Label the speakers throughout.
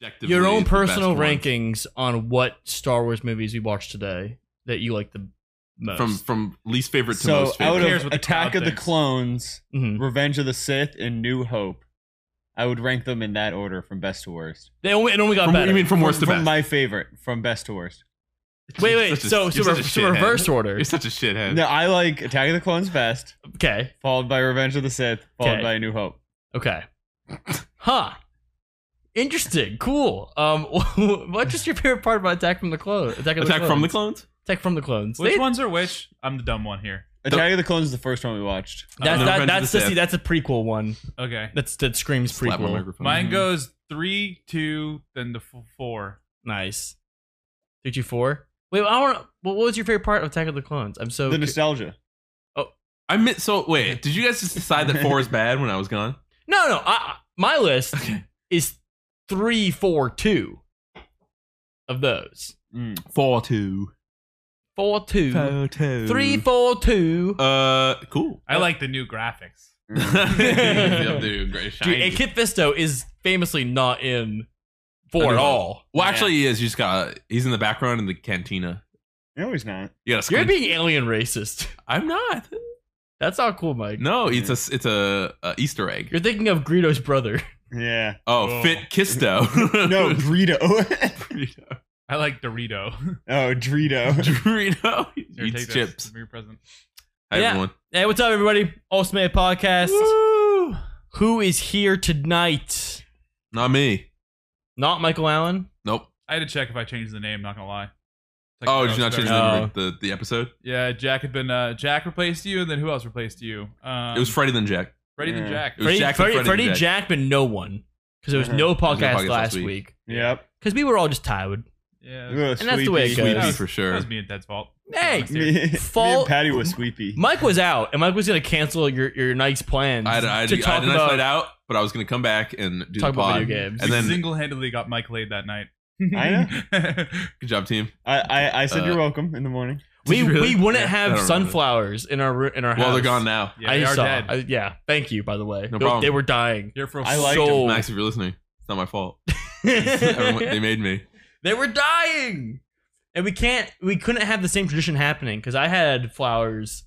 Speaker 1: objectively
Speaker 2: Your
Speaker 1: the
Speaker 2: own
Speaker 1: best
Speaker 2: personal
Speaker 1: one.
Speaker 2: rankings on what Star Wars movies we watched today that you like the most.
Speaker 1: from from least favorite to
Speaker 3: So
Speaker 1: most
Speaker 3: out
Speaker 1: favorite.
Speaker 4: Cares
Speaker 3: of
Speaker 4: what the
Speaker 3: Attack
Speaker 4: crowd
Speaker 3: of the
Speaker 4: thinks.
Speaker 3: Clones,
Speaker 2: Mhm.
Speaker 3: Revenge of the Sith, and New Hope, I would rank them in that order from best to worst.
Speaker 2: They only it only got
Speaker 1: From,
Speaker 2: better.
Speaker 1: you mean from worst to
Speaker 3: from
Speaker 1: best?
Speaker 3: my favorite, from best to worst.
Speaker 2: wait, wait.
Speaker 1: Such a-
Speaker 2: so so,
Speaker 1: you're such
Speaker 2: re-
Speaker 1: a
Speaker 2: so
Speaker 1: shithead.
Speaker 2: reverse order.
Speaker 1: You're such a shithead.
Speaker 3: No, I like Attack of the Clones best,
Speaker 2: Okay.
Speaker 3: followed by Revenge of the Sith, followed
Speaker 2: Okay.
Speaker 3: by New Hope.
Speaker 2: Okay. Huh. Interesting. Cool. Um, what is your favorite part about Attack from the Clones? Attack, of
Speaker 1: Attack
Speaker 2: the
Speaker 1: from the
Speaker 2: Clones?
Speaker 1: clones?
Speaker 2: Attack from the Clones.
Speaker 4: Which
Speaker 2: They-
Speaker 4: ones are which? I'm the dumb one here.
Speaker 3: Attack of the Clones is the first one we watched.
Speaker 2: That's
Speaker 1: Uh, Revenge
Speaker 2: that,
Speaker 1: of
Speaker 2: that's
Speaker 1: the
Speaker 2: the, see,
Speaker 1: Sith.
Speaker 2: that's a prequel one.
Speaker 4: Okay.
Speaker 2: That's that screams
Speaker 1: Slap my
Speaker 2: prequel.
Speaker 1: microphone.
Speaker 4: Mine
Speaker 2: Mhm.
Speaker 4: goes three, two, then the f- four.
Speaker 2: Nice. Three two four. Wait, I want. to What was your favorite part of Attack of the Clones? I'm so.
Speaker 3: The nostalgia.
Speaker 1: I meant so. Wait, did you guys just decide that four is bad when I was gone?
Speaker 2: no, no. I, I- my list is three, four, two. Of those,
Speaker 3: Mm.
Speaker 1: Four two.
Speaker 2: four, two,
Speaker 1: two.
Speaker 2: three, four, two.
Speaker 1: Uh, cool.
Speaker 4: I like the new graphics.
Speaker 3: mm.
Speaker 1: Yep, dude, great,
Speaker 2: Dude,
Speaker 1: shiny.
Speaker 2: and Kit Fisto is famously not in
Speaker 1: I
Speaker 2: four
Speaker 1: know.
Speaker 2: at all.
Speaker 1: Well, actually, he is. You just got. He's in the background in the cantina.
Speaker 3: No, he's not.
Speaker 1: You got
Speaker 2: You're being alien racist.
Speaker 1: I'm not.
Speaker 2: That's not cool, Mike.
Speaker 1: No, it's a it's a, a Easter egg.
Speaker 2: You're thinking of Greedo's brother.
Speaker 3: Yeah.
Speaker 1: Oh,
Speaker 4: Oh.
Speaker 1: Fit Kisto.
Speaker 3: No, Greedo.
Speaker 1: Dorito.
Speaker 4: I like Dorito.
Speaker 3: oh, Dorito.
Speaker 1: Dorito.
Speaker 4: Here,
Speaker 1: eats
Speaker 4: take this.
Speaker 1: chips.
Speaker 4: Give me your present.
Speaker 1: Hi,
Speaker 2: Yeah.
Speaker 1: everyone.
Speaker 2: Hey, what's up, everybody? Awesome Man Podcast.
Speaker 1: Woo!
Speaker 2: Who is here tonight?
Speaker 1: Not me.
Speaker 2: Not Michael Allen.
Speaker 1: Nope.
Speaker 4: I had to check if I changed the name. Not gonna lie. It's like-
Speaker 1: Oh, did you not
Speaker 4: it's
Speaker 1: change
Speaker 4: better. Uh,
Speaker 2: better.
Speaker 1: the, the the episode?
Speaker 4: Yeah, Jack had been. Uh, Jack replaced you, and then who else replaced you? Um,
Speaker 1: it was Freddy then Jack.
Speaker 4: Freddy the
Speaker 3: Yeah.
Speaker 4: Jack.
Speaker 1: It was
Speaker 2: Freddie,
Speaker 1: Jack Mm-hmm. and
Speaker 2: Freddie,
Speaker 1: Freddie
Speaker 2: Freddie
Speaker 1: and
Speaker 2: Jackman, no one. Because there was
Speaker 3: Uh-huh.
Speaker 2: no podcast,
Speaker 1: podcast
Speaker 2: last
Speaker 1: last week.
Speaker 2: week.
Speaker 3: Yep.
Speaker 2: Because we were all just tired.
Speaker 4: Yeah,
Speaker 3: We were
Speaker 2: And that's the way it goes.
Speaker 3: sweepy.
Speaker 1: Sweepy
Speaker 4: was-
Speaker 1: for
Speaker 4: that
Speaker 1: sure.
Speaker 4: was me and Ted's fault.
Speaker 2: Hey,
Speaker 4: Honestly.
Speaker 3: Me, me
Speaker 2: Fall-
Speaker 3: and Patty was sweepy.
Speaker 2: Mike was out, and Mike was going to cancel your, your night's plans
Speaker 1: I had, I had,
Speaker 2: to
Speaker 1: I had
Speaker 2: talk
Speaker 1: a nice
Speaker 2: about
Speaker 1: night out, but I was gonna come back and do
Speaker 2: talk
Speaker 1: the
Speaker 2: about
Speaker 1: pod.
Speaker 2: video games.
Speaker 1: And
Speaker 4: We
Speaker 1: then-
Speaker 4: single-handedly got Mike laid that night.
Speaker 3: I
Speaker 4: know.
Speaker 1: Good job, team.
Speaker 3: I, I, I said
Speaker 1: Uh,
Speaker 3: you're welcome in the morning.
Speaker 2: we
Speaker 1: Did you really?
Speaker 2: we wouldn't
Speaker 1: Yeah. I
Speaker 2: have
Speaker 1: don't remember.
Speaker 2: sunflowers in our ru- in our house.
Speaker 1: Well, they're gone now.
Speaker 4: yeah,
Speaker 2: I
Speaker 4: they
Speaker 2: just
Speaker 4: are
Speaker 2: saw.
Speaker 4: dead.
Speaker 2: I- yeah, thank you. By the way,
Speaker 1: No
Speaker 2: They-
Speaker 1: problem.
Speaker 2: they were dying.
Speaker 4: You're for
Speaker 3: I liked
Speaker 2: so
Speaker 1: Max, if you're listening, it's not my fault. Everyone- they
Speaker 2: they
Speaker 1: made me.
Speaker 2: were dying, and we can't. We couldn't have the same tradition happening because I had flowers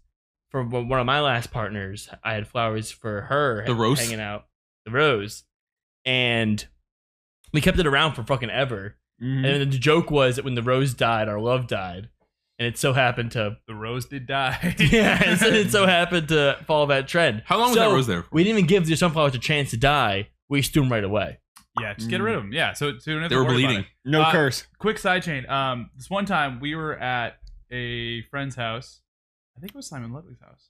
Speaker 2: for one one of my last partners. I had flowers for her.
Speaker 1: The rose?
Speaker 2: hanging out, the rose, and we kept it around for fucking ever.
Speaker 3: Mm-hmm.
Speaker 4: Mm-hmm.
Speaker 2: And then the joke was that when the rose died, our love died, and it so happened to
Speaker 4: the rose did die.
Speaker 2: yeah, it so- it so happened to follow that trend.
Speaker 1: How long was
Speaker 2: So,
Speaker 1: that rose there? for?
Speaker 2: We didn't even give the sunflowers a chance to die. We just threw them right away.
Speaker 4: Yeah, just get rid of them. Yeah, so, so we don't have
Speaker 1: Mm. They
Speaker 4: to
Speaker 1: were
Speaker 4: worry about
Speaker 1: bleeding.
Speaker 4: it.
Speaker 3: No
Speaker 4: Uh,
Speaker 3: curse.
Speaker 4: Quick side chain. Um, this one time we were at a friend's house. I think it was Simon Ludwig's house.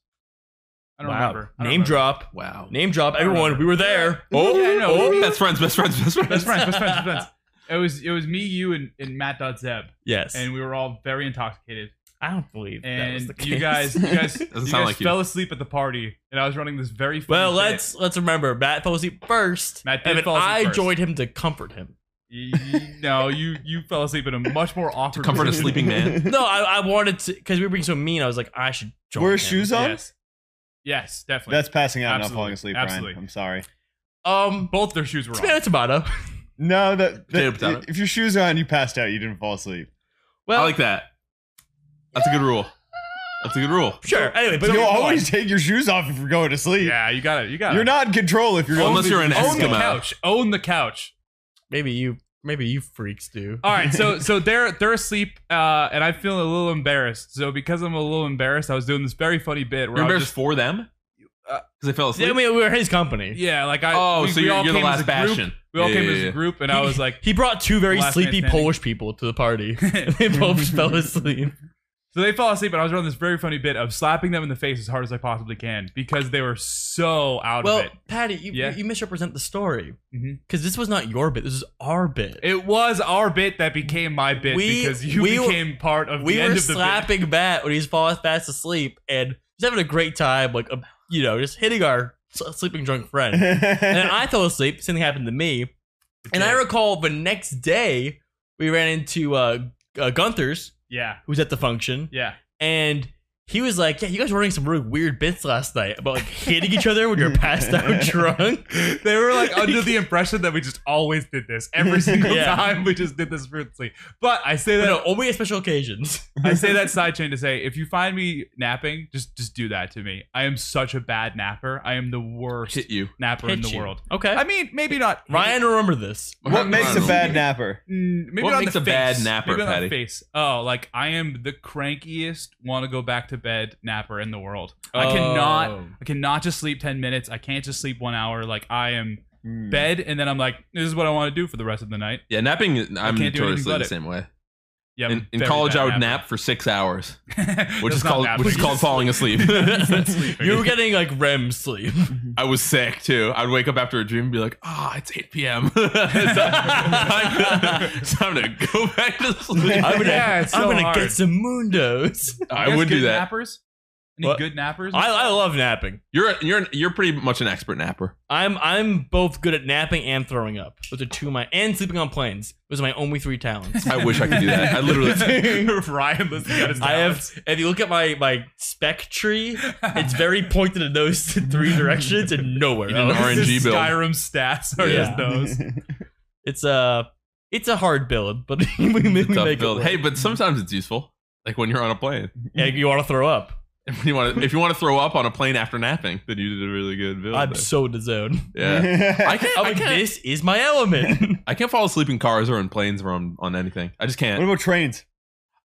Speaker 4: I don't remember. I don't
Speaker 2: Name
Speaker 4: remember.
Speaker 2: drop.
Speaker 1: Wow.
Speaker 2: Name drop.
Speaker 4: I don't
Speaker 2: Everyone,
Speaker 4: remember.
Speaker 2: we were there.
Speaker 4: Oh, yeah, I know.
Speaker 1: Oh, best friends, best friends, best friends.
Speaker 4: Best friends, best friends, best friends. It was it was me, you, and, and Matt Dot Zeb,
Speaker 2: Yes.
Speaker 4: and we were all very intoxicated.
Speaker 2: I don't believe that was
Speaker 4: And
Speaker 2: the case.
Speaker 4: you guys, you guys, you
Speaker 1: Doesn't
Speaker 4: guys
Speaker 1: sound like you.
Speaker 4: fell asleep at the party, and I was running this very. funny
Speaker 2: well,
Speaker 4: bit.
Speaker 2: let's let's remember Matt fell asleep first,
Speaker 4: Matt did
Speaker 2: and then
Speaker 4: fall asleep
Speaker 2: I
Speaker 4: first.
Speaker 2: joined him to comfort him.
Speaker 4: Y- y- no, you you fell asleep in a much more awkward.
Speaker 1: Comfort a
Speaker 4: position.
Speaker 1: sleeping man.
Speaker 2: No, I, I wanted to because we were being so mean. I was like, I should join.
Speaker 3: Wear
Speaker 2: him.
Speaker 3: shoes on?
Speaker 4: Yes, yes, definitely.
Speaker 3: That's passing out and not
Speaker 4: Absolutely.
Speaker 3: falling asleep,
Speaker 4: Absolutely.
Speaker 3: Ryan. I'm sorry.
Speaker 2: Um,
Speaker 4: both their shoes were
Speaker 2: tomato,
Speaker 4: on.
Speaker 2: tomato.
Speaker 3: No, that,
Speaker 1: Potato,
Speaker 3: that-
Speaker 1: potato.
Speaker 3: if your shoes are on, you passed out. You didn't fall asleep.
Speaker 2: Well,
Speaker 1: I like that. That's a good rule. That's a good rule.
Speaker 2: sure. Anyway, but
Speaker 3: But you
Speaker 2: go on.
Speaker 3: always take your shoes off if you're going to sleep.
Speaker 4: Yeah, you got it. You got it.
Speaker 3: You're not in control if you're going
Speaker 1: Unless
Speaker 3: to
Speaker 1: you're an
Speaker 4: own the
Speaker 1: Eskimo.
Speaker 4: couch. Own the couch.
Speaker 2: maybe you maybe you freaks do.
Speaker 4: All right, so so they're they're asleep, uh, and I'm feeling a little embarrassed. So because I'm a little embarrassed, I was doing this very funny bit
Speaker 1: You're
Speaker 4: where I
Speaker 1: embarrassed
Speaker 4: was just Uh,
Speaker 1: for them? Because they fell
Speaker 2: I
Speaker 1: asleep.
Speaker 2: mean, we were his company.
Speaker 4: yeah, like I
Speaker 1: oh,
Speaker 4: we,
Speaker 1: so
Speaker 4: we
Speaker 1: you're,
Speaker 4: all
Speaker 1: you're the
Speaker 4: came as
Speaker 1: last
Speaker 4: a group.
Speaker 1: bastion.
Speaker 4: We all
Speaker 1: Yeah,
Speaker 4: came
Speaker 1: yeah,
Speaker 4: as
Speaker 1: yeah.
Speaker 4: a group, and I was like,
Speaker 2: he brought two very
Speaker 4: Last man
Speaker 2: sleepy
Speaker 4: standing.
Speaker 2: Polish people to the party. and they both fell asleep.
Speaker 4: so they fall asleep, and I was running this very funny bit of slapping them in the face as hard as I possibly can because they were so out
Speaker 2: Well,
Speaker 4: of it.
Speaker 2: Patty, you,
Speaker 4: Yeah.
Speaker 2: you misrepresent the story
Speaker 4: Mhm.
Speaker 2: because this was not your bit. This is our bit.
Speaker 4: It was our bit that became my bit
Speaker 2: We-
Speaker 4: because you
Speaker 2: we-
Speaker 4: became part of
Speaker 2: we
Speaker 4: the end
Speaker 2: were
Speaker 4: of the bit.
Speaker 2: slapping Matt when he's falling fast asleep, and he's having a great time, like uh, you know, just hitting our s- sleeping drunk friend. and then
Speaker 3: and
Speaker 2: I fell asleep. Something happened to me, and I recall the next day we ran into uh, uh, Gunther's,
Speaker 4: Yeah,
Speaker 2: who was at the function,
Speaker 4: yeah.
Speaker 2: and He was like, "Yeah, you guys were running some really weird bits last night about like hitting each other when you're passed out drunk."
Speaker 4: They were like under the impression that we just always did this every single
Speaker 2: Yeah.
Speaker 4: time. We just did this fruitlessly. But I say
Speaker 2: But
Speaker 4: that
Speaker 2: no, only at special occasions.
Speaker 4: I say that sidechain to say if you find me napping, just just do that to me. I am such a bad napper. I am the worst
Speaker 1: Hit you.
Speaker 4: napper in
Speaker 2: Hit
Speaker 4: the
Speaker 2: you.
Speaker 4: world.
Speaker 2: Okay,
Speaker 4: I mean, maybe not
Speaker 2: Ryan, remember this.
Speaker 3: What makes a bad napper?
Speaker 4: Mm, Maybe
Speaker 1: What
Speaker 4: not in
Speaker 1: makes
Speaker 4: the
Speaker 1: a
Speaker 4: face.
Speaker 1: bad napper,
Speaker 4: Maybe not in the
Speaker 1: Patty?
Speaker 4: face. Oh, like I am the crankiest, want to go back to bed napper in the world. I
Speaker 2: Oh.
Speaker 4: cannot, I cannot just sleep ten minutes. I can't just sleep one hour. Like I am
Speaker 1: Mm.
Speaker 3: Hmm.
Speaker 4: bed, and then I'm like, this is what I want to do for the rest of the night.
Speaker 1: Yeah, napping. I'm
Speaker 4: can't do anything
Speaker 1: notoriously
Speaker 4: but
Speaker 1: the
Speaker 4: it.
Speaker 1: same way.
Speaker 4: Yeah. I'm
Speaker 1: In, in
Speaker 4: very
Speaker 1: college,
Speaker 4: bad
Speaker 1: I would nap for six hours,
Speaker 4: napper.
Speaker 1: which
Speaker 4: That's
Speaker 1: is
Speaker 4: not
Speaker 1: called
Speaker 4: napping.
Speaker 1: which is called falling asleep.
Speaker 4: That's sleeping.
Speaker 2: You were getting like REM sleep.
Speaker 1: I was sick too. I'd wake up after a dream and be like, "Ah, it's 8 p.m. it's, time, it's time to go back to sleep."
Speaker 2: I'm
Speaker 1: I,
Speaker 2: gonna,
Speaker 4: Yeah, it's
Speaker 2: I'm
Speaker 4: so
Speaker 2: gonna
Speaker 4: hard.
Speaker 2: get some mundos.
Speaker 4: You guys
Speaker 1: would do
Speaker 4: good
Speaker 1: that.
Speaker 4: Nappers? Any
Speaker 2: What?
Speaker 4: good nappers?
Speaker 2: I, I love napping.
Speaker 1: You're a- you're an- you're pretty much an expert napper.
Speaker 2: I'm I'm both good at napping and throwing up. Those are two of my and sleeping on planes. Those are my only three talents.
Speaker 1: I wish I could do that. I literally.
Speaker 4: Ryan was his
Speaker 2: I have. If you look at my my spec tree, it's very pointed in those three directions and nowhere
Speaker 1: You didn't
Speaker 2: else.
Speaker 1: RNG
Speaker 4: His
Speaker 1: build.
Speaker 4: Skyrim stats are
Speaker 2: Yeah.
Speaker 4: just those.
Speaker 2: It's a it's a hard build, but we, we make
Speaker 1: Tough
Speaker 2: it.
Speaker 1: build.
Speaker 2: work.
Speaker 1: Hey, but sometimes it's useful. Like when you're on a plane.
Speaker 2: Yeah, you want to throw up?
Speaker 1: If you want to, if you want to throw up on a plane after napping, then you did a really good build.
Speaker 2: I'm
Speaker 1: there.
Speaker 2: so in the zone.
Speaker 1: yeah. I can't.
Speaker 2: I'm
Speaker 1: I
Speaker 2: like,
Speaker 1: can't,
Speaker 2: this is my element.
Speaker 1: I can't fall asleep in cars or in planes or on, on anything. I just
Speaker 3: what
Speaker 1: can't.
Speaker 3: about trains?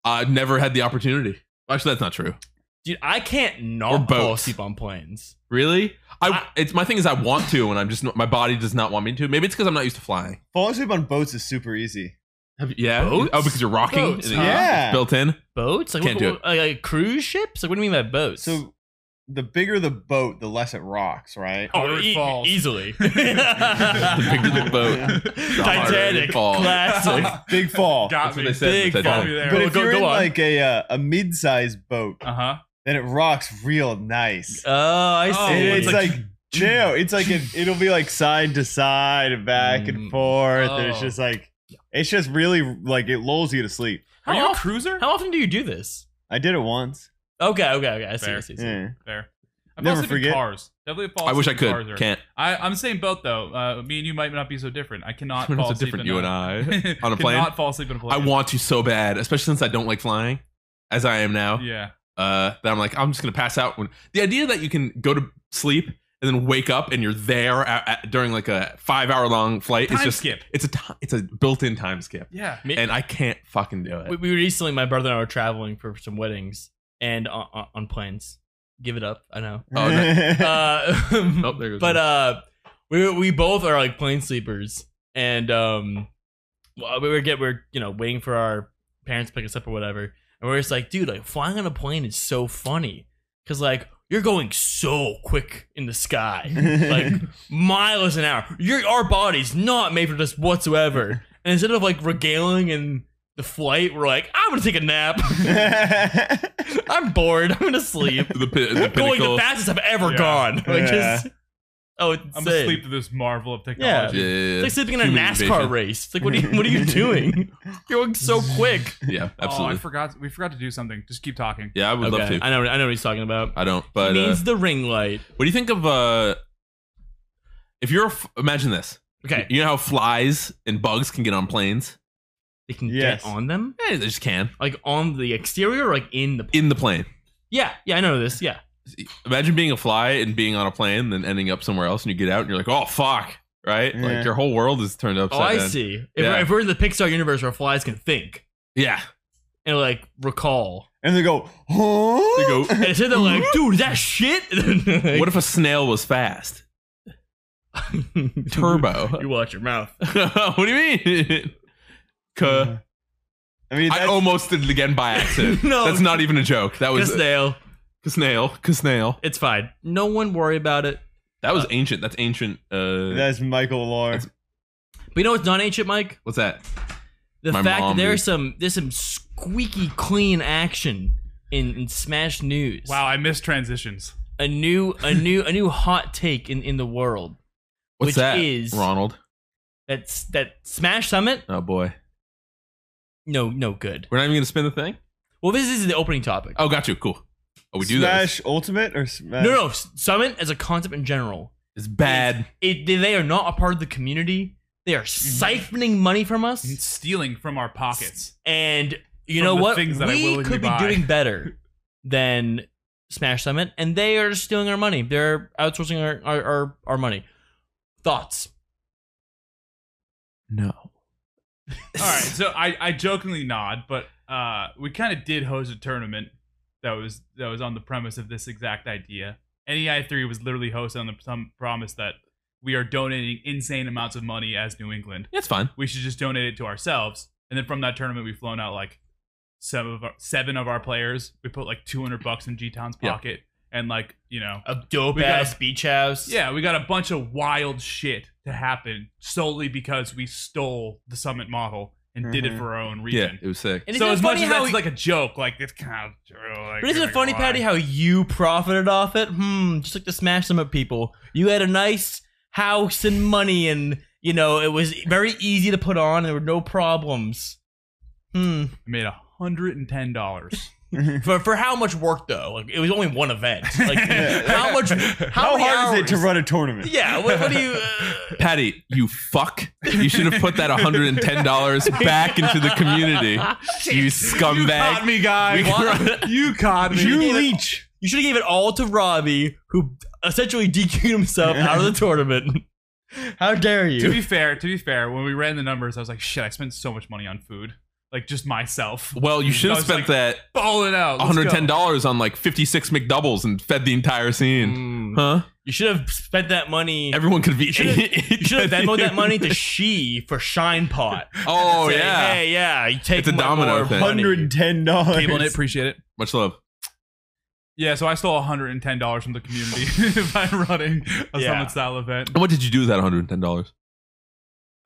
Speaker 1: I've never had the opportunity. Actually, that's not true.
Speaker 2: Dude, I can't
Speaker 1: Or
Speaker 2: not
Speaker 1: boats.
Speaker 2: fall asleep on planes.
Speaker 1: Really? I,
Speaker 2: I-
Speaker 1: it's my thing is I want to, and I'm just my body does not want me to. Maybe it's because I'm not used to flying.
Speaker 3: Falling asleep on boats is super easy.
Speaker 1: Have you, yeah.
Speaker 2: Boats?
Speaker 1: Oh, because you're rocking.
Speaker 2: Boats,
Speaker 1: and it-
Speaker 2: huh?
Speaker 1: it's built in.
Speaker 2: Boats? Like,
Speaker 1: Can't
Speaker 2: what,
Speaker 1: do
Speaker 2: what- like, like cruise ships? Like what do you mean by boats?
Speaker 3: So the bigger the boat, the less it rocks, right?
Speaker 2: oh,
Speaker 4: harder it
Speaker 2: e-
Speaker 4: falls.
Speaker 2: easily.
Speaker 1: The bigger the boat, the harder
Speaker 2: Titanic
Speaker 1: it falls.
Speaker 2: classic.
Speaker 3: Big fall.
Speaker 1: That's
Speaker 4: Got
Speaker 1: what
Speaker 4: me.
Speaker 1: they said. in
Speaker 2: Big
Speaker 1: the
Speaker 4: Got
Speaker 1: Titanic.
Speaker 4: me
Speaker 3: but
Speaker 4: there.
Speaker 2: Go-
Speaker 3: if
Speaker 2: go-
Speaker 3: you're
Speaker 2: go
Speaker 3: in
Speaker 2: on.
Speaker 3: like a uh, a mid-sized boat,
Speaker 4: Uh huh.
Speaker 3: then it rocks real nice.
Speaker 2: Oh, I see.
Speaker 4: Oh,
Speaker 3: And it's
Speaker 4: it's
Speaker 3: like, no, it's like it, it'll be like side to side and back
Speaker 2: Mm.
Speaker 3: and forth, and it's
Speaker 4: Oh.
Speaker 3: just like it's just really like it lulls you to sleep.
Speaker 4: Are
Speaker 2: How
Speaker 4: you a
Speaker 2: often-
Speaker 4: cruiser?
Speaker 2: How often do you do this?
Speaker 3: I did it once.
Speaker 2: Okay, okay, okay. I see. I
Speaker 4: Fair.
Speaker 2: see, I see.
Speaker 3: Yeah.
Speaker 4: There. I've
Speaker 3: Never
Speaker 4: fallen asleep in
Speaker 3: forget.
Speaker 4: Cars. Definitely fall
Speaker 1: I wish I
Speaker 4: asleep in Cars
Speaker 1: could.
Speaker 4: are-
Speaker 1: Can't.
Speaker 4: I, I'm same boat though. Uh, me and you might not be so different. I cannot
Speaker 1: We're
Speaker 4: fall
Speaker 1: not so
Speaker 4: asleep
Speaker 1: different,
Speaker 4: in
Speaker 1: you and I, on a plane.
Speaker 4: Cannot fall asleep in a plane.
Speaker 1: I want to so bad, especially since I don't like flying, as I am now.
Speaker 4: Yeah.
Speaker 1: Uh, that I'm like I'm just gonna pass out. When the idea that you can go to sleep and then wake up and you're there at, at- during like a five hour long flight is
Speaker 4: Time
Speaker 1: just
Speaker 4: skip.
Speaker 1: it's a ti it's a built in time skip,
Speaker 4: Yeah.
Speaker 2: Me-
Speaker 1: and I can't fucking do it.
Speaker 2: we, we recently, my brother and I were traveling for some weddings and on, on, on planes. Give it up. I know.
Speaker 1: Oh,
Speaker 2: Uh,
Speaker 1: Oh, there goes
Speaker 2: but
Speaker 4: Mhm.
Speaker 1: one.
Speaker 2: uh, we we both are like plane sleepers, and um, well, we were get we're you know waiting for our parents to pick us up or whatever, and we're just like, dude, like flying on a plane is so funny because like you're going so quick in the sky, like miles an hour. Your our body's not made for this whatsoever, and instead of like regaling in the flight, we're like, I'm gonna take a nap. I'm bored. I'm gonna sleep
Speaker 1: the, pi- the
Speaker 2: going
Speaker 1: pinnacle.
Speaker 2: the fastest I've ever
Speaker 4: Yeah.
Speaker 2: gone. Like
Speaker 3: Yeah.
Speaker 2: just oh, it's
Speaker 4: I'm
Speaker 2: insane.
Speaker 4: asleep to this marvel of
Speaker 1: yeah,
Speaker 4: technology.
Speaker 1: yeah, yeah.
Speaker 2: It's like sleeping in a
Speaker 1: Human
Speaker 2: NASCAR
Speaker 1: innovation.
Speaker 2: race. It's like what are you what are you doing? You're going so quick.
Speaker 1: Yeah,
Speaker 4: Oh, I
Speaker 1: absolutely.
Speaker 4: forgot. We forgot to do something. Just keep talking.
Speaker 1: yeah, I would love
Speaker 2: Okay,
Speaker 1: to.
Speaker 2: I know I know what he's talking about.
Speaker 1: I don't.
Speaker 2: He
Speaker 1: But uh,
Speaker 2: needs the ring light.
Speaker 1: what do you think of uh, if you're a f- imagine this?
Speaker 2: Okay.
Speaker 1: You know how flies and bugs can get on planes?
Speaker 2: They can
Speaker 3: Yes.
Speaker 2: get on them?
Speaker 1: Yeah, they just can
Speaker 2: Like on the exterior or like in the
Speaker 1: in the plane.
Speaker 2: Yeah, yeah, I know this. Yeah.
Speaker 1: Imagine being a fly and being on a plane, then ending up somewhere else, and you get out and you're like, oh fuck, right?
Speaker 3: Yeah.
Speaker 1: Like your whole world is turned
Speaker 2: Oh,
Speaker 1: upside
Speaker 2: I
Speaker 1: down.
Speaker 2: see. If,
Speaker 1: Yeah.
Speaker 2: we're, if we're in the Pixar universe where flies can think
Speaker 1: Yeah,
Speaker 2: and like recall.
Speaker 3: and they go, huh?
Speaker 1: They go,
Speaker 2: And instead they're like, dude, is that shit?
Speaker 1: what if a snail was fast?
Speaker 2: if
Speaker 1: Turbo.
Speaker 2: You watch your mouth.
Speaker 1: what do you mean? Cuh.
Speaker 3: Uh-huh. I mean,
Speaker 1: I
Speaker 3: that's-
Speaker 1: almost did it again by accident.
Speaker 2: No.
Speaker 1: that's not even a joke. That was
Speaker 2: Just nail.
Speaker 1: Snail, snail.
Speaker 2: It's fine. No one worry about it.
Speaker 1: That was ancient. That's ancient. Uh,
Speaker 3: that's Michael Lawrence.
Speaker 2: But you know what's non ancient, Mike?
Speaker 1: what's that?
Speaker 2: The
Speaker 1: My
Speaker 2: fact that
Speaker 1: mom
Speaker 2: there's
Speaker 1: used-
Speaker 2: some there's some squeaky clean action in, in Smash News.
Speaker 4: Wow, I miss transitions.
Speaker 2: A new a new a new hot take in, in the world.
Speaker 1: What's
Speaker 2: Which
Speaker 1: that?
Speaker 2: is-
Speaker 1: Ronald?
Speaker 2: That's that Smash Summit?
Speaker 1: Oh boy,
Speaker 2: No, no good.
Speaker 1: we're not even gonna spin the thing.
Speaker 2: Well this is the opening topic.
Speaker 4: Uh,
Speaker 1: Oh, got you. Cool. Oh, we do
Speaker 3: Smash
Speaker 1: those.
Speaker 3: Ultimate or Smash?
Speaker 2: No, no, S- Summit as a concept in general,
Speaker 1: It's bad.
Speaker 2: it, they, they are not a part of the community. They are siphoning money from
Speaker 4: Mm-hmm. It's
Speaker 2: us,
Speaker 4: stealing from our pockets.
Speaker 2: and you
Speaker 4: From
Speaker 2: know
Speaker 4: the
Speaker 2: what?
Speaker 4: things that I
Speaker 2: We
Speaker 4: willingly
Speaker 2: could be
Speaker 4: buy.
Speaker 2: doing better than Smash Summit, and they are stealing our money. They're outsourcing our our, our, our money. Thoughts?
Speaker 1: No.
Speaker 4: All right, so I, I jokingly nod, but uh, we kind of did host a tournament that was that was on the premise of this exact idea. NEI three was literally hosted on the prom- promise that we are donating insane amounts of money as New England.
Speaker 1: That's fine.
Speaker 4: We should just donate it to ourselves, and then from that tournament, we've flown out like seven of our, seven of our players. We put like two hundred bucks in G Town's
Speaker 1: Yeah.
Speaker 4: pocket, and like you know,
Speaker 2: A dope
Speaker 4: We got
Speaker 2: ass beach house.
Speaker 4: yeah, we got a bunch of wild shit to happen solely because we stole the summit model and did it
Speaker 3: Mhm.
Speaker 4: for our own
Speaker 1: Yeah,
Speaker 4: reason.
Speaker 1: it was sick.
Speaker 2: And
Speaker 4: so
Speaker 2: isn't it
Speaker 4: as much
Speaker 2: funny
Speaker 4: as
Speaker 2: how
Speaker 4: that's
Speaker 2: we-
Speaker 4: like a joke, like it's kind of true. Like,
Speaker 2: But isn't
Speaker 4: you're
Speaker 2: it funny,
Speaker 4: like,
Speaker 2: Patty,
Speaker 4: why?
Speaker 2: how you profited off it? Hmm, just like the Smash Summit people. You had a nice house and money, and you know it was very easy to put on. There were no problems. Hmm.
Speaker 4: I made hundred and ten dollars?
Speaker 2: For for how much work though? Like it was only one event. Like how much? How,
Speaker 3: How
Speaker 2: many
Speaker 3: hard is it to
Speaker 2: hours?
Speaker 3: run a tournament?
Speaker 2: Yeah. What, what do you? Uh,
Speaker 1: Patty, you fuck. You should have put that $110 back into the community. You scumbag.
Speaker 4: me, guys.
Speaker 1: We-
Speaker 4: you caught
Speaker 2: You
Speaker 4: You
Speaker 2: gave it-
Speaker 4: leech.
Speaker 2: you should have gave it all to Robbie, who essentially DQ'd himself out of the tournament. How dare
Speaker 4: To
Speaker 2: you?
Speaker 4: be fair, to be fair, when we ran the numbers, I was like, shit, I spent so much money on food, like just myself
Speaker 1: Well, you should
Speaker 4: I
Speaker 1: have
Speaker 4: was
Speaker 1: spent
Speaker 4: like,
Speaker 1: that
Speaker 4: balling out. Let's go.
Speaker 1: $110 on like 56 McDoubles and fed the entire scene.
Speaker 3: Mm,
Speaker 2: Hmm.
Speaker 1: Huh?
Speaker 2: You should have spent that money.
Speaker 1: Everyone could be. You
Speaker 2: should've- You should have Venmoed that money to She for Shine Pot.
Speaker 1: Oh,
Speaker 2: Say,
Speaker 1: yeah.
Speaker 2: hey, yeah, you take
Speaker 1: It's a
Speaker 2: one
Speaker 1: domino
Speaker 2: more
Speaker 1: thing.
Speaker 2: money.
Speaker 3: Hundred and ten dollars.
Speaker 4: Cabling it, appreciate it.
Speaker 1: Much love.
Speaker 4: Yeah, so I stole one hundred and ten dollars from the community by running a
Speaker 2: Yeah.
Speaker 4: summit style event.
Speaker 1: And what did you do with that $110?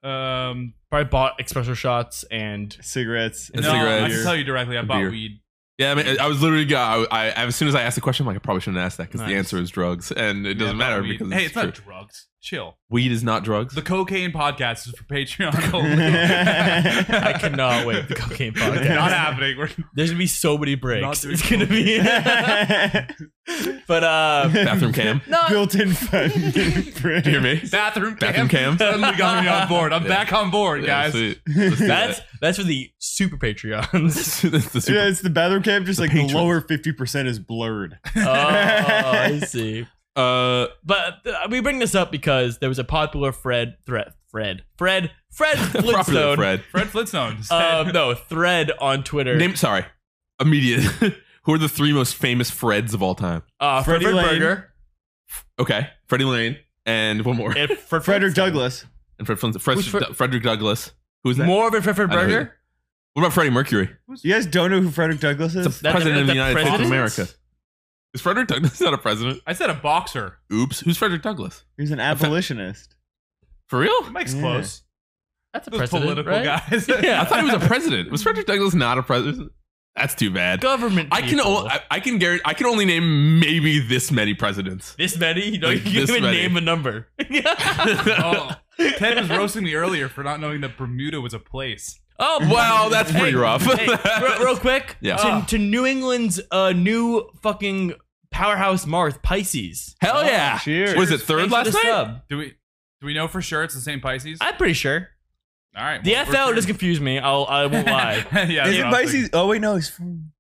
Speaker 4: Um,
Speaker 2: Probably bought espresso shots and
Speaker 3: Cigarettes.
Speaker 1: And
Speaker 4: no, I
Speaker 1: cigarettes.
Speaker 4: can tell you directly. I bought
Speaker 1: Beer.
Speaker 4: weed.
Speaker 1: Yeah, I mean, I was literally. I, I as soon as I asked the question, I'm like, I probably shouldn't ask that because the
Speaker 2: Nice.
Speaker 1: answer is drugs, and it
Speaker 4: Yeah, I
Speaker 1: doesn't
Speaker 4: bought
Speaker 1: matter
Speaker 4: weed.
Speaker 1: because
Speaker 4: hey, it's
Speaker 1: true.
Speaker 4: not drugs. Chill.
Speaker 1: weed is not drugs.
Speaker 4: The cocaine podcast is for Patreon only.
Speaker 2: I cannot wait. for The cocaine podcast.
Speaker 4: Not happening. We're
Speaker 2: There's gonna be so many breaks.
Speaker 4: Not
Speaker 2: It's gonna be. but uh,
Speaker 1: Bathroom cam.
Speaker 3: Built-in five minute
Speaker 1: Do you hear
Speaker 3: break.
Speaker 1: me?
Speaker 4: bathroom
Speaker 1: Bathroom cam.
Speaker 4: Suddenly got me on board. I'm
Speaker 1: Yeah.
Speaker 4: back on board,
Speaker 1: Yeah,
Speaker 4: guys.
Speaker 1: sweet. Let's do
Speaker 2: that's
Speaker 1: that.
Speaker 2: that's for the super Patreons.
Speaker 1: That's the super-
Speaker 3: Yeah, it's the bathroom cam. Just like
Speaker 1: patrons.
Speaker 3: the lower fifty percent is blurred.
Speaker 2: oh, I see.
Speaker 1: Uh,
Speaker 2: But uh, we bring this up because there was a popular Fred threat. Fred. Fred. Fred
Speaker 1: properly,
Speaker 2: Flintstone.
Speaker 1: Fred.
Speaker 4: Fred Flintstone.
Speaker 2: Uh,
Speaker 3: Um,
Speaker 2: no, thread on Twitter.
Speaker 1: Name. Sorry. Immediate. Who are the three most famous Freds of all time?
Speaker 2: uh,
Speaker 3: Freddie
Speaker 2: Fredford
Speaker 3: Lane.
Speaker 2: Burger
Speaker 1: Okay, Freddie Lane and one more,
Speaker 2: and Fred
Speaker 3: Frederick Douglass.
Speaker 1: and Fred Flintstone. Fred,
Speaker 2: Who's Fre-
Speaker 1: Du- Frederick Douglass. Who is that?
Speaker 2: More of a Fredford
Speaker 1: I know who
Speaker 2: Burger.
Speaker 1: that- What about Freddie Mercury?
Speaker 3: You guys don't know who Frederick Douglass
Speaker 1: It's
Speaker 3: is?
Speaker 1: a president of
Speaker 2: that's
Speaker 1: the
Speaker 2: a
Speaker 1: United States of
Speaker 2: president?
Speaker 1: America. Is Frederick Douglass not a president?
Speaker 4: I said a boxer.
Speaker 1: Oops. Who's Frederick Douglass?
Speaker 3: He's an abolitionist.
Speaker 1: For real?
Speaker 4: Mike's
Speaker 3: Yeah.
Speaker 4: close.
Speaker 2: That's a
Speaker 4: Those
Speaker 2: president,
Speaker 4: political
Speaker 2: right?
Speaker 4: guys.
Speaker 2: Yeah.
Speaker 1: I thought he was a president. Was Frederick Douglass not a president? That's too bad.
Speaker 2: Government.
Speaker 1: I can
Speaker 2: people.
Speaker 1: o- I, I can guarantee I can only name maybe this many presidents.
Speaker 2: this many. You know, you
Speaker 1: Like,
Speaker 2: can
Speaker 1: this
Speaker 2: even
Speaker 1: many.
Speaker 2: name a number.
Speaker 4: Oh, Ted was roasting me earlier for not knowing that Bermuda was a place.
Speaker 2: Oh,
Speaker 1: Well, that's pretty
Speaker 2: Hey,
Speaker 1: rough.
Speaker 2: hey, real, real quick,
Speaker 1: Yeah. Ah.
Speaker 2: to, to New England's uh, new fucking powerhouse Marth, Pisces.
Speaker 1: Hell yeah!
Speaker 3: cheers.
Speaker 1: Was Ah, it
Speaker 2: Thanks
Speaker 1: third
Speaker 2: for
Speaker 1: last
Speaker 2: the
Speaker 1: night?
Speaker 2: sub.
Speaker 4: Do we? Do we know for sure it's the same Pisces?
Speaker 2: I'm pretty sure.
Speaker 4: All right.
Speaker 2: The
Speaker 4: well, we're
Speaker 2: FL
Speaker 4: curious.
Speaker 2: does confuse me. I'll, I won't lie.
Speaker 4: yeah.
Speaker 3: Is
Speaker 4: that's
Speaker 3: it
Speaker 4: what I was
Speaker 3: Pisces? Oh wait, no, he's from.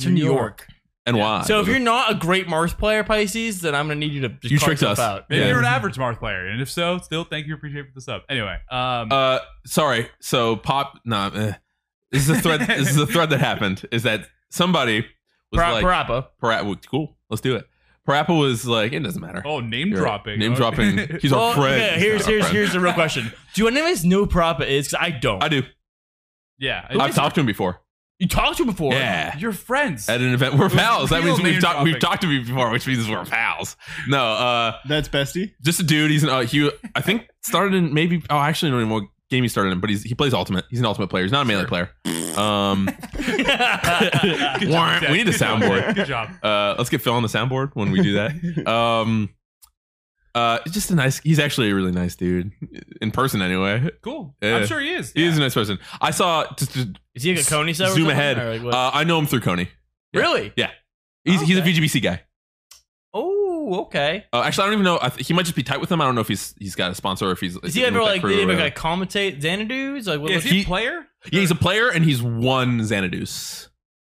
Speaker 2: to New York.
Speaker 1: And why?
Speaker 2: So if you're not a great Marth player, Pisces, then I'm gonna need you to just
Speaker 1: You
Speaker 2: call
Speaker 1: tricked
Speaker 2: yourself
Speaker 1: us.
Speaker 2: out.
Speaker 4: Maybe
Speaker 1: Yeah.
Speaker 4: you're an average Marth player, and if so, still thank you, appreciate for the sub. Anyway, um,
Speaker 1: uh, sorry. So pop. Nah. Eh. This is the thread. this is the thread that happened. Is that somebody was
Speaker 2: Para-
Speaker 1: like
Speaker 2: Parappa.
Speaker 1: Parappa- well, cool. Let's do it. Parappa was like it doesn't matter.
Speaker 4: oh, name
Speaker 1: You're-
Speaker 4: dropping,
Speaker 1: Name
Speaker 4: Okay.
Speaker 1: dropping. He's our
Speaker 2: Well,
Speaker 1: friend.
Speaker 2: okay,
Speaker 1: He's
Speaker 2: here's
Speaker 1: not our
Speaker 2: here's
Speaker 1: friend.
Speaker 2: here's the real question. Do any of us know who Parappa is? Because I don't.
Speaker 1: I do.
Speaker 4: yeah,
Speaker 1: I've talked to him before.
Speaker 2: you talked to him before.
Speaker 1: Yeah.
Speaker 4: You're friends.
Speaker 1: at an event. We're
Speaker 4: It was
Speaker 1: pals. That
Speaker 4: real
Speaker 1: means we've
Speaker 4: name
Speaker 1: talked. We've
Speaker 4: dropping.
Speaker 1: talked to me before, which means we're pals. No, uh,
Speaker 3: That's bestie.
Speaker 1: just a dude. He's an uh, he. I think started in maybe. Oh, I actually don't even know what game he started in, but he's he plays ultimate. He's an ultimate player. He's not a melee player. Um,
Speaker 2: Yeah.
Speaker 1: warrant. we need a
Speaker 4: Good job,
Speaker 1: soundboard.
Speaker 4: Zach. Good job.
Speaker 1: Uh, let's get Phil on the soundboard when we do that. Um, uh, just a nice. He's actually a really nice dude in person. Anyway,
Speaker 4: Cool.
Speaker 1: Yeah.
Speaker 4: I'm sure he is.
Speaker 1: he
Speaker 4: Yeah.
Speaker 1: is a nice person. I saw. Just, uh, just
Speaker 2: is he like a Coney sub? or
Speaker 1: Zoom
Speaker 2: something?
Speaker 1: ahead.
Speaker 2: Or like what?
Speaker 1: uh, I know him through Coney. yeah.
Speaker 2: really?
Speaker 1: yeah. He's, he's a
Speaker 2: Okay.
Speaker 1: VGBC guy.
Speaker 2: Oh, okay.
Speaker 1: Uh, actually, I don't even know. I th- he might just be tight with them. I don't know if he's he's got a sponsor or if he's
Speaker 2: Is he
Speaker 1: with
Speaker 2: ever
Speaker 1: that
Speaker 2: like
Speaker 1: crew
Speaker 2: did he
Speaker 1: or
Speaker 2: ever
Speaker 1: whatever.
Speaker 2: like uh, commentate Xanadu's? Like what
Speaker 1: Yeah,
Speaker 2: was
Speaker 1: is
Speaker 2: he
Speaker 1: he-
Speaker 2: a player?
Speaker 1: Yeah, he's a player and he's won Xanadu's.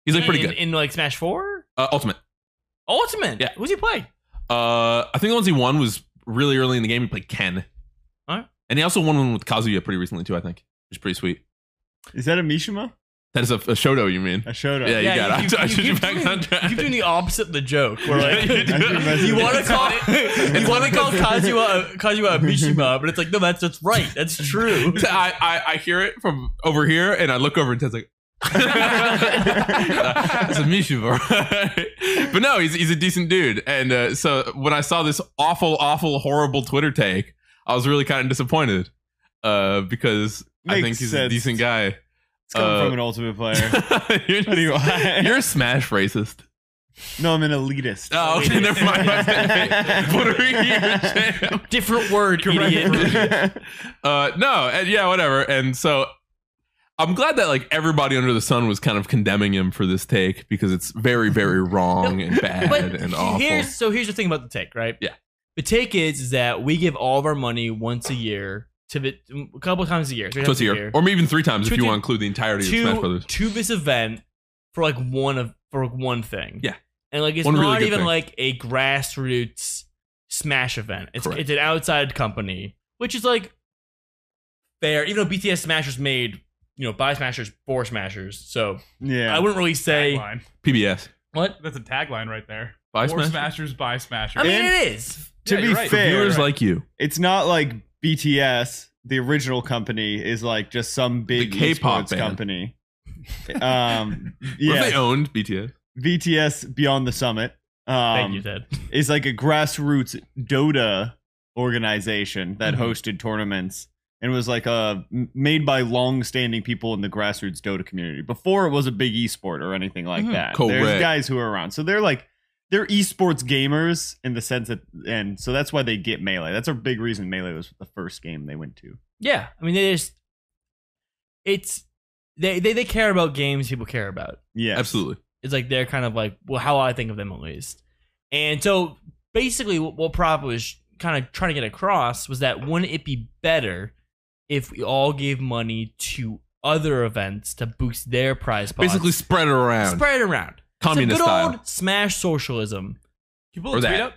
Speaker 1: He's like pretty
Speaker 2: in,
Speaker 1: good.
Speaker 2: in like Smash Four.
Speaker 1: Uh, Ultimate.
Speaker 2: Ultimate.
Speaker 1: Yeah.
Speaker 2: Who's he play?
Speaker 1: Uh, I think the ones he won was really early in the game. He played Ken.
Speaker 2: Alright.
Speaker 1: And he also won one with Kazuya pretty recently too. I think, which is pretty sweet.
Speaker 3: Is that a Mishima? That
Speaker 1: That is a, a Shoto, you mean?
Speaker 3: I showed up.
Speaker 1: Yeah, you got it. I took you
Speaker 2: keep
Speaker 1: back
Speaker 2: doing-
Speaker 1: on track.
Speaker 2: You keep doing the opposite of the joke. Where like,
Speaker 1: You do.
Speaker 2: you want to
Speaker 3: It's
Speaker 2: call
Speaker 1: not-
Speaker 2: you want to call Kazuya Kazuya a Mishima, but it's like no, that's that's right. That's true.
Speaker 1: I, I I hear it from over here, and I look over, and Ted's like, "It's a Mishiva." but no, he's he's a decent dude, and uh, so when I saw this awful, awful, horrible Twitter take, I was really kind of disappointed uh, because I
Speaker 3: Makes
Speaker 1: think he's a
Speaker 3: sense.
Speaker 1: decent guy.
Speaker 3: It's coming
Speaker 1: Uh,
Speaker 3: from an ultimate player.
Speaker 1: you're,
Speaker 3: What do you want?
Speaker 1: you're a smash racist.
Speaker 3: no, I'm an elitist.
Speaker 1: Oh, okay, never mind. what are you?
Speaker 2: Different word, idiot.
Speaker 1: uh no and yeah whatever and so i'm glad that like everybody under the sun was kind of condemning him for this take because it's very very wrong and bad
Speaker 2: But
Speaker 1: and awful
Speaker 2: here's so here's the thing about the take, right?
Speaker 1: Yeah.
Speaker 2: The take is, is that we give all of our money once a year to the a couple times a year, three
Speaker 1: twice
Speaker 2: times
Speaker 1: a year or maybe even three times if
Speaker 2: Two
Speaker 1: you
Speaker 2: to-
Speaker 1: want to include the entirety of smash
Speaker 2: to
Speaker 1: brothers
Speaker 2: to this event for like one of for like one thing.
Speaker 1: Yeah.
Speaker 2: and like it's
Speaker 1: One really
Speaker 2: not
Speaker 1: good
Speaker 2: even
Speaker 1: thing.
Speaker 2: like a grassroots smash event. It's
Speaker 1: Correct.
Speaker 2: it's an outside company, which is like fair. Even though BTS Smash was made, you know, by Smashers for Smashers, so I
Speaker 3: yeah.
Speaker 2: wouldn't really say
Speaker 4: Tagline.
Speaker 1: pbs
Speaker 2: what.
Speaker 4: That's a tagline right there.
Speaker 1: by
Speaker 4: For
Speaker 1: smash
Speaker 4: smashers by smashers.
Speaker 2: I mean,
Speaker 3: And-
Speaker 2: it is.
Speaker 3: To
Speaker 4: Yeah,
Speaker 3: be
Speaker 4: you're right.
Speaker 3: fair,
Speaker 1: viewers like you
Speaker 3: it's not like BTS, the original company, is like just some big
Speaker 1: K-pop
Speaker 3: esports
Speaker 1: band.
Speaker 3: company. um,
Speaker 1: yeah. if they
Speaker 3: yeah,
Speaker 1: owned bts
Speaker 3: BTS Beyond the Summit
Speaker 2: Thank
Speaker 3: um,
Speaker 2: you, Ted.
Speaker 3: is like a grassroots Dota organization that
Speaker 2: Mhm.
Speaker 3: hosted tournaments and was like uh m- made by long-standing people in the grassroots Dota community before it was a big esport or anything like
Speaker 2: Mhm.
Speaker 3: that.
Speaker 1: Correct.
Speaker 3: There's guys who are around, so they're like they're esports gamers in the sense that, and so that's why they get melee. That's a big reason melee was the first game they went to.
Speaker 2: Yeah, I mean, they just it's they they they care about games people care about.
Speaker 3: Yeah,
Speaker 1: absolutely
Speaker 2: It's like they're kind of like well, how I think of them at least. And so basically, what, what Prop was kind of trying to get across was that wouldn't it be better if we all gave money to other events to boost their prize pots?
Speaker 1: basically spread it around
Speaker 2: spread it around.
Speaker 1: communist
Speaker 2: it's a good
Speaker 1: style
Speaker 2: old smash socialism.
Speaker 1: Or
Speaker 4: Can you pull the tweet
Speaker 1: that.
Speaker 4: up?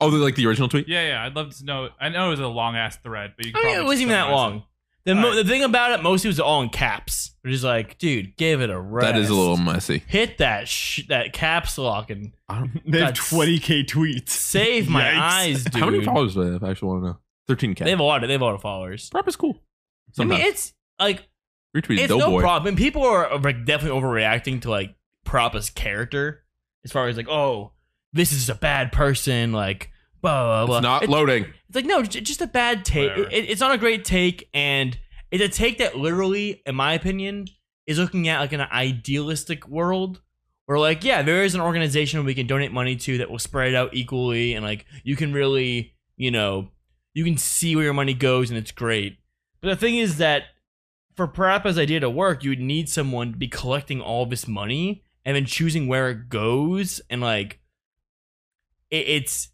Speaker 1: oh the- like the original tweet
Speaker 4: Yeah, yeah. I'd love to know. I know it was a long ass thread, but you. Can
Speaker 2: I mean, it
Speaker 4: probably
Speaker 2: wasn't even that
Speaker 4: summarize
Speaker 2: long. The, mo-
Speaker 4: All
Speaker 2: the thing about it, mostly was all in caps. They're just like, dude, give it a rest.
Speaker 1: that is a little messy
Speaker 2: hit that sh- that caps lock and
Speaker 3: they have
Speaker 2: That's-
Speaker 3: twenty k tweets.
Speaker 2: save my
Speaker 3: Yikes.
Speaker 2: eyes, dude.
Speaker 1: how many followers do they have i actually want to know 13k
Speaker 2: They have a lot. Of, they have a lot of followers.
Speaker 1: prop is cool
Speaker 2: I
Speaker 1: sometimes
Speaker 2: mean, it's like
Speaker 1: retweet
Speaker 2: it's
Speaker 1: dope
Speaker 2: no
Speaker 1: boy
Speaker 2: problem. People are like definitely overreacting to like Propa's character as far as like, oh, this is a bad person. Like, blah blah blah.
Speaker 1: it's not loading
Speaker 2: It's like no, j- just a bad take.
Speaker 4: Whatever.
Speaker 2: It- it's not a great take, and it's a take that literally, in my opinion, is looking at like an idealistic world where like yeah, there is an organization we can donate money to that will spread it out equally, and like you can really you know you can see where your money goes, and it's great. But the thing is that for Parapa's idea to work, you would need someone to be collecting all this money and then choosing where it goes, and like it, it's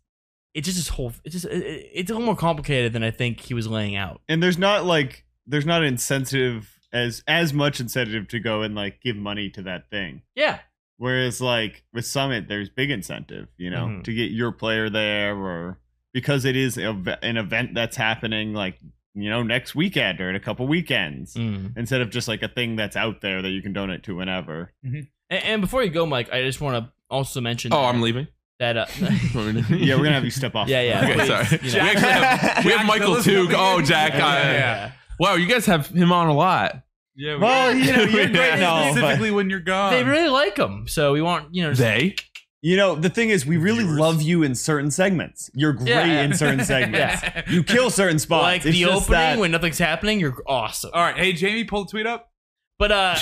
Speaker 2: it's just this whole it's just it, it- it's a little more complicated than I think he was laying out.
Speaker 3: and there's not like there's not incentive as as much incentive to go and like give money to that thing
Speaker 2: Yeah,
Speaker 3: whereas like with summit there's big incentive you know
Speaker 2: Mhm.
Speaker 3: to get your player there or because it is a, ve- an event that's happening like you know next weekend or in a couple weekends
Speaker 2: Mm.
Speaker 3: instead of just like a thing that's out there that you can donate to whenever
Speaker 2: and, and before you go, Mike, I just want to also mention
Speaker 1: oh i'm leaving
Speaker 2: that uh,
Speaker 3: yeah we're gonna have you step off
Speaker 2: Yeah, yeah.
Speaker 1: Okay,
Speaker 2: Please,
Speaker 1: sorry.
Speaker 2: you know.
Speaker 1: We actually have, we have
Speaker 4: Jack
Speaker 1: Michael
Speaker 4: Miller's
Speaker 1: too.
Speaker 4: coming
Speaker 1: Oh,
Speaker 4: in.
Speaker 1: Jack.
Speaker 4: Yeah,
Speaker 1: I-
Speaker 4: yeah.
Speaker 1: Wow, you guys have him on a lot.
Speaker 4: Yeah. we-
Speaker 3: well you know you're
Speaker 1: Yeah.
Speaker 3: great now, but-
Speaker 4: specifically when you're gone.
Speaker 2: they really like him, so we want you know. just-
Speaker 1: They?
Speaker 3: you know the thing is we really
Speaker 4: Viewers.
Speaker 3: love you in certain segments you're great
Speaker 2: Yeah.
Speaker 3: in certain segments
Speaker 2: Yeah.
Speaker 3: you kill certain spots
Speaker 2: Like
Speaker 3: It's
Speaker 2: the
Speaker 3: just
Speaker 2: opening
Speaker 3: that-
Speaker 2: when nothing's happening, you're awesome.
Speaker 4: All right. Hey, Jamie, pull the tweet up.
Speaker 2: But uh,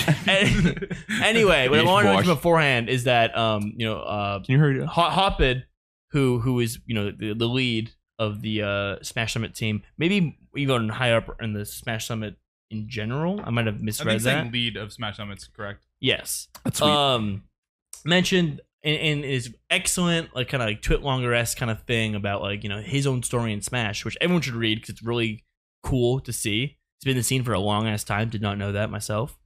Speaker 2: anyway, what I
Speaker 1: Yes,
Speaker 2: wanted to
Speaker 1: boss.
Speaker 2: mention beforehand is that um, you know, uh,
Speaker 1: Can you hurry up?
Speaker 2: Hot Hoppid, who who is you know the, the lead of the uh, Smash Summit team, maybe even higher up in the Smash Summit in general. I might have
Speaker 4: I think
Speaker 2: misread that.
Speaker 4: saying lead of Smash Summit's correct.
Speaker 2: Yes.
Speaker 1: That's sweet.
Speaker 2: Um, mentioned and, and is excellent, like kind of like twit longer esque kind of thing about like you know his own story in Smash, which everyone should read because it's really cool to see. It's been in the scene for a long ass time. Did not know that myself.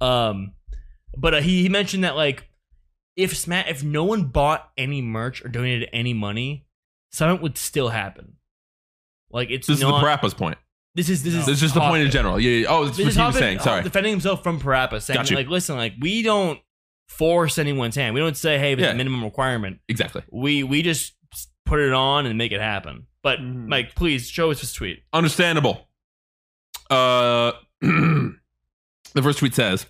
Speaker 2: Um, but uh, he he mentioned that like if Smash, if no one bought any merch or donated any money, Summit would still happen. Like it's
Speaker 1: This is the
Speaker 4: Uh,
Speaker 2: not.
Speaker 1: Parappa's point.
Speaker 2: this is this is
Speaker 1: This is just the point in
Speaker 2: Hoffman.
Speaker 1: general. Yeah, yeah. Oh, that's
Speaker 2: This
Speaker 1: what
Speaker 2: is
Speaker 1: he was
Speaker 2: Hoffman
Speaker 1: saying. Sorry.
Speaker 2: defending himself from Parappa, saying
Speaker 1: Got you.
Speaker 2: like, listen, like we don't force anyone's hand. We don't say, hey, it's
Speaker 1: Yeah.
Speaker 2: a minimum requirement.
Speaker 1: Exactly.
Speaker 2: We we just put it on and make it happen. But
Speaker 3: Mhm.
Speaker 2: like, please show us this tweet.
Speaker 1: Understandable. Uh, the first tweet says,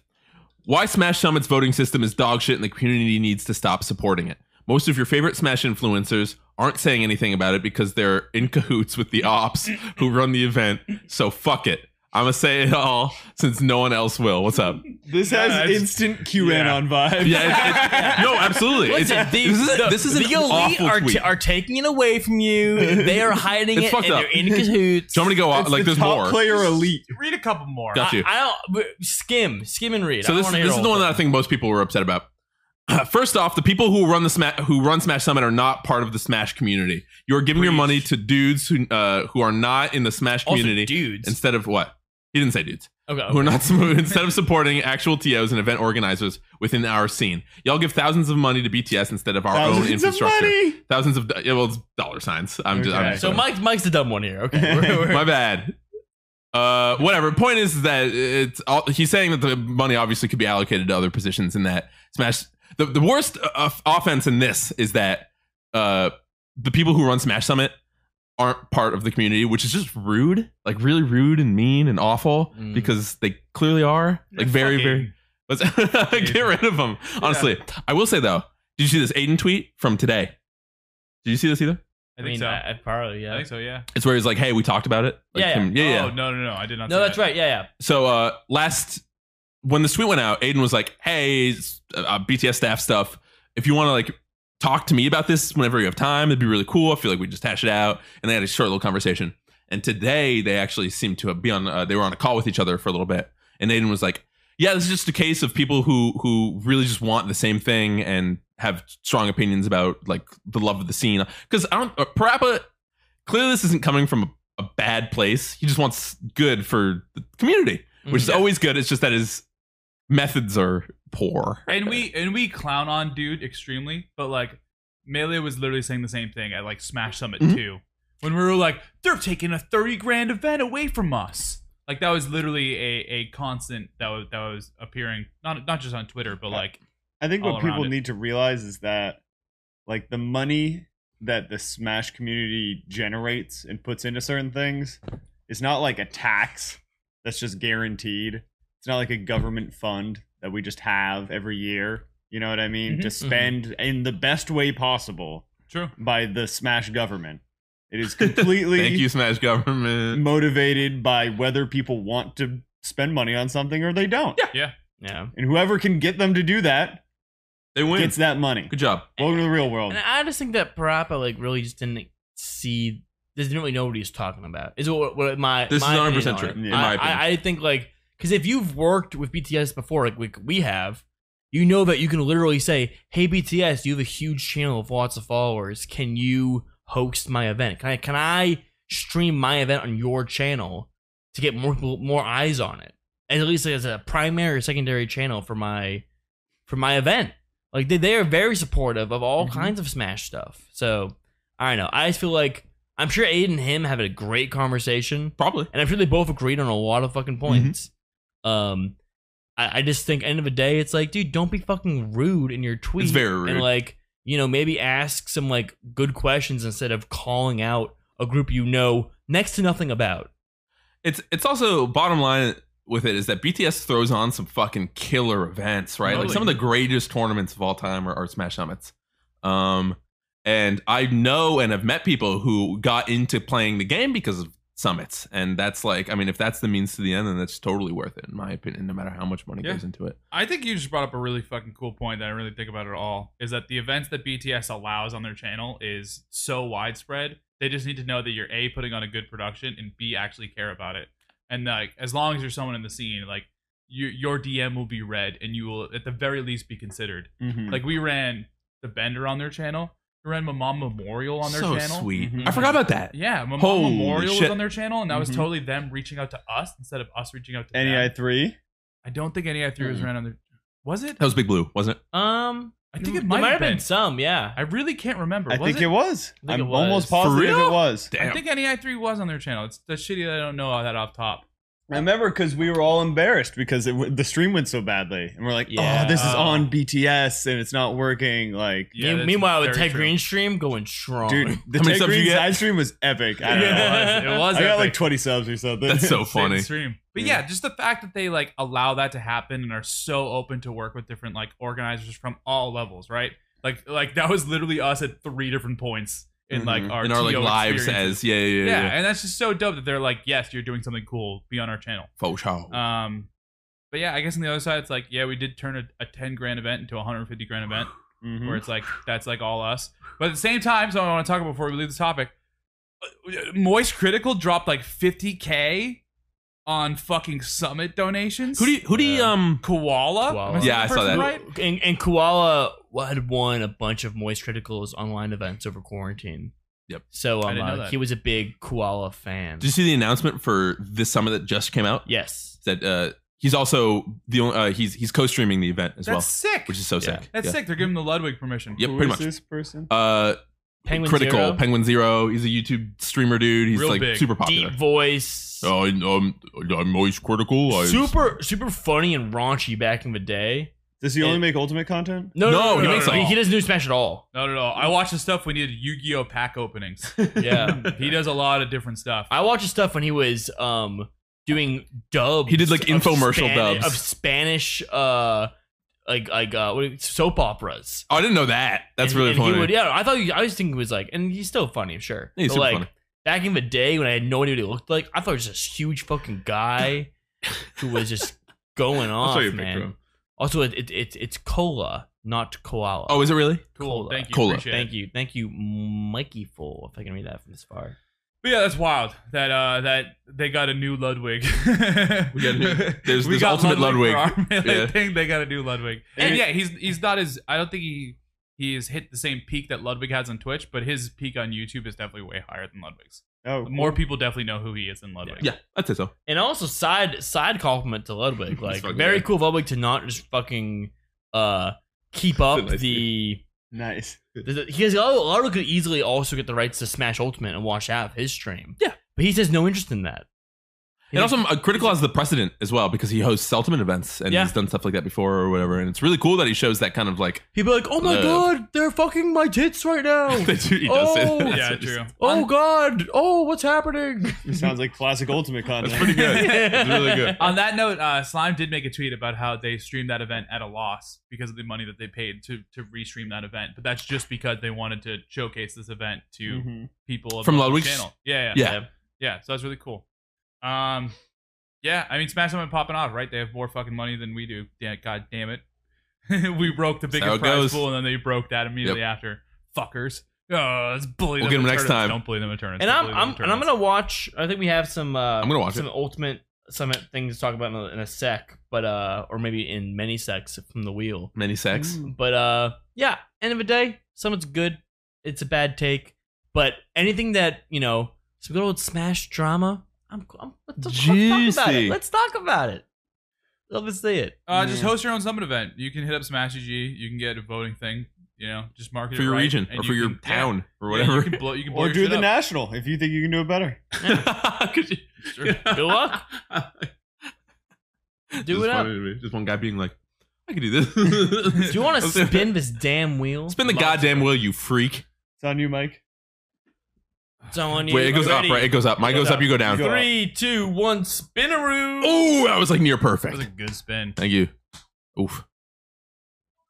Speaker 1: "Why Smash Summit's voting system is dog shit, and the community needs to stop supporting it. Most of your favorite Smash influencers aren't saying anything about it because they're in cahoots with the ops who run the event. So fuck it. I'm gonna say it all since no one else will. What's up?
Speaker 3: This
Speaker 4: Yeah,
Speaker 3: has
Speaker 4: it's-
Speaker 3: instant QAnon vibes.
Speaker 1: Yeah. It's, it's, no, absolutely. It's,
Speaker 2: Listen, the,
Speaker 1: this is,
Speaker 2: the-
Speaker 1: a, this is an
Speaker 2: the elite
Speaker 1: awful
Speaker 2: are,
Speaker 1: tweet.
Speaker 2: t- are taking it away from you. They are hiding
Speaker 1: It's
Speaker 2: it,
Speaker 1: fucked
Speaker 2: and
Speaker 1: up.
Speaker 2: they're in cahoots.
Speaker 1: Do you want me to go
Speaker 3: It's
Speaker 1: on? uh, Like,
Speaker 3: the
Speaker 1: there's
Speaker 3: top
Speaker 1: more.
Speaker 3: player elite.
Speaker 4: Read a couple more.
Speaker 1: Got you.
Speaker 2: I, I don't but skim, skim and read.
Speaker 1: So
Speaker 2: I don't
Speaker 1: this,
Speaker 2: wanna hear
Speaker 1: this is
Speaker 2: all
Speaker 1: the one
Speaker 2: of
Speaker 1: that I think most people were upset about. First off, the people who run the Sma- who run Smash Summit are not part of the Smash community. You are giving your
Speaker 4: Preach.
Speaker 1: money to dudes who uh, who are not in the Smash
Speaker 2: Also,
Speaker 1: community
Speaker 2: dudes.
Speaker 1: instead of what he didn't say dudes
Speaker 2: okay,
Speaker 1: who are
Speaker 2: okay.
Speaker 1: not instead of supporting actual tos and event organizers within our scene. Y'all give thousands of money to BTS instead of our own
Speaker 3: Thousands of
Speaker 1: infrastructure.
Speaker 3: money.
Speaker 1: Thousands of do- yeah, well, it's dollar signs. I'm just, I'm
Speaker 3: Okay.
Speaker 1: just
Speaker 2: So Mike, Mike's the dumb one here. Okay, We're- we're-
Speaker 1: my bad. Uh, whatever. Point is that it's all, he's saying that the money obviously could be allocated to other positions, and that Smash the the worst uh, of- offense in this is that uh the people who run Smash Summit aren't part of the community, which is just rude, like really rude and mean and awful
Speaker 2: Mm.
Speaker 1: because they clearly are like very very Let's get rid of them. Honestly, I will say though, did you see this Aiden tweet from today? Did you see this either?
Speaker 4: I
Speaker 2: I
Speaker 4: think
Speaker 2: mean,
Speaker 4: so.
Speaker 2: I, I probably yeah.
Speaker 4: I think so. Yeah.
Speaker 1: It's where he's like, "Hey, we talked about it." Like,
Speaker 2: Yeah, yeah.
Speaker 1: him- yeah, yeah.
Speaker 4: Oh no no no! I did not.
Speaker 2: No,
Speaker 4: see
Speaker 2: that's
Speaker 4: that.
Speaker 2: right. Yeah,
Speaker 1: So uh last when the tweet went out, Aiden was like, "Hey, s- uh, uh, BTS staff stuff. If you want to like talk to me about this whenever you have time, it'd be really cool. I feel like we just hash it out." And they had a short little conversation. And today they actually seemed to be on. Uh, they were on a call with each other for a little bit. And Aiden was like, "Yeah, this is just a case of people who who really just want the same thing and have strong opinions about like the love of the scene." Because I don't. Uh, Parappa clearly this isn't coming from a, a bad place. He just wants good for the community
Speaker 2: yeah.
Speaker 1: which
Speaker 2: Mhm.
Speaker 1: is always good. It's just that his methods are poor.
Speaker 4: And we and we clown on dude extremely, but like Melee was literally saying the same thing at like Smash Summit
Speaker 1: Mhm.
Speaker 4: too, when we were like, they're taking a thirty grand event away from us. Like that was literally a, a constant that was that was appearing not not just on Twitter, but like
Speaker 3: I think
Speaker 4: all
Speaker 3: what
Speaker 4: around
Speaker 3: people
Speaker 4: it.
Speaker 3: need to realize is that, like, the money that the Smash community generates and puts into certain things is not like a tax that's just guaranteed. It's not like a government fund that we just have every year. You know what I mean?
Speaker 4: Mhm,
Speaker 3: to
Speaker 4: mhm.
Speaker 3: spend in the best way possible
Speaker 4: true.
Speaker 3: by the Smash government. It is completely
Speaker 1: Thank you, Smash Government.
Speaker 3: motivated by whether people want to spend money on something or they don't.
Speaker 1: Yeah.
Speaker 2: Mm-hmm. yeah.
Speaker 3: And whoever can get them to do that
Speaker 1: They win.
Speaker 3: gets that money.
Speaker 1: Good job.
Speaker 3: Welcome to the real world.
Speaker 2: And I just think that Parappa like really just didn't see, just didn't really know what he was talking about. Is what, what my
Speaker 1: This
Speaker 2: my
Speaker 1: is
Speaker 2: opinion
Speaker 1: 100%
Speaker 2: on
Speaker 1: true,
Speaker 2: it.
Speaker 3: in
Speaker 2: I,
Speaker 1: my opinion.
Speaker 2: I, I think like because if you've worked with BTS before, like we, we have, you know that you can literally say, "Hey BTS, you have a huge channel of lots of followers. Can you host my event? Can I can I stream my event on your channel to get more people- more eyes on it? At least as a primary or secondary channel for my for my event." Like they, they are very supportive of all
Speaker 1: Mhm.
Speaker 2: kinds of Smash stuff. So I don't know. I just feel like I'm sure Aiden and him had a great conversation,
Speaker 1: Probably.
Speaker 2: and I'm sure they both agreed on a lot of fucking
Speaker 1: Mm-hmm.
Speaker 2: points. Um, I, I just think end of the day, it's like, dude, don't be fucking rude in your tweet.
Speaker 1: very rude.
Speaker 2: And like, you know, maybe ask some like good questions instead of calling out a group you know next to nothing about.
Speaker 1: It's it's also bottom line with it is that BTS throws on some fucking killer events, right? Like
Speaker 4: Totally.
Speaker 1: some of the greatest tournaments of all time are, are Smash Summits. Um, and I know and have met people who got into playing the game because of summits, and that's like, I mean, if that's the means to the end, then that's totally worth it, in my opinion. No matter how much money
Speaker 4: Yeah.
Speaker 1: goes into it.
Speaker 4: I think you just brought up a really fucking cool point that I really think about at all is that the events that BTS allows on their channel is so widespread. They just need to know that you're A putting on a good production and B actually care about it. And like as long as you're someone in the scene, like
Speaker 1: Mm.
Speaker 4: you, your DM will be read and you will at the very least be considered.
Speaker 3: Mhm.
Speaker 4: Like we ran the Bender on their channel. Ran Mama Memorial on their
Speaker 1: so
Speaker 4: channel. Mm-hmm.
Speaker 1: sweet.
Speaker 3: Mhm.
Speaker 1: I forgot about that.
Speaker 4: Yeah, Mama
Speaker 1: Holy
Speaker 4: Memorial
Speaker 1: shit. Mm-hmm.
Speaker 4: was on their channel, and that was
Speaker 3: Mhm.
Speaker 4: totally them reaching out to us instead of us reaching out to
Speaker 1: E
Speaker 4: them.
Speaker 3: NEI E three.
Speaker 4: I don't think NEI three
Speaker 1: Mm.
Speaker 4: was ran on their. Was it?
Speaker 1: That was Big Blue, wasn't it?
Speaker 2: Um,
Speaker 4: I think it
Speaker 2: there
Speaker 4: might have been.
Speaker 2: some. Yeah.
Speaker 4: I really can't remember.
Speaker 3: I
Speaker 4: was
Speaker 3: think
Speaker 4: it?
Speaker 3: it was.
Speaker 2: I think
Speaker 3: I'm
Speaker 2: it was.
Speaker 3: almost positive
Speaker 1: For real?
Speaker 3: it was.
Speaker 1: Damn.
Speaker 4: I think NEI three was on their channel. It's the shitty that I don't know that off top.
Speaker 3: I remember because we were all embarrassed because it, w- the stream went so badly, and we're like,
Speaker 2: Yeah.
Speaker 3: "Oh, this is on BTS and it's not working." Like,
Speaker 4: Yeah,
Speaker 2: Me-
Speaker 4: that's
Speaker 2: meanwhile, with
Speaker 4: very
Speaker 2: Ted
Speaker 4: true.
Speaker 2: Green stream going strong.
Speaker 3: dude, the
Speaker 1: How many
Speaker 3: Ted
Speaker 1: subs you
Speaker 3: Green
Speaker 1: get?
Speaker 3: side stream was epic. I don't
Speaker 2: Yeah.
Speaker 3: know.
Speaker 4: It was. It was
Speaker 3: I got like
Speaker 4: epic.
Speaker 3: 20 subs or something.
Speaker 1: That's so
Speaker 4: Same
Speaker 1: funny.
Speaker 4: stream. But
Speaker 3: Yeah.
Speaker 4: yeah, just the fact that they like allow that to happen and are so open to work with different like organizers from all levels, right? Like like that was literally us at three different points in like
Speaker 1: Mhm.
Speaker 4: our
Speaker 1: in our like
Speaker 4: TO
Speaker 1: lives
Speaker 4: experiences.
Speaker 1: as yeah yeah
Speaker 4: yeah,
Speaker 1: yeah. yeah.
Speaker 4: and that's just so dope that they're like, yes, you're doing something cool. Be on our channel.
Speaker 1: For sure.
Speaker 4: Um, but yeah, I guess on the other side, it's like, yeah, we did turn a, a ten grand event into a hundred fifty grand event,
Speaker 3: Mhm.
Speaker 4: where
Speaker 1: Hmm?
Speaker 4: it's like that's like all us. But at the same time, so I want to talk about before we leave this topic. uh, Moist Critical dropped like fifty k on fucking Summit donations.
Speaker 1: who do you, who do you,
Speaker 2: Yeah.
Speaker 1: um
Speaker 4: Koala?
Speaker 2: Koala.
Speaker 4: Am saying
Speaker 1: Yeah,
Speaker 4: the
Speaker 1: I saw that.
Speaker 4: person Right?
Speaker 2: And, and Koala had won a bunch of Moist Critical's online events over quarantine.
Speaker 1: Yep.
Speaker 2: So
Speaker 4: I
Speaker 2: um,
Speaker 4: didn't know
Speaker 2: uh,
Speaker 4: that.
Speaker 2: he was a big Koala fan.
Speaker 1: did you see the announcement for this summer that just came out?
Speaker 2: yes.
Speaker 1: That uh he's also the only uh, he's he's co-streaming the event as
Speaker 4: That's
Speaker 1: well,
Speaker 4: sick.
Speaker 1: which is so
Speaker 2: Yeah.
Speaker 1: sick.
Speaker 4: that's
Speaker 1: yeah.
Speaker 4: sick. They're giving the Ludwig permission.
Speaker 1: Yep,
Speaker 3: Who
Speaker 1: pretty
Speaker 3: is
Speaker 1: much.
Speaker 3: this person?
Speaker 1: Uh
Speaker 2: Penguin
Speaker 1: critical
Speaker 2: Zero,
Speaker 1: Penguin Zero. He's a YouTube streamer dude. He's
Speaker 4: Real
Speaker 1: like
Speaker 4: big.
Speaker 1: super popular.
Speaker 2: deep voice.
Speaker 4: Oh,
Speaker 1: Uh, and, um, I'm always critical. I-
Speaker 2: super super funny and raunchy back in the day.
Speaker 3: Does he only
Speaker 2: it-
Speaker 3: make ultimate content?
Speaker 2: No,
Speaker 1: No,
Speaker 2: no, no,
Speaker 1: he
Speaker 2: no,
Speaker 1: makes
Speaker 2: no,
Speaker 1: it
Speaker 2: he,
Speaker 1: all.
Speaker 2: he doesn't do Smash at all.
Speaker 4: No, no, no. I watched the stuff when he did Yu-Gi-Oh pack openings.
Speaker 2: Yeah.
Speaker 4: he does a lot of different stuff.
Speaker 2: I watched his stuff when he was um doing dubs.
Speaker 1: He did, like,
Speaker 2: of
Speaker 1: infomercial
Speaker 2: Spani-
Speaker 1: dubs.
Speaker 2: of Spanish uh like like uh what, do you- soap operas.
Speaker 1: Oh, I didn't know that. That's
Speaker 2: And-
Speaker 1: really
Speaker 2: and he
Speaker 1: funny.
Speaker 2: would- yeah, I thought he, I was thinking he was like, and he's still funny, sure.
Speaker 1: Yeah, he's
Speaker 2: But,
Speaker 1: super
Speaker 2: like
Speaker 1: funny.
Speaker 2: back in the day when I had no idea what he looked like, I thought he was this huge fucking guy who was just going
Speaker 1: I'll
Speaker 2: off,
Speaker 1: show you a picture of
Speaker 2: man.
Speaker 1: him.
Speaker 2: Also, it, it, it's it's cola, not koala.
Speaker 1: Oh, is it really?
Speaker 4: cool.
Speaker 2: Koala.
Speaker 4: Thank you.
Speaker 1: Koala.
Speaker 4: Appreciate it.
Speaker 2: Thank you, thank you, Mikey Fool. If I can read that from this far.
Speaker 4: But yeah, that's wild. That uh, that they got a new Ludwig. we
Speaker 1: got a new- there's this ultimate Ludwig.
Speaker 4: for our melee
Speaker 1: Yeah.
Speaker 4: thing. They got a new Ludwig. And yeah, he's he's not as I don't think he he has hit the same peak that Ludwig has on Twitch, but his peak on YouTube is definitely way higher than Ludwig's.
Speaker 3: Oh, cool.
Speaker 4: More people definitely know who he is than Ludwig.
Speaker 1: Yeah, I'd say so.
Speaker 2: And also side side compliment to Ludwig. Like
Speaker 1: fucking
Speaker 2: very
Speaker 1: good.
Speaker 2: cool of Ludwig to not just fucking uh keep up
Speaker 1: Nice
Speaker 2: the,
Speaker 3: nice.
Speaker 2: the, the he has Ludwig could easily also get the rights to Smash Ultimate and wash out of his stream.
Speaker 1: Yeah.
Speaker 2: But he has no interest in that.
Speaker 1: And also, uh, Critical has the precedent as well because he hosts Ultimate events and
Speaker 2: Yeah.
Speaker 1: he's done stuff like that before or whatever. And it's really cool that he shows that kind of like.
Speaker 2: he'd be like, Oh my
Speaker 1: Uh,
Speaker 2: god, they're fucking my tits right now.
Speaker 1: that he does say
Speaker 2: Oh!
Speaker 1: that.
Speaker 4: Yeah,
Speaker 1: It's-
Speaker 4: true.
Speaker 2: oh god, oh what's happening?
Speaker 3: He sounds like classic ultimate content.
Speaker 1: That's pretty good. It's really good.
Speaker 4: On that note, uh, Slime did make a tweet about how they streamed that event at a loss because of the money that they paid to to restream that event. But that's just because they wanted to showcase this event to
Speaker 1: Mm-hmm.
Speaker 3: Mhm.
Speaker 4: people
Speaker 1: From
Speaker 4: above the
Speaker 1: Ludwig's?
Speaker 4: channel. Yeah, yeah,
Speaker 1: Yeah.
Speaker 4: Yeah, so that's really cool. Um, yeah, I mean, Smash Ultimate popping off, right? They have more fucking money than we do. Yeah, God damn it, we broke the
Speaker 1: how
Speaker 4: biggest
Speaker 1: it
Speaker 4: prize
Speaker 1: goes.
Speaker 4: pool, and then they broke that immediately after. Fuckers. Oh, let's bully
Speaker 1: We'll
Speaker 4: them.
Speaker 1: get
Speaker 4: in
Speaker 1: them next
Speaker 4: tournaments.
Speaker 1: time.
Speaker 4: Don't bully them in tournaments.
Speaker 2: and I'm
Speaker 4: Don't bully them in
Speaker 2: I'm and I'm
Speaker 4: tournaments.
Speaker 2: gonna watch. I think we have some. Uh,
Speaker 1: I'm gonna watch
Speaker 2: some
Speaker 1: it.
Speaker 2: ultimate some things to talk about in a, in a sec, but uh, or maybe in many secs from the wheel.
Speaker 1: Many sex.
Speaker 3: Mm.
Speaker 2: But uh, yeah. End of the day, someone's good. It's a bad take, but anything that you know, some good old smash drama. I'm, I'm let's, let's talk about
Speaker 1: Juicy.
Speaker 2: it. Let's talk about it. Love to see it.
Speaker 4: Uh, just
Speaker 3: Mm.
Speaker 4: host your own summit event. You can hit up Smash EG. You can get a voting thing. You know, just market
Speaker 1: For
Speaker 4: it
Speaker 1: your
Speaker 4: right,
Speaker 1: region
Speaker 4: and
Speaker 1: or
Speaker 4: you
Speaker 1: for your
Speaker 4: can- yeah,
Speaker 1: town or
Speaker 4: yeah,
Speaker 1: whatever.
Speaker 4: you can blow. You can blow
Speaker 3: Or
Speaker 4: your
Speaker 3: do
Speaker 4: shit
Speaker 3: the
Speaker 4: up.
Speaker 3: national if you think you can do it better.
Speaker 1: Could you-
Speaker 2: Good luck.
Speaker 1: Just
Speaker 2: Do it up.
Speaker 1: funny to me. Just one guy being like, I could do this. do
Speaker 2: Do you want to spin this damn wheel?
Speaker 1: Spin the goddamn wheel, you freak.
Speaker 3: It's on you, Mike.
Speaker 2: It's on you.
Speaker 1: Wait, it goes
Speaker 2: Ready?
Speaker 1: up, right? It goes up. Mine
Speaker 2: Goes
Speaker 1: goes up,
Speaker 2: up.
Speaker 1: you go down.
Speaker 3: You go-
Speaker 2: Three, two, one, spinaroo.
Speaker 1: Oh, that was like near
Speaker 4: That was a
Speaker 1: perfect.
Speaker 4: good spin.
Speaker 1: Thank you. Oof.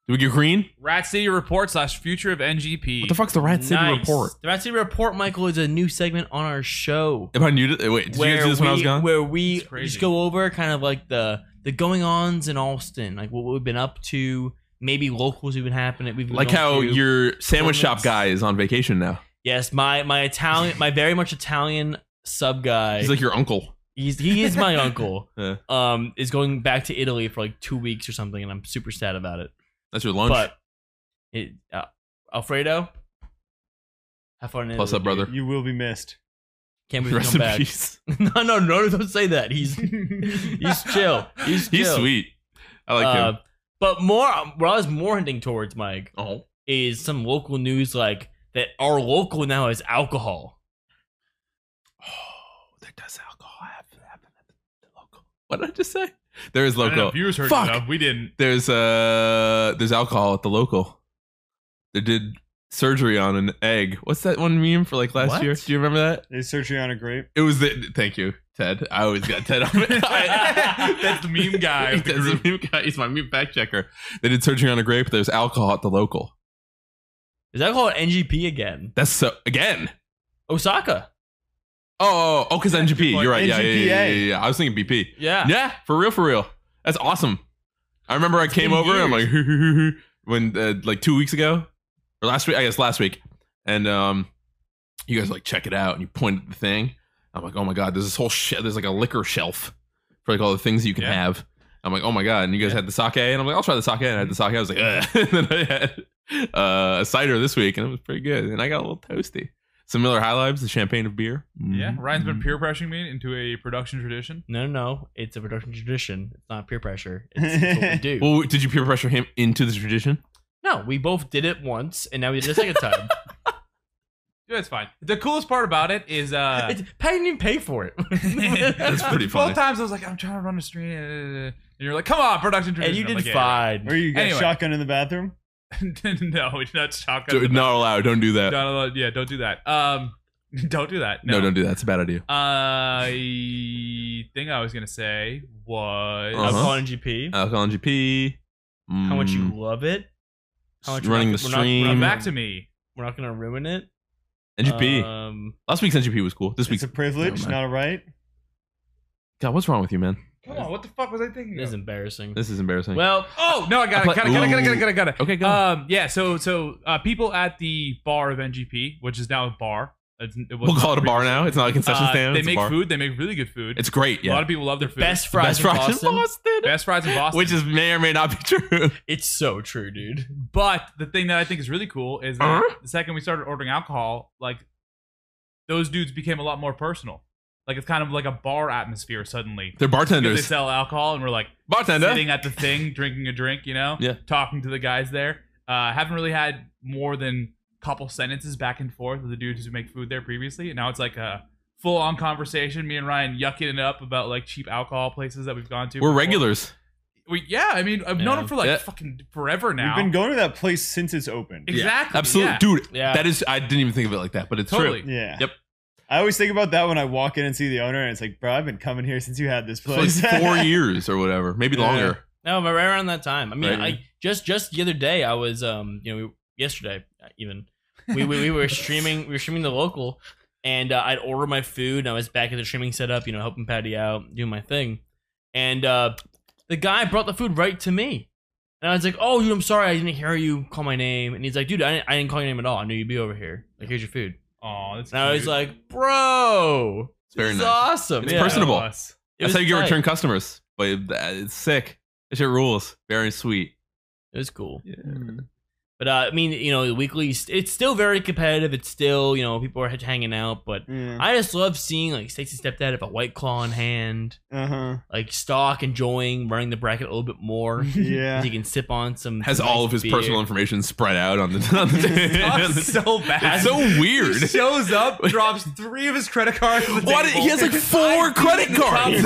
Speaker 1: Do we get green?
Speaker 4: Rat City report slash future of NGP.
Speaker 1: What the fuck's the Rat City
Speaker 2: Nice.
Speaker 1: report?
Speaker 2: The Rat City Report, Michael, is a new segment on our show.
Speaker 1: Am I new to Wait, did you guys do this
Speaker 2: we,
Speaker 1: when I was gone?
Speaker 2: Where we
Speaker 4: It's crazy.
Speaker 2: just go over kind of like the the going ons in Alston, like what we've been up to, maybe locals we've been happening. We've been
Speaker 1: Like
Speaker 2: going
Speaker 1: how
Speaker 2: to.
Speaker 1: your sandwich shop
Speaker 2: Performance.
Speaker 1: guy is on vacation now.
Speaker 2: yes, my my Italian, my very much Italian sub guy.
Speaker 1: He's like your uncle.
Speaker 2: he's, he is my uncle.
Speaker 1: Yeah.
Speaker 2: Um, is going back to Italy for like two weeks or something, and I'm super sad about it.
Speaker 1: That's your lunch.
Speaker 2: But it, uh, Alfredo, have fun in
Speaker 1: Plus
Speaker 2: Italy,
Speaker 1: up, brother.
Speaker 2: dude.
Speaker 3: You will be missed.
Speaker 2: uh, Can't wait to
Speaker 1: Rest
Speaker 2: come
Speaker 1: in
Speaker 2: back.
Speaker 1: peace.
Speaker 2: no, no, no, don't say that. He's he's chill. He's chill.
Speaker 1: He's sweet. I like
Speaker 2: Uh,
Speaker 1: him.
Speaker 2: But more, what I was more hinting towards, Mike,
Speaker 1: Oh,
Speaker 2: is some local news like that. Our local now is alcohol.
Speaker 1: there does alcohol happen, happen at the local. What did I just say? There is
Speaker 4: I don't know
Speaker 1: local.
Speaker 4: if viewers heard
Speaker 1: Fuck.
Speaker 4: it up. We didn't.
Speaker 1: There's uh, there's alcohol at the local. They did surgery on an egg. What's that one meme for like last
Speaker 2: What?
Speaker 1: year? Do you remember that?
Speaker 3: Is Sergiana grape?
Speaker 1: It was the thank you, Ted. I always got Ted on it.
Speaker 4: That's the meme guy of the
Speaker 1: That's
Speaker 4: group.
Speaker 1: meme guy. He's my meme fact checker. They did surgery on a grape. There's alcohol at the local.
Speaker 2: Is alcohol at NGP again?
Speaker 1: That's so again.
Speaker 2: Osaka.
Speaker 1: Oh, oh, because NGP.
Speaker 4: point.
Speaker 1: You're right. Yeah, yeah, yeah, yeah,
Speaker 3: NGPA.
Speaker 1: yeah, yeah. I was thinking BP.
Speaker 2: Yeah.
Speaker 1: Yeah, for real, for real. That's awesome. I remember I came
Speaker 4: been
Speaker 1: over. I'm like when uh, like two weeks ago or last week. I guess last week. And um, you guys like check it out, and you point at the thing. I'm like, oh my god, there's this whole sh- there's like a liquor shelf for like all the things you can
Speaker 4: Yeah.
Speaker 1: have. I'm like, oh my god, and you guys had the sake, and I'm like, I'll try the sake, and I had the sake. I was like, Ugh. and then I had uh, a cider this week, and it was pretty good, and I got a little toasty. Some Miller High Lives, the champagne of beer.
Speaker 4: Yeah, Ryan's been
Speaker 1: Mhm.
Speaker 4: peer pressuring me into a production tradition.
Speaker 2: No, no, no. It's a production tradition. It's not peer pressure. It's, it's what we do.
Speaker 1: Well, did you peer pressure him into the tradition?
Speaker 2: no, we both did it once, and now we did it a second time.
Speaker 4: Yeah, it's fine. The coolest part about it is uh
Speaker 2: It's- I didn't even pay for it.
Speaker 1: That's pretty funny.
Speaker 4: Both times I was like, I'm trying to run a stream, and you're like, come on, production tradition.
Speaker 2: and you
Speaker 4: I'm
Speaker 2: did
Speaker 4: like, "Yeah,
Speaker 2: fine.
Speaker 3: Or you got
Speaker 4: Anyway.
Speaker 3: shotgun in the bathroom?
Speaker 4: no, it's not shotgun.
Speaker 1: Do- not allowed. Don't do that.
Speaker 4: Don't allow- yeah, don't do that. Um, don't do that.
Speaker 1: No.
Speaker 4: No,
Speaker 1: don't do that. It's a bad idea.
Speaker 4: I think I was gonna say was
Speaker 1: Uh-huh.
Speaker 2: Alcohol and GP.
Speaker 1: Alcohol and GP.
Speaker 2: How much you
Speaker 1: Mm,
Speaker 2: love it? How much
Speaker 1: running
Speaker 2: we're
Speaker 1: the
Speaker 2: not- we're not- we're
Speaker 1: stream.
Speaker 2: not
Speaker 4: come back to me.
Speaker 2: We're not gonna ruin it.
Speaker 1: NGP.
Speaker 2: Um,
Speaker 1: Last week's NGP was cool. This
Speaker 3: It's
Speaker 1: week's
Speaker 3: a privilege,
Speaker 1: Never mind.
Speaker 3: not a right.
Speaker 1: God, what's wrong with you, man?
Speaker 4: Come on, what the fuck was I thinking?
Speaker 2: it is embarrassing.
Speaker 1: This is embarrassing.
Speaker 2: Well,
Speaker 4: Oh no, I got
Speaker 1: I
Speaker 4: it.
Speaker 1: play-
Speaker 4: Got it. Got it. Got it. Got it. Got it. Got it.
Speaker 1: okay, go.
Speaker 4: Um, yeah. So, so uh, people at the bar of NGP, which is now a bar. It's, it
Speaker 1: we'll
Speaker 4: wasn't
Speaker 1: call it a bar
Speaker 4: previously.
Speaker 1: now. It's not a concession
Speaker 4: Uh,
Speaker 1: stand.
Speaker 4: they
Speaker 1: it's a
Speaker 4: make
Speaker 1: bar.
Speaker 4: food. They make really good food.
Speaker 1: It's great.
Speaker 4: a lot
Speaker 1: Yeah.
Speaker 4: of people love their food.
Speaker 2: best fries,
Speaker 1: Best fries
Speaker 2: in Boston.
Speaker 4: best fries in Boston.
Speaker 1: Which is may or may not be true.
Speaker 2: It's so true, dude.
Speaker 4: But the thing that I think is really cool is that
Speaker 1: Uh-huh.
Speaker 4: the second we started ordering alcohol, like those dudes became a lot more personal. Like it's kind of like a bar atmosphere suddenly.
Speaker 1: They're
Speaker 4: Because They
Speaker 1: bartenders.
Speaker 4: sell alcohol, and we're like
Speaker 1: Bartender.
Speaker 4: sitting at the thing, drinking a drink, you know,
Speaker 1: Yeah.
Speaker 4: talking to the guys there. Uh, haven't really had more than a couple sentences back and forth with the dudes who make food there previously. And now it's like a full on conversation. Me and Ryan yucking it up about like cheap alcohol places that we've gone to.
Speaker 1: We're
Speaker 4: before.
Speaker 1: regulars.
Speaker 4: We, yeah, I mean, I've
Speaker 2: Yeah.
Speaker 4: known him for like
Speaker 1: Yeah.
Speaker 4: fucking forever now.
Speaker 3: We've been going to that place since it's opened.
Speaker 1: Yeah,
Speaker 4: exactly.
Speaker 1: Absolutely,
Speaker 4: yeah.
Speaker 1: dude.
Speaker 2: Yeah.
Speaker 1: That is. I didn't even think of it like that, but it's
Speaker 4: Totally.
Speaker 1: true.
Speaker 3: Yeah.
Speaker 1: Yep.
Speaker 3: I always think about that when I walk in and see the owner, and it's like, bro, I've been coming here since you had this place.
Speaker 1: It's like four years or whatever, maybe
Speaker 3: Yeah.
Speaker 1: longer.
Speaker 2: No, but right around that time. I mean,
Speaker 1: Right.
Speaker 2: I just just the other day, I was um, you know, we, yesterday uh, even, we, we we were streaming, we were streaming the local, and uh, I'd order my food, and I was back at the streaming setup, you know, helping Patty out, doing my thing, and uh, the guy brought the food right to me, and I was like, oh, dude, I'm sorry, I didn't hear you call my name, and he's like, dude, I didn't, I didn't call your name at all, I knew you'd be over here, like here's your food,
Speaker 4: Aw, that's
Speaker 2: and I was
Speaker 4: cute.
Speaker 2: like, bro,
Speaker 1: It's very
Speaker 2: this is
Speaker 1: nice.
Speaker 2: awesome,
Speaker 1: It's
Speaker 2: Yeah.
Speaker 1: personable.
Speaker 4: Love us.
Speaker 2: It
Speaker 1: That's
Speaker 2: was
Speaker 1: how you get
Speaker 2: tight.
Speaker 1: return customers. But that- it's sick. That shit rules. Very sweet.
Speaker 2: It was cool.
Speaker 1: Yeah.
Speaker 2: But uh, I mean, you know, the weekly, it's still very competitive. It's still, you know, people are hanging out. But
Speaker 3: Yeah.
Speaker 2: I just love seeing like Stacy Stepdad have a white claw in hand,
Speaker 3: Uh huh.
Speaker 2: like Stock enjoying running the bracket a little bit more.
Speaker 3: Yeah.
Speaker 2: He can sip on some.
Speaker 1: Has
Speaker 2: some
Speaker 1: all
Speaker 2: nice
Speaker 1: of his
Speaker 2: beer.
Speaker 1: personal information spread out on the. On the on the-
Speaker 4: Sucks so bad.
Speaker 1: it's so
Speaker 4: He
Speaker 1: weird.
Speaker 4: shows up, drops three of his credit cards. on the
Speaker 1: What?
Speaker 4: table.
Speaker 1: He has like four credit cards.